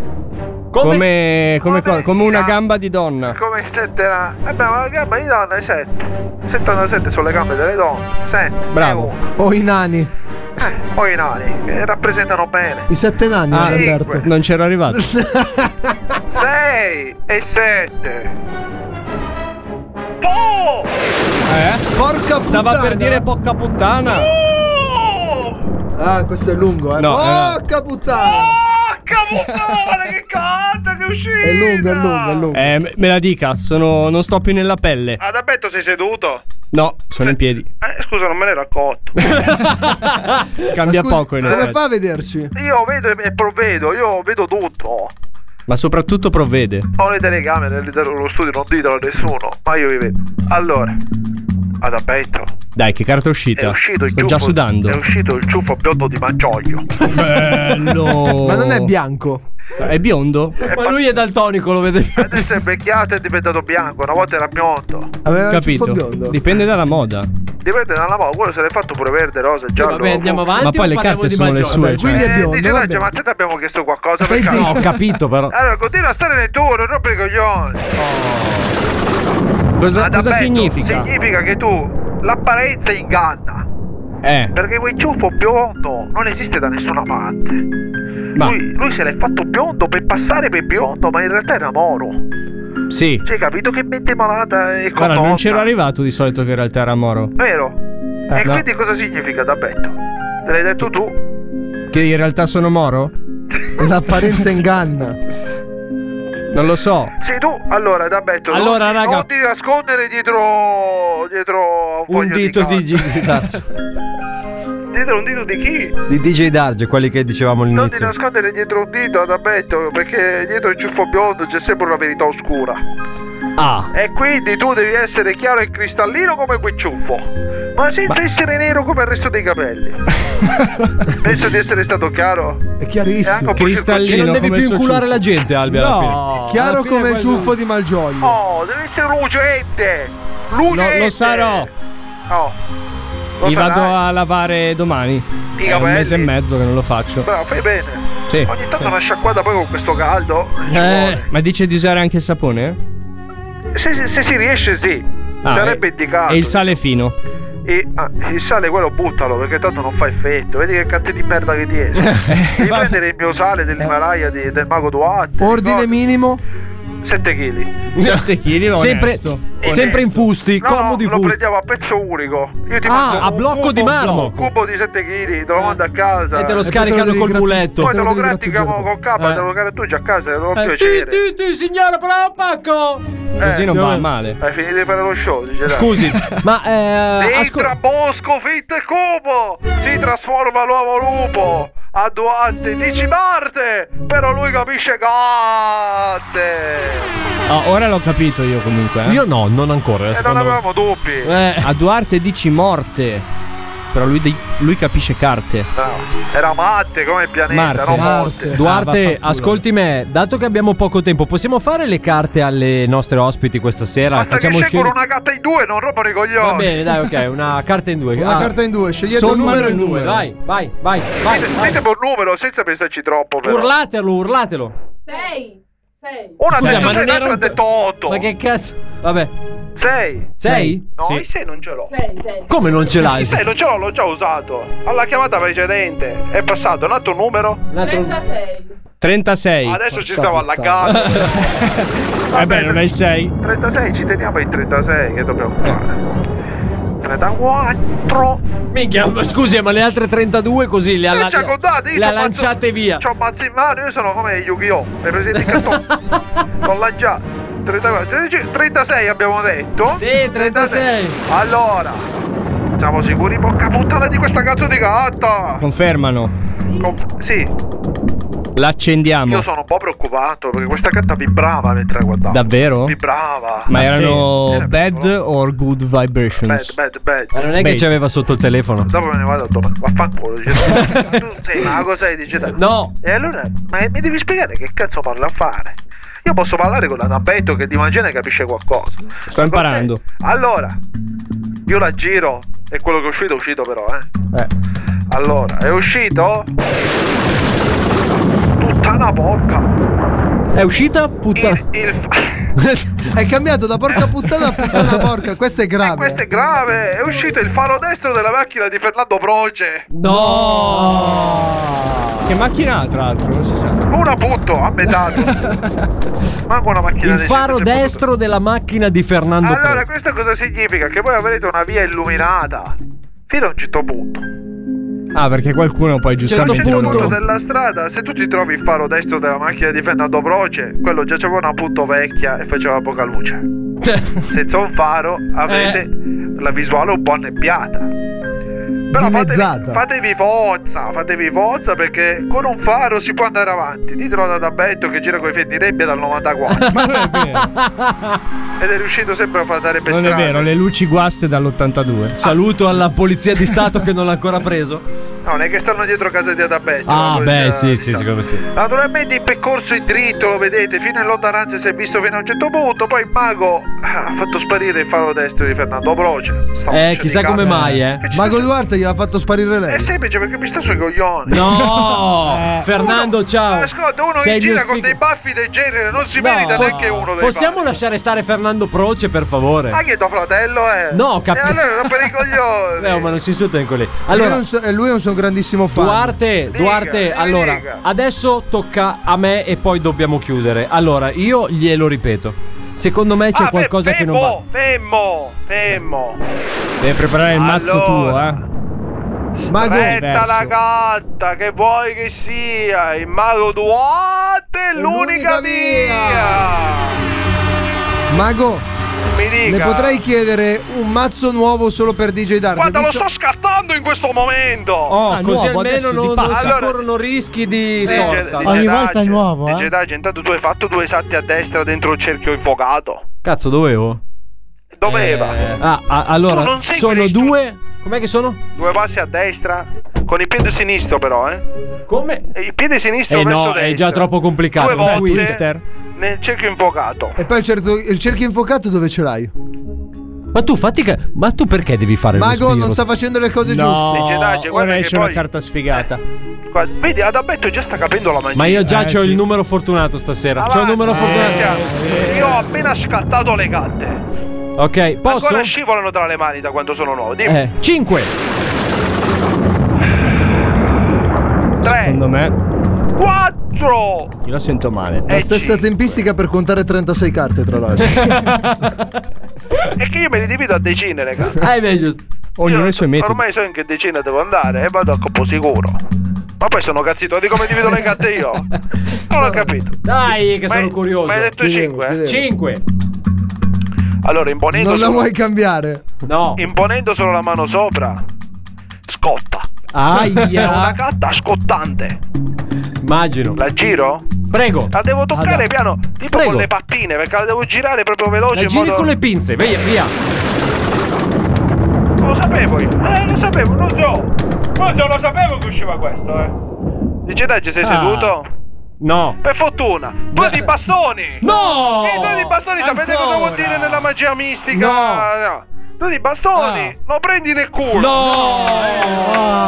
[SPEAKER 9] Come, come, co- come una gamba di donna.
[SPEAKER 10] Come sette la... Eh bravo, la gamba di donna è sette. 77 sono le gambe delle donne. Sette.
[SPEAKER 9] Bravo.
[SPEAKER 3] O i nani.
[SPEAKER 10] Eh, poi i nani, che rappresentano bene.
[SPEAKER 3] I sette nani,
[SPEAKER 9] Ah,
[SPEAKER 3] Adalberto.
[SPEAKER 9] non c'ero [laughs] arrivato.
[SPEAKER 10] 6 e 7. Oh!
[SPEAKER 9] Eh?
[SPEAKER 3] Porca puttana.
[SPEAKER 9] Stava per dire bocca puttana.
[SPEAKER 3] Ah, questo è lungo, eh.
[SPEAKER 9] No,
[SPEAKER 3] Porca puttana.
[SPEAKER 10] Eh. Porca puttana, che carta che è uscita!
[SPEAKER 3] È lungo, è lungo, è lungo.
[SPEAKER 9] Eh, me- me la dica, sono, non sto più nella pelle.
[SPEAKER 10] Ad abbetto Ah, sei seduto?
[SPEAKER 9] No, sono in piedi.
[SPEAKER 10] Eh, scusa, non me ne
[SPEAKER 9] [laughs]
[SPEAKER 10] ero accorto.
[SPEAKER 9] Cambia poco in
[SPEAKER 3] Come
[SPEAKER 9] realtà.
[SPEAKER 3] fa a vederci?
[SPEAKER 10] Io vedo e- e provvedo, io vedo tutto.
[SPEAKER 9] Ma soprattutto provvede.
[SPEAKER 10] Ho le telecamere all'interno dello studio, non ditelo a nessuno, ma io vi vedo. Allora, ad abbetto,
[SPEAKER 9] Dai, che carta è
[SPEAKER 10] è
[SPEAKER 9] uscita?
[SPEAKER 10] uscito il
[SPEAKER 9] sto
[SPEAKER 10] ciuffo.
[SPEAKER 9] già sudando. Oh,
[SPEAKER 10] È uscito il ciuffo biondo di
[SPEAKER 9] [laughs]
[SPEAKER 10] Maggioglio.
[SPEAKER 9] Bello.
[SPEAKER 3] Ma non è bianco.
[SPEAKER 9] È biondo?
[SPEAKER 26] Ma lui è daltonico, lo vede più.
[SPEAKER 10] Adesso è invecchiato e è diventato bianco, una volta era biondo.
[SPEAKER 3] Aveva il ciuffo
[SPEAKER 9] Capito.
[SPEAKER 3] biondo.
[SPEAKER 9] Dipende dalla moda.
[SPEAKER 10] Dipende dalla moda, quello se l'è fatto pure verde, rosa, giallo.
[SPEAKER 26] vabbè, andiamo
[SPEAKER 10] fu-
[SPEAKER 26] avanti.
[SPEAKER 9] Ma poi
[SPEAKER 26] o
[SPEAKER 9] le
[SPEAKER 26] parliamo
[SPEAKER 9] carte
[SPEAKER 26] di
[SPEAKER 9] sono le
[SPEAKER 26] Maggiore?
[SPEAKER 9] sue.
[SPEAKER 3] Beh, quindi
[SPEAKER 10] Eh,
[SPEAKER 3] andiamo.
[SPEAKER 10] dice Daggio, ma a te ti abbiamo chiesto qualcosa per caso.
[SPEAKER 26] No, ho capito però.
[SPEAKER 10] Allora, continua a stare nel tuo, non rompere i coglioni.
[SPEAKER 9] Cosa,
[SPEAKER 10] Ad
[SPEAKER 9] cosa
[SPEAKER 10] abbetto,
[SPEAKER 9] significa?
[SPEAKER 10] Significa che tu l'apparenza inganna.
[SPEAKER 9] Eh,
[SPEAKER 10] Perché quel ciuffo biondo non esiste da nessuna parte.
[SPEAKER 9] Ma-
[SPEAKER 10] Lui, lui se l'è fatto biondo per passare per biondo, ma in realtà era moro.
[SPEAKER 9] sì.
[SPEAKER 10] Cioè, hai capito che mente malata e
[SPEAKER 9] Guarda,
[SPEAKER 10] condotta.
[SPEAKER 9] non c'ero arrivato di solito che in realtà era Moro.
[SPEAKER 10] Vero? e
[SPEAKER 9] no.
[SPEAKER 10] quindi cosa significa da betto? Te l'hai detto tu?
[SPEAKER 9] Che in realtà sono Moro?
[SPEAKER 3] L'apparenza inganna.
[SPEAKER 9] Non lo so.
[SPEAKER 10] Sei tu? Allora, da betto.
[SPEAKER 26] Allora,
[SPEAKER 10] non, ti-
[SPEAKER 26] raga-
[SPEAKER 10] non ti nascondere dietro. dietro un,
[SPEAKER 26] Un
[SPEAKER 10] foglio
[SPEAKER 26] dito di
[SPEAKER 10] carta.
[SPEAKER 26] Gigi
[SPEAKER 10] [laughs]
[SPEAKER 26] Darge.
[SPEAKER 10] Dietro un dito di chi?
[SPEAKER 27] Di DJ Darge, quelli che dicevamo
[SPEAKER 10] Non ti
[SPEAKER 27] all'inizio.
[SPEAKER 10] nascondere dietro un dito ad abbetto, perché dietro il ciuffo biondo c'è sempre una verità oscura.
[SPEAKER 9] Ah.
[SPEAKER 10] E quindi tu devi essere chiaro e cristallino come quel ciuffo, ma senza essere nero come il resto dei capelli. Penso di essere stato chiaro.
[SPEAKER 3] È
[SPEAKER 10] E anche
[SPEAKER 3] chiarissimo.
[SPEAKER 10] un po'
[SPEAKER 26] Che non
[SPEAKER 9] Cristallino
[SPEAKER 26] devi
[SPEAKER 9] come
[SPEAKER 26] più
[SPEAKER 9] il suo
[SPEAKER 26] inculare
[SPEAKER 9] ciuffo.
[SPEAKER 26] la gente, Albi, alla fine.
[SPEAKER 9] No.
[SPEAKER 3] Chiaro
[SPEAKER 26] alla fine
[SPEAKER 3] come il
[SPEAKER 26] quello-
[SPEAKER 3] ciuffo di Malgioglio.
[SPEAKER 10] Oh, deve essere lucente! Lucente!
[SPEAKER 9] lo sarò.
[SPEAKER 10] Oh. Lo
[SPEAKER 9] Mi vado
[SPEAKER 10] sarai.
[SPEAKER 9] a lavare domani.
[SPEAKER 10] I
[SPEAKER 9] È un
[SPEAKER 10] capelli.
[SPEAKER 9] mese e mezzo che non lo faccio.
[SPEAKER 10] Bravo, fai bene.
[SPEAKER 9] Sì.
[SPEAKER 10] Ogni tanto una sciacquata poi con questo caldo. ci
[SPEAKER 9] Eh, ma dice di usare anche il sapone?
[SPEAKER 10] vuole. Se, se- se si riesce sì.
[SPEAKER 9] Ah,
[SPEAKER 10] Sarebbe
[SPEAKER 9] e-
[SPEAKER 10] indicato.
[SPEAKER 9] E il sale fino.
[SPEAKER 10] E, ah, il sale quello buttalo perché tanto non fa effetto. Vedi che cazzo di merda che ti
[SPEAKER 26] [laughs]
[SPEAKER 10] esce.
[SPEAKER 26] Eh,
[SPEAKER 10] Devi prendere il mio sale dell'Himalaya di- del mago Duat.
[SPEAKER 3] Ordine minimo.
[SPEAKER 10] 7 kg.
[SPEAKER 9] 7 kg, ma
[SPEAKER 26] Sempre,
[SPEAKER 9] onesto.
[SPEAKER 26] sempre in fusti,
[SPEAKER 10] No,
[SPEAKER 26] comodi
[SPEAKER 10] no, lo
[SPEAKER 26] fusti.
[SPEAKER 10] prendiamo a pezzo unico. Io ti
[SPEAKER 26] Ah,
[SPEAKER 10] mando
[SPEAKER 26] a
[SPEAKER 10] un
[SPEAKER 26] blocco
[SPEAKER 10] cubo-
[SPEAKER 26] di marmo.
[SPEAKER 10] Un cubo di 7 kg, te lo mando a casa.
[SPEAKER 26] E te lo
[SPEAKER 3] te lo
[SPEAKER 26] scaricano
[SPEAKER 3] devi
[SPEAKER 26] col
[SPEAKER 3] grattu-
[SPEAKER 26] muletto.
[SPEAKER 10] Poi te lo
[SPEAKER 3] devi
[SPEAKER 10] grattichiamo con
[SPEAKER 3] grattugiare.
[SPEAKER 10] cappa,
[SPEAKER 26] Eh.
[SPEAKER 10] te lo grattugi a casa, te lo
[SPEAKER 26] Eh,
[SPEAKER 10] piacere.
[SPEAKER 26] ti, ti, ti, signora, bravo Pacco!
[SPEAKER 9] Così non
[SPEAKER 26] no.
[SPEAKER 9] va male.
[SPEAKER 10] Hai finito di fare lo show, dice dai. [laughs]
[SPEAKER 26] Scusi, ma eh, ascol-
[SPEAKER 10] Entra Bosco, fitto e cubo! Si trasforma l'uomo lupo! A Duarte dici Marte! Però lui capisce gatte!
[SPEAKER 9] Ah, ora l'ho capito io comunque. eh.
[SPEAKER 28] Io no, non ancora.
[SPEAKER 10] E non
[SPEAKER 26] Eh,
[SPEAKER 28] secondo me.
[SPEAKER 10] avevamo dubbi!
[SPEAKER 9] A Duarte dici morte. Però lui, dei- lui capisce carte.
[SPEAKER 10] Bravo. Era Matte come il pianeta,
[SPEAKER 9] Marte.
[SPEAKER 10] non
[SPEAKER 9] Marte.
[SPEAKER 10] Monte.
[SPEAKER 9] Ah,
[SPEAKER 29] Duarte,
[SPEAKER 9] vaffanculo.
[SPEAKER 29] ascolti me, dato che abbiamo poco tempo, possiamo fare le carte alle nostre ospiti questa sera?
[SPEAKER 10] Basta che
[SPEAKER 29] Facciamo
[SPEAKER 10] scelgo
[SPEAKER 29] uscire-
[SPEAKER 10] una gatta in due, non rompono i coglioni.
[SPEAKER 29] Va bene, dai, ok, una carta in due.
[SPEAKER 9] Ah,
[SPEAKER 10] Una carta
[SPEAKER 3] in due,
[SPEAKER 10] scegliete
[SPEAKER 29] Sono
[SPEAKER 10] un
[SPEAKER 29] numero in
[SPEAKER 10] numero.
[SPEAKER 29] due, vai, vai, vai. vai,
[SPEAKER 10] Dite,
[SPEAKER 29] vai.
[SPEAKER 10] dite per numero senza pensarci troppo. Però.
[SPEAKER 29] Urlatelo, urlatelo.
[SPEAKER 19] Sei. Sei.
[SPEAKER 10] Una
[SPEAKER 29] Scusa,
[SPEAKER 10] ha detto
[SPEAKER 29] ma
[SPEAKER 10] sei,
[SPEAKER 29] non era
[SPEAKER 10] l'altra ha
[SPEAKER 29] un-
[SPEAKER 10] detto otto.
[SPEAKER 29] Ma che cazzo? Vabbè.
[SPEAKER 10] Sei.
[SPEAKER 29] Sei?
[SPEAKER 10] No,
[SPEAKER 29] Sì.
[SPEAKER 10] i sei non ce l'ho.
[SPEAKER 29] Come non ce l'hai?
[SPEAKER 10] Il sei non ce l'ho, l'ho già usato. Alla chiamata precedente è passato un altro numero.
[SPEAKER 19] 36.
[SPEAKER 9] 36.
[SPEAKER 10] Adesso ci
[SPEAKER 9] Porca
[SPEAKER 10] stavo
[SPEAKER 9] puttana.
[SPEAKER 29] [laughs]
[SPEAKER 10] allagando.
[SPEAKER 9] Eh beh, non hai 6.
[SPEAKER 10] 36, ci teniamo ai 36 che dobbiamo
[SPEAKER 29] Eh.
[SPEAKER 10] fare. 34.
[SPEAKER 29] Minchia, ma scusi, eh, ma le altre 32 così le ha
[SPEAKER 10] Io
[SPEAKER 29] la-
[SPEAKER 10] ci ho contato, io
[SPEAKER 29] le ha
[SPEAKER 10] c'ho mazzo-
[SPEAKER 29] lanciate via.
[SPEAKER 10] C'ho mazzo in mano, io sono come Yu-Gi-Oh! Per presente il
[SPEAKER 29] [laughs]
[SPEAKER 10] cartone. Con la già. 34, 36, 36 abbiamo detto.
[SPEAKER 29] Sì, 36.
[SPEAKER 10] Allora, siamo sicuri, porca puttana di questa cazzo di gatta.
[SPEAKER 9] Confermano.
[SPEAKER 10] Com- sì,
[SPEAKER 9] L'accendiamo.
[SPEAKER 10] io sono un po' preoccupato perché questa gatta vibrava mentre la guardavo.
[SPEAKER 9] Davvero?
[SPEAKER 10] Vibrava.
[SPEAKER 29] Ah,
[SPEAKER 10] Ah,
[SPEAKER 9] Ma
[SPEAKER 10] sì.
[SPEAKER 9] erano
[SPEAKER 10] Era
[SPEAKER 9] bad or good vibrations?
[SPEAKER 10] Bad, bad, bad.
[SPEAKER 29] Ma non è che
[SPEAKER 9] Bait.
[SPEAKER 29] ci aveva sotto il telefono.
[SPEAKER 10] Dopo me ne vado a dopo. Vaffanculo, digitale. Ma tu sei mago, sei digitale.
[SPEAKER 29] No.
[SPEAKER 10] E allora, ma mi devi spiegare che cazzo parla a fare? Io posso parlare con la Nabetto che di magia ne capisce qualcosa.
[SPEAKER 9] Sto imparando.
[SPEAKER 10] Allora, io la giro. E quello che è uscito è uscito però, eh. Allora, è uscito? Puttana porca.
[SPEAKER 29] È uscita? Puttana.
[SPEAKER 10] Il...
[SPEAKER 3] È cambiato da porca puttana a
[SPEAKER 10] [laughs]
[SPEAKER 3] puttana porca. Questo è grave.
[SPEAKER 10] Questo è grave. È uscito il faro destro della macchina di Fernando Proce.
[SPEAKER 29] Oh!
[SPEAKER 9] No! Oh! Che macchina ha, tra l'altro? Non si sa.
[SPEAKER 10] Una putto,
[SPEAKER 29] [laughs]
[SPEAKER 10] a metà. Manco una macchina
[SPEAKER 29] Il
[SPEAKER 10] decente,
[SPEAKER 29] faro
[SPEAKER 10] c'è
[SPEAKER 29] destro della macchina di Fernando
[SPEAKER 10] Allora,
[SPEAKER 29] Pro.
[SPEAKER 10] questo cosa significa? Che voi avrete una via illuminata fino a un certo punto.
[SPEAKER 9] Ah, perché qualcuno poi
[SPEAKER 10] a un
[SPEAKER 9] giustamente.
[SPEAKER 10] certo punto della strada, se tu ti trovi il faro destro della macchina di Fernando Proce, quello già c'aveva una punto vecchia e faceva poca luce.
[SPEAKER 9] Cioè.
[SPEAKER 10] Senza un faro avrete
[SPEAKER 9] Eh.
[SPEAKER 10] la visuale un po' annebbiata. Però fatevi,
[SPEAKER 3] Dimezzata.
[SPEAKER 10] fatevi forza, fatevi forza perché con un faro si può andare avanti. Ditelo da Dabetto che gira con i ferri rebbia dal
[SPEAKER 9] [laughs]
[SPEAKER 10] 94.
[SPEAKER 9] Ma non è vero.
[SPEAKER 3] [laughs]
[SPEAKER 10] Ed è riuscito sempre a far andare per
[SPEAKER 9] Non è
[SPEAKER 10] strada.
[SPEAKER 9] vero, le luci guaste dall'82.
[SPEAKER 29] Ah. Saluto alla polizia di Stato che non l'ha ancora preso.
[SPEAKER 10] No, non è che stanno dietro casa di Adabetto.
[SPEAKER 29] Ah,
[SPEAKER 10] la
[SPEAKER 29] beh,
[SPEAKER 10] polizia
[SPEAKER 29] sì,
[SPEAKER 10] di
[SPEAKER 29] sì,
[SPEAKER 10] Stato.
[SPEAKER 29] secondo me sì.
[SPEAKER 10] Naturalmente il percorso è dritto, lo vedete, fino in lontananza si è visto fino a un certo punto, poi il mago ah, ha fatto sparire il faro destro di Fernando Proce. Sta
[SPEAKER 29] Eh,
[SPEAKER 10] voce
[SPEAKER 29] chissà
[SPEAKER 10] di
[SPEAKER 29] come
[SPEAKER 10] cane.
[SPEAKER 29] mai, eh.
[SPEAKER 3] Mago Duarte gliel'ha fatto sparire
[SPEAKER 10] È
[SPEAKER 3] lei.
[SPEAKER 10] semplice perché mi sta sui coglioni. [laughs] Eh,
[SPEAKER 29] No! Fernando, ciao.
[SPEAKER 10] Ascolta, uno
[SPEAKER 29] Sei
[SPEAKER 10] in
[SPEAKER 29] il
[SPEAKER 10] gira
[SPEAKER 29] mio
[SPEAKER 10] con
[SPEAKER 29] spigo-
[SPEAKER 10] dei baffi del genere, non si
[SPEAKER 29] No.
[SPEAKER 10] merita neanche uno dei
[SPEAKER 29] Possiamo lasciare stare Fernando Proce, per favore?
[SPEAKER 10] baffi. Ah, che tuo fratello è?
[SPEAKER 29] No,
[SPEAKER 10] E
[SPEAKER 29] capito.
[SPEAKER 10] allora
[SPEAKER 29] [laughs]
[SPEAKER 10] rompere i coglioni.
[SPEAKER 29] Eh, ma non si sottengo lì.
[SPEAKER 3] Allora, lui
[SPEAKER 29] Allora,
[SPEAKER 3] è un, so- eh, lui è un suo grandissimo fan.
[SPEAKER 29] Duarte, Duarte,
[SPEAKER 3] dica.
[SPEAKER 29] allora, adesso tocca a me e poi dobbiamo chiudere. Allora, io glielo ripeto. Secondo me c'è
[SPEAKER 10] Ah, fe-
[SPEAKER 29] qualcosa che non va.
[SPEAKER 10] Fermo, fermo, fermo.
[SPEAKER 9] Devi preparare il mazzo
[SPEAKER 10] Allora.
[SPEAKER 9] tuo, eh.
[SPEAKER 3] Mago,
[SPEAKER 10] Aspetta la
[SPEAKER 9] Verso.
[SPEAKER 10] gatta, che vuoi che sia, il mago Duarte è
[SPEAKER 3] l'unica
[SPEAKER 10] l'unica via.
[SPEAKER 3] Mago,
[SPEAKER 10] Mi dica.
[SPEAKER 3] le potrei chiedere un mazzo nuovo solo per DJ Dark?
[SPEAKER 10] Guarda, lo
[SPEAKER 3] Visto-
[SPEAKER 10] sto scattando in questo momento.
[SPEAKER 29] Oh, così
[SPEAKER 30] nuovo, adesso
[SPEAKER 29] almeno non,
[SPEAKER 30] di
[SPEAKER 29] non
[SPEAKER 30] pazzo.
[SPEAKER 29] si
[SPEAKER 10] Allora-
[SPEAKER 29] corrono rischi di
[SPEAKER 10] Dice-
[SPEAKER 29] sorta.
[SPEAKER 10] dice
[SPEAKER 31] Ogni
[SPEAKER 10] Dagen,
[SPEAKER 31] volta è nuovo, eh.
[SPEAKER 10] dice Dagen, intanto tu hai fatto due salti a destra dentro il cerchio invocato.
[SPEAKER 29] Cazzo, dovevo?
[SPEAKER 10] Doveva.
[SPEAKER 29] Ah, ah, allora,
[SPEAKER 10] Tu non sei
[SPEAKER 29] sono
[SPEAKER 10] Cristo.
[SPEAKER 29] due. Com'è che sono?
[SPEAKER 10] Due passi a destra, con il piede sinistro però, eh.
[SPEAKER 29] Come?
[SPEAKER 10] E Il piede sinistro
[SPEAKER 29] Eh
[SPEAKER 10] verso
[SPEAKER 29] no,
[SPEAKER 10] destra.
[SPEAKER 29] è già troppo complicato.
[SPEAKER 10] Due volte
[SPEAKER 29] Twister.
[SPEAKER 10] nel cerchio invocato.
[SPEAKER 3] E poi il, certo- il cerchio infuocato dove ce l'hai?
[SPEAKER 29] Ma tu fatti ca- Ma tu perché devi fare lo
[SPEAKER 3] Mago non
[SPEAKER 29] spiro?
[SPEAKER 3] sta facendo le cose
[SPEAKER 9] No,
[SPEAKER 3] giuste.
[SPEAKER 10] Dice Dagen, cioè, guarda
[SPEAKER 9] ora
[SPEAKER 10] che
[SPEAKER 9] esce una
[SPEAKER 10] poi- Eh,
[SPEAKER 9] carta sfigata.
[SPEAKER 10] Qua- Vedi, Adabetto già sta capendo la magia.
[SPEAKER 29] Ma io già
[SPEAKER 9] Eh,
[SPEAKER 29] c'ho
[SPEAKER 9] sì. Eh,
[SPEAKER 29] il numero fortunato stasera. C'ho il
[SPEAKER 10] Avanti,
[SPEAKER 29] numero fortunato.
[SPEAKER 10] avanti. Io ho appena scattato le gatte.
[SPEAKER 29] Ok, posso?
[SPEAKER 10] Ancora scivolano tra le mani da quando sono nuovo. Dimmi.
[SPEAKER 29] Eh, 5,
[SPEAKER 10] Tre,
[SPEAKER 9] Secondo me,
[SPEAKER 10] quattro.
[SPEAKER 9] io la sento male.
[SPEAKER 3] La
[SPEAKER 10] e
[SPEAKER 3] stessa
[SPEAKER 10] cinque.
[SPEAKER 3] tempistica per contare 36 carte, tra l'altro.
[SPEAKER 10] E che io me li divido a decine,
[SPEAKER 9] [laughs]
[SPEAKER 10] raga.
[SPEAKER 29] Ah, è meglio.
[SPEAKER 9] Ognuno ha i suoi metodi.
[SPEAKER 10] Ormai so in che decina devo andare e vado a capo sicuro. Ma poi sono cazzito di come divido le gatte
[SPEAKER 9] [laughs]
[SPEAKER 10] io. Non ho capito.
[SPEAKER 29] Dai, che
[SPEAKER 10] Ma-
[SPEAKER 29] sono curioso.
[SPEAKER 10] Ma hai detto
[SPEAKER 3] Chiudevo,
[SPEAKER 10] 5?
[SPEAKER 3] chiudevo.
[SPEAKER 29] 5.
[SPEAKER 10] Allora, imponendo,
[SPEAKER 3] eh. non la
[SPEAKER 10] solo,
[SPEAKER 3] vuoi cambiare?
[SPEAKER 29] No.
[SPEAKER 10] imponendo solo la mano sopra, scotta. È una
[SPEAKER 29] Aia.
[SPEAKER 10] gatta scottante.
[SPEAKER 29] Immagino.
[SPEAKER 10] La giro?
[SPEAKER 29] Prego.
[SPEAKER 10] La devo toccare piano, tipo
[SPEAKER 29] Prego.
[SPEAKER 10] con le pattine, perché la devo girare proprio veloce
[SPEAKER 29] La
[SPEAKER 10] in
[SPEAKER 29] giri
[SPEAKER 10] modo.
[SPEAKER 29] con le pinze. Via, via.
[SPEAKER 10] Cosa
[SPEAKER 12] sapevo io. Eh, lo sapevo, non so. Non so, lo sapevo che usciva questo, eh. Dice dai, ci sei
[SPEAKER 2] Ah.
[SPEAKER 12] seduto?
[SPEAKER 10] No.
[SPEAKER 12] Per fortuna. Due di bastoni.
[SPEAKER 2] No!
[SPEAKER 12] I due di bastoni sapete cosa vuol dire nella magia mistica?
[SPEAKER 2] No.
[SPEAKER 12] Due di bastoni. Lo prendi nel culo.
[SPEAKER 10] Ah. No!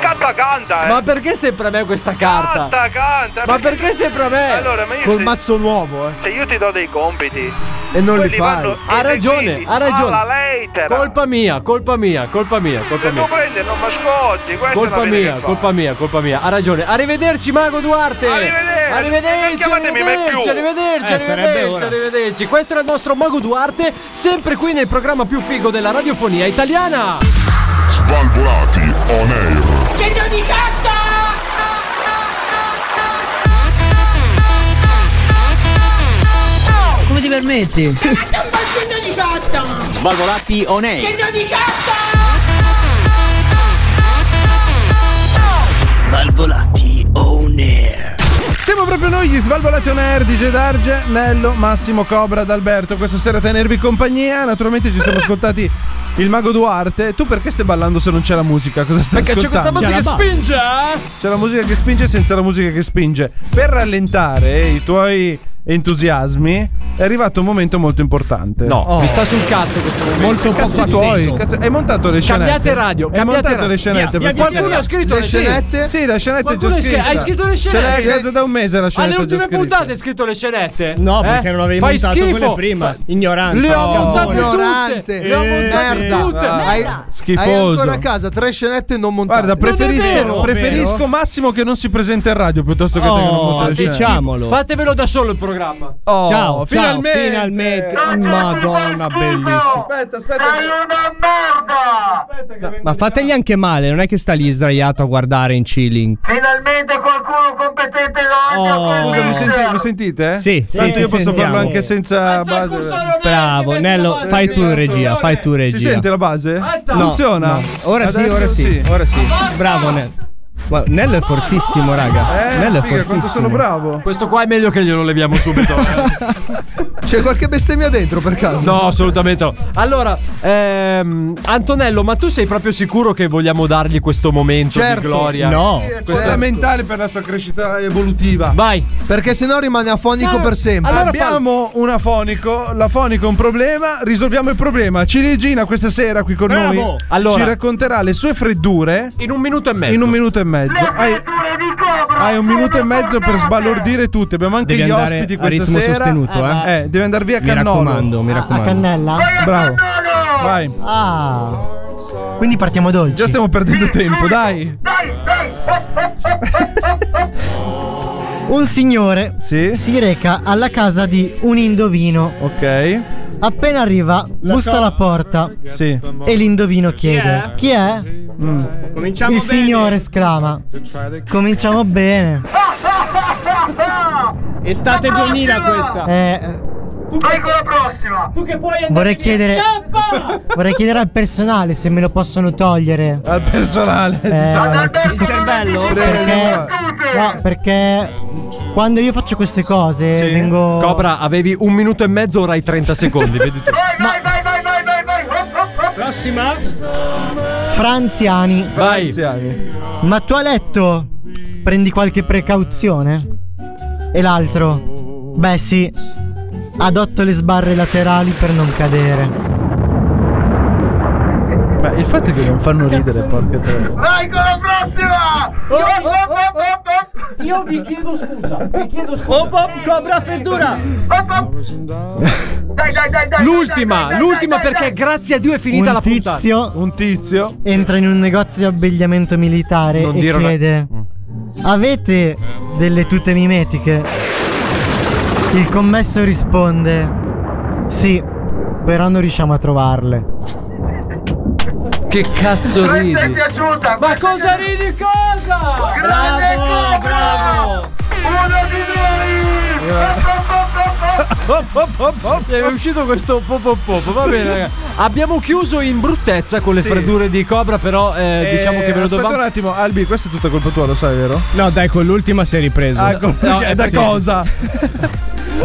[SPEAKER 12] Canta canta, eh.
[SPEAKER 10] Ma perché sempre a me questa carta?
[SPEAKER 12] Canta canta.
[SPEAKER 10] Ma perché sempre a me?
[SPEAKER 12] Allora, ma io
[SPEAKER 10] Col
[SPEAKER 12] se-
[SPEAKER 10] mazzo
[SPEAKER 3] nuovo, eh.
[SPEAKER 12] Se io ti do dei compiti
[SPEAKER 3] E non li
[SPEAKER 12] quelli
[SPEAKER 3] fai.
[SPEAKER 12] vanno
[SPEAKER 10] Ha ragione,
[SPEAKER 12] eseguiti
[SPEAKER 10] ha ragione.
[SPEAKER 12] alla lettera.
[SPEAKER 10] Colpa mia, colpa mia, colpa mia, colpa
[SPEAKER 12] Se tu
[SPEAKER 10] mia.
[SPEAKER 12] prendi non mascotti, questa è
[SPEAKER 10] Colpa
[SPEAKER 12] la
[SPEAKER 10] mia,
[SPEAKER 12] verità.
[SPEAKER 10] colpa mia, colpa mia. Ha ragione. Arrivederci, Mago Duarte.
[SPEAKER 12] Arrivederci. Non
[SPEAKER 10] Arrivederci,
[SPEAKER 12] chiamatemi mai
[SPEAKER 10] arrivederci,
[SPEAKER 12] più.
[SPEAKER 10] arrivederci,
[SPEAKER 12] Eh, sarebbe
[SPEAKER 10] arrivederci,
[SPEAKER 12] ora.
[SPEAKER 10] arrivederci. Questo era il nostro Mago Duarte, sempre qui nel programma più figo della radiofonia italiana.
[SPEAKER 1] Svalvolati on air.
[SPEAKER 2] 118!
[SPEAKER 32] Come ti permetti?
[SPEAKER 8] Svalvolati on air.
[SPEAKER 2] 118!
[SPEAKER 8] Svalvolati on air.
[SPEAKER 9] Siamo proprio noi, gli Svalvolati on Air, DJ Darge, Nello, Massimo, Cobra, D'Alberto. Questa sera a tenervi compagnia. Naturalmente ci siamo ascoltati il Mago Duarte. Tu perché stai ballando se non c'è la musica? Cosa stai
[SPEAKER 10] Perché c'è questa
[SPEAKER 9] ascoltando?
[SPEAKER 10] musica che spinge. eh?
[SPEAKER 9] C'è la musica che spinge senza la musica che spinge. Per rallentare i tuoi entusiasmi è arrivato un momento molto importante.
[SPEAKER 10] No,
[SPEAKER 3] Oh.
[SPEAKER 10] mi sta sul cazzo questo momento.
[SPEAKER 9] Molto cazzo tuoi. Cazzo, hai montato le scenette.
[SPEAKER 10] Cambiate radio,
[SPEAKER 9] Hai
[SPEAKER 10] cambiate
[SPEAKER 9] montato
[SPEAKER 10] radio.
[SPEAKER 9] le scenette.
[SPEAKER 10] Via,
[SPEAKER 9] per
[SPEAKER 10] via,
[SPEAKER 9] favore.
[SPEAKER 10] Qualcuno ha scritto
[SPEAKER 9] le
[SPEAKER 10] le
[SPEAKER 9] scenette?
[SPEAKER 10] scenette?
[SPEAKER 9] Sì, la scenetta è già
[SPEAKER 10] Qualcuno ha scr-
[SPEAKER 9] scritta.
[SPEAKER 10] hai scritto le
[SPEAKER 9] Ce l'hai
[SPEAKER 10] scenette?
[SPEAKER 9] a casa da un mese la
[SPEAKER 10] Alle
[SPEAKER 9] scenetta. già
[SPEAKER 10] ultime
[SPEAKER 9] scritta.
[SPEAKER 10] puntate hai scritto le scenette?
[SPEAKER 33] No, perché
[SPEAKER 10] Eh?
[SPEAKER 33] non avevi
[SPEAKER 10] Fai
[SPEAKER 33] montato
[SPEAKER 10] schifo.
[SPEAKER 33] quelle prima.
[SPEAKER 10] Fa-
[SPEAKER 33] Ignorante.
[SPEAKER 10] Le ho montate
[SPEAKER 33] No.
[SPEAKER 10] tutte. Le ho montate
[SPEAKER 3] merda.
[SPEAKER 10] tutte.
[SPEAKER 3] Hai,
[SPEAKER 9] Schifoso.
[SPEAKER 3] Hai ancora a casa tre scenette non montate.
[SPEAKER 9] Guarda, preferisco,
[SPEAKER 10] vero.
[SPEAKER 9] preferisco Massimo che non si presenta in radio piuttosto che te che non
[SPEAKER 10] Oh,
[SPEAKER 9] monta le scenette.
[SPEAKER 10] diciamo. Fatevelo da solo il programma.
[SPEAKER 9] Oh, Ciao, finalmente.
[SPEAKER 33] finalmente. Madonna, bellissimo.
[SPEAKER 9] Ah, Aspetta, aspetta. Sei
[SPEAKER 2] una merda!
[SPEAKER 33] Ma fategli anche male, non è che sta lì sdraiato a guardare in chilling.
[SPEAKER 2] Finalmente qualcuno competente davanti
[SPEAKER 33] Oh.
[SPEAKER 9] Scusa, mi, senti- mi sentite?
[SPEAKER 33] Sì, sì,
[SPEAKER 9] Tanto
[SPEAKER 33] ti
[SPEAKER 9] io posso
[SPEAKER 33] sentiamo.
[SPEAKER 9] farlo anche senza base.
[SPEAKER 33] Bravo, Nello, fai tu in regia, fai tu in regia.
[SPEAKER 9] Si sente la base?
[SPEAKER 33] No,
[SPEAKER 9] Funziona?
[SPEAKER 33] no. Ora sì,
[SPEAKER 9] Adesso
[SPEAKER 33] ora sì, ora sì. Bravo Nello. Ma Nello è fortissimo, raga.
[SPEAKER 9] Eh,
[SPEAKER 33] Nello è
[SPEAKER 9] figa, quanto
[SPEAKER 33] fortissimo.
[SPEAKER 9] sono bravo.
[SPEAKER 10] Questo qua è meglio che glielo
[SPEAKER 33] [laughs]
[SPEAKER 10] leviamo subito.
[SPEAKER 3] C'è qualche bestemmia dentro per caso?
[SPEAKER 10] No, assolutamente no. Allora, ehm, Antonello, ma tu sei proprio sicuro che vogliamo dargli questo momento
[SPEAKER 33] Certo.
[SPEAKER 10] di gloria?
[SPEAKER 9] No, è
[SPEAKER 10] Questo-
[SPEAKER 9] fondamentale per la sua crescita evolutiva.
[SPEAKER 10] Vai.
[SPEAKER 3] Perché sennò rimane afonico
[SPEAKER 9] Certo.
[SPEAKER 3] per sempre.
[SPEAKER 9] Abbiamo un afonico, l'afonico è un problema, risolviamo il problema. Ciliegina questa sera qui con
[SPEAKER 10] Bravo.
[SPEAKER 9] noi
[SPEAKER 10] Allora.
[SPEAKER 9] ci racconterà le sue freddure
[SPEAKER 10] In un minuto e mezzo.
[SPEAKER 9] in un minuto e mezzo. Hai, hai un minuto e mezzo per sbalordire tutti. Abbiamo anche
[SPEAKER 33] Devi
[SPEAKER 9] gli
[SPEAKER 33] andare
[SPEAKER 9] ospiti
[SPEAKER 33] a
[SPEAKER 9] questa
[SPEAKER 33] ritmo
[SPEAKER 9] sera.
[SPEAKER 33] sostenuto, eh.
[SPEAKER 9] eh. Devi andare via a
[SPEAKER 33] Mi raccomando,
[SPEAKER 9] cannolo.
[SPEAKER 33] mi
[SPEAKER 11] A
[SPEAKER 33] raccomando.
[SPEAKER 11] cannella?
[SPEAKER 9] Bravo. Vai.
[SPEAKER 11] Ah. Quindi partiamo dolci.
[SPEAKER 9] Già stiamo perdendo tempo, dai.
[SPEAKER 11] Un signore
[SPEAKER 9] Sì.
[SPEAKER 11] si reca alla casa di un indovino.
[SPEAKER 9] Ok.
[SPEAKER 11] Appena arriva, bussa alla porta
[SPEAKER 9] Sì.
[SPEAKER 11] e l'indovino chiede: Chi è? Mm.
[SPEAKER 33] Cominciamo
[SPEAKER 11] Il signore esclama: Cominciamo
[SPEAKER 2] [laughs]
[SPEAKER 11] bene.
[SPEAKER 33] Estate 2000 questa.
[SPEAKER 11] Eh,
[SPEAKER 2] Vai con la prossima! Tu che puoi
[SPEAKER 11] Vorrei chiedere-
[SPEAKER 2] Scappa!
[SPEAKER 11] [laughs] vorrei chiedere al personale se me lo possono togliere.
[SPEAKER 9] Al personale.
[SPEAKER 11] Eh,
[SPEAKER 2] Il cervello?
[SPEAKER 11] perché, no, perché quando io faccio queste cose vengo.
[SPEAKER 10] Cobra, avevi un minuto e mezzo, ora hai 30 secondi. vedi tu.
[SPEAKER 2] Vai, vai, vai, vai, vai, vai!
[SPEAKER 33] Prossima.
[SPEAKER 11] Franziani,
[SPEAKER 10] Vai.
[SPEAKER 11] ma tu a letto prendi qualche precauzione? E l'altro? Beh sì, adotto le sbarre laterali per non cadere.
[SPEAKER 9] Beh, il fatto è che non fanno ridere, porca troia.
[SPEAKER 2] Vai con la prossima! Io vi chiedo scusa, vi chiedo scusa. Oh, pop, cobra freddura! Dai, dai, dai, dai!
[SPEAKER 10] L'ultima, l'ultima perché grazie a Dio è finita
[SPEAKER 11] Un
[SPEAKER 10] la puntata.
[SPEAKER 11] tizio
[SPEAKER 9] Un tizio.
[SPEAKER 11] entra in un negozio di abbigliamento militare
[SPEAKER 10] Non
[SPEAKER 11] e
[SPEAKER 10] dire una-
[SPEAKER 11] chiede: Avete delle tute mimetiche? Il commesso risponde: Sì, però non riusciamo a trovarle.
[SPEAKER 10] Che cazzo
[SPEAKER 2] Questa è
[SPEAKER 10] ridi?
[SPEAKER 2] piaciuta!
[SPEAKER 10] Ma cosa ridi cosa?
[SPEAKER 2] Grande cobra! Uno di noi!
[SPEAKER 9] Hop, hop, hop, hop.
[SPEAKER 10] Eh.
[SPEAKER 2] [laughs]
[SPEAKER 10] È uscito questo pop pop pop, va bene ragazzi. Abbiamo chiuso in bruttezza con le freddure di Cobra, però eh,
[SPEAKER 9] Eh,
[SPEAKER 10] diciamo che ve lo
[SPEAKER 9] aspetta
[SPEAKER 10] dovevamo...
[SPEAKER 9] un attimo, Albi, questa è tutta colpa tua, lo sai, vero?
[SPEAKER 33] No, dai, con l'ultima si è ripreso.
[SPEAKER 9] Ah, colpa [laughs]
[SPEAKER 33] No,
[SPEAKER 9] da
[SPEAKER 33] sì,
[SPEAKER 9] cosa?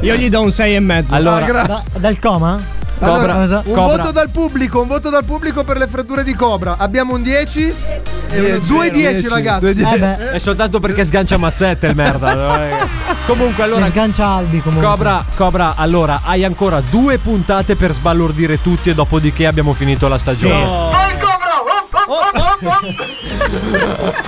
[SPEAKER 33] Io gli do un 6 e mezzo.
[SPEAKER 10] Allora,
[SPEAKER 9] Ah, gra-
[SPEAKER 11] Da- dal coma?
[SPEAKER 3] Allora,
[SPEAKER 10] Cobra.
[SPEAKER 3] un
[SPEAKER 10] Cobra.
[SPEAKER 3] voto dal pubblico, un voto dal pubblico per le freddure di Cobra. Abbiamo un 10 e 2 10 ragazzi. Eh beh.
[SPEAKER 10] È soltanto perché sgancia mazzette il merda. comunque allora
[SPEAKER 3] Eh.
[SPEAKER 11] Ne sgancia Albi comunque.
[SPEAKER 10] Cobra, Cobra, allora hai ancora due puntate per sbalordire tutti e dopodiché abbiamo finito la stagione.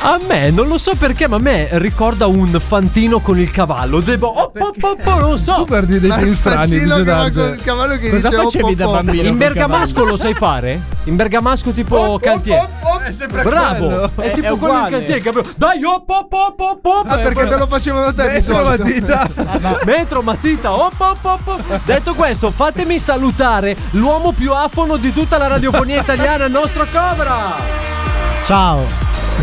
[SPEAKER 10] A me non lo so perché, ma a me ricorda un fantino con il cavallo. Devo. Oh, po, po, po, non lo so. Tu perdi
[SPEAKER 9] dei Ma film il strani, fantino dice che va Darge. col
[SPEAKER 3] cavallo che
[SPEAKER 9] Cosa dice, oh, facevi po, da po. bambino
[SPEAKER 10] In
[SPEAKER 9] col
[SPEAKER 10] bergamasco
[SPEAKER 9] cavallo?
[SPEAKER 10] lo sai fare? In bergamasco tipo cantiere.
[SPEAKER 3] È sempre
[SPEAKER 10] Bravo!
[SPEAKER 3] quello.
[SPEAKER 10] È, tipo quello in cantiere, capito? Dai, oh, po, po, po, po.
[SPEAKER 3] Ah, perché te lo facevano da te di
[SPEAKER 10] Metro
[SPEAKER 3] solito. Ah,
[SPEAKER 10] matita. Metro matita. Oh, po, po, po. Detto questo, fatemi salutare l'uomo più afono di tutta la radiofonia italiana, il nostro Cobra.
[SPEAKER 11] Ciao.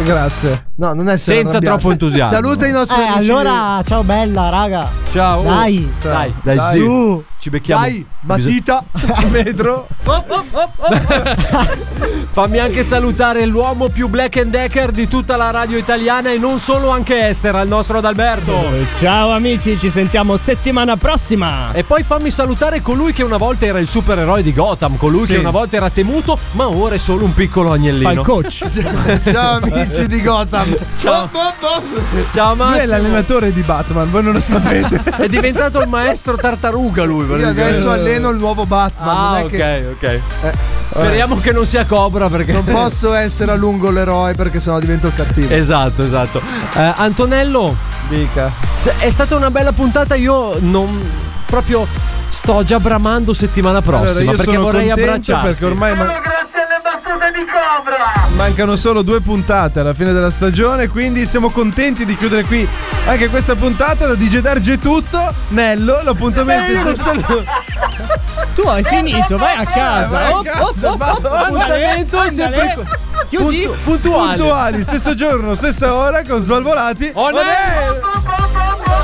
[SPEAKER 3] Grazie. No, non è
[SPEAKER 10] Senza troppo entusiasmo.
[SPEAKER 3] Saluta i nostri
[SPEAKER 11] Eh,
[SPEAKER 3] amici.
[SPEAKER 11] allora, ciao bella, raga.
[SPEAKER 10] Ciao.
[SPEAKER 11] Dai.
[SPEAKER 10] Dai,
[SPEAKER 11] Dai,
[SPEAKER 10] dai,
[SPEAKER 11] su.
[SPEAKER 10] Ci becchiamo.
[SPEAKER 3] Dai, matita, metro.
[SPEAKER 10] Fammi anche salutare l'uomo più black and decker di tutta la radio italiana e non solo anche estera, il nostro Adalberto.
[SPEAKER 8] Ciao amici, ci sentiamo settimana prossima.
[SPEAKER 10] E poi fammi salutare colui che una volta era il supereroe di Gotham, colui
[SPEAKER 8] Sì.
[SPEAKER 10] che una volta era temuto, ma ora è solo un piccolo agnellino.
[SPEAKER 8] Fa il
[SPEAKER 10] [laughs]
[SPEAKER 8] coach.
[SPEAKER 3] Ciao amici di Gotham.
[SPEAKER 10] Ciao. Ciao
[SPEAKER 9] Lui è
[SPEAKER 10] Massimo.
[SPEAKER 9] l'allenatore di Batman, voi non lo sapete.
[SPEAKER 10] È diventato il maestro tartaruga lui. volevo
[SPEAKER 3] Io
[SPEAKER 10] dire.
[SPEAKER 3] adesso alleno il nuovo Batman. non
[SPEAKER 10] Ah,
[SPEAKER 3] è
[SPEAKER 10] ok,
[SPEAKER 3] che Eh.
[SPEAKER 10] ok. Speriamo che non sia Cobra perché
[SPEAKER 3] non posso essere a lungo l'eroe perché sennò divento il cattivo.
[SPEAKER 10] Esatto, esatto. Eh, Antonello,
[SPEAKER 9] Dica.
[SPEAKER 10] se- è stata una bella puntata. Io non proprio sto già bramando settimana prossima
[SPEAKER 9] Allora, io
[SPEAKER 10] perché
[SPEAKER 9] sono
[SPEAKER 10] vorrei
[SPEAKER 9] contento
[SPEAKER 10] abbracciarti.
[SPEAKER 9] perché ormai man-
[SPEAKER 2] Grazie alle battute di Cobra.
[SPEAKER 9] mancano solo due puntate alla fine della stagione, quindi siamo contenti di chiudere qui anche questa puntata da DJ Darge è tutto. Nello,
[SPEAKER 10] Eh,
[SPEAKER 9] l'appuntamento è
[SPEAKER 10] esatto.
[SPEAKER 9] sempre-
[SPEAKER 8] [laughs] Tu hai finito, vai a
[SPEAKER 9] Eh, Vai
[SPEAKER 8] casa.
[SPEAKER 9] a casa, vado.
[SPEAKER 10] Appuntamento sempre
[SPEAKER 8] Chiudi.
[SPEAKER 10] puntu- puntuali.
[SPEAKER 9] Puntuali, stesso giorno, stessa ora con Svalvolati.
[SPEAKER 10] On
[SPEAKER 9] On
[SPEAKER 10] air!
[SPEAKER 9] air!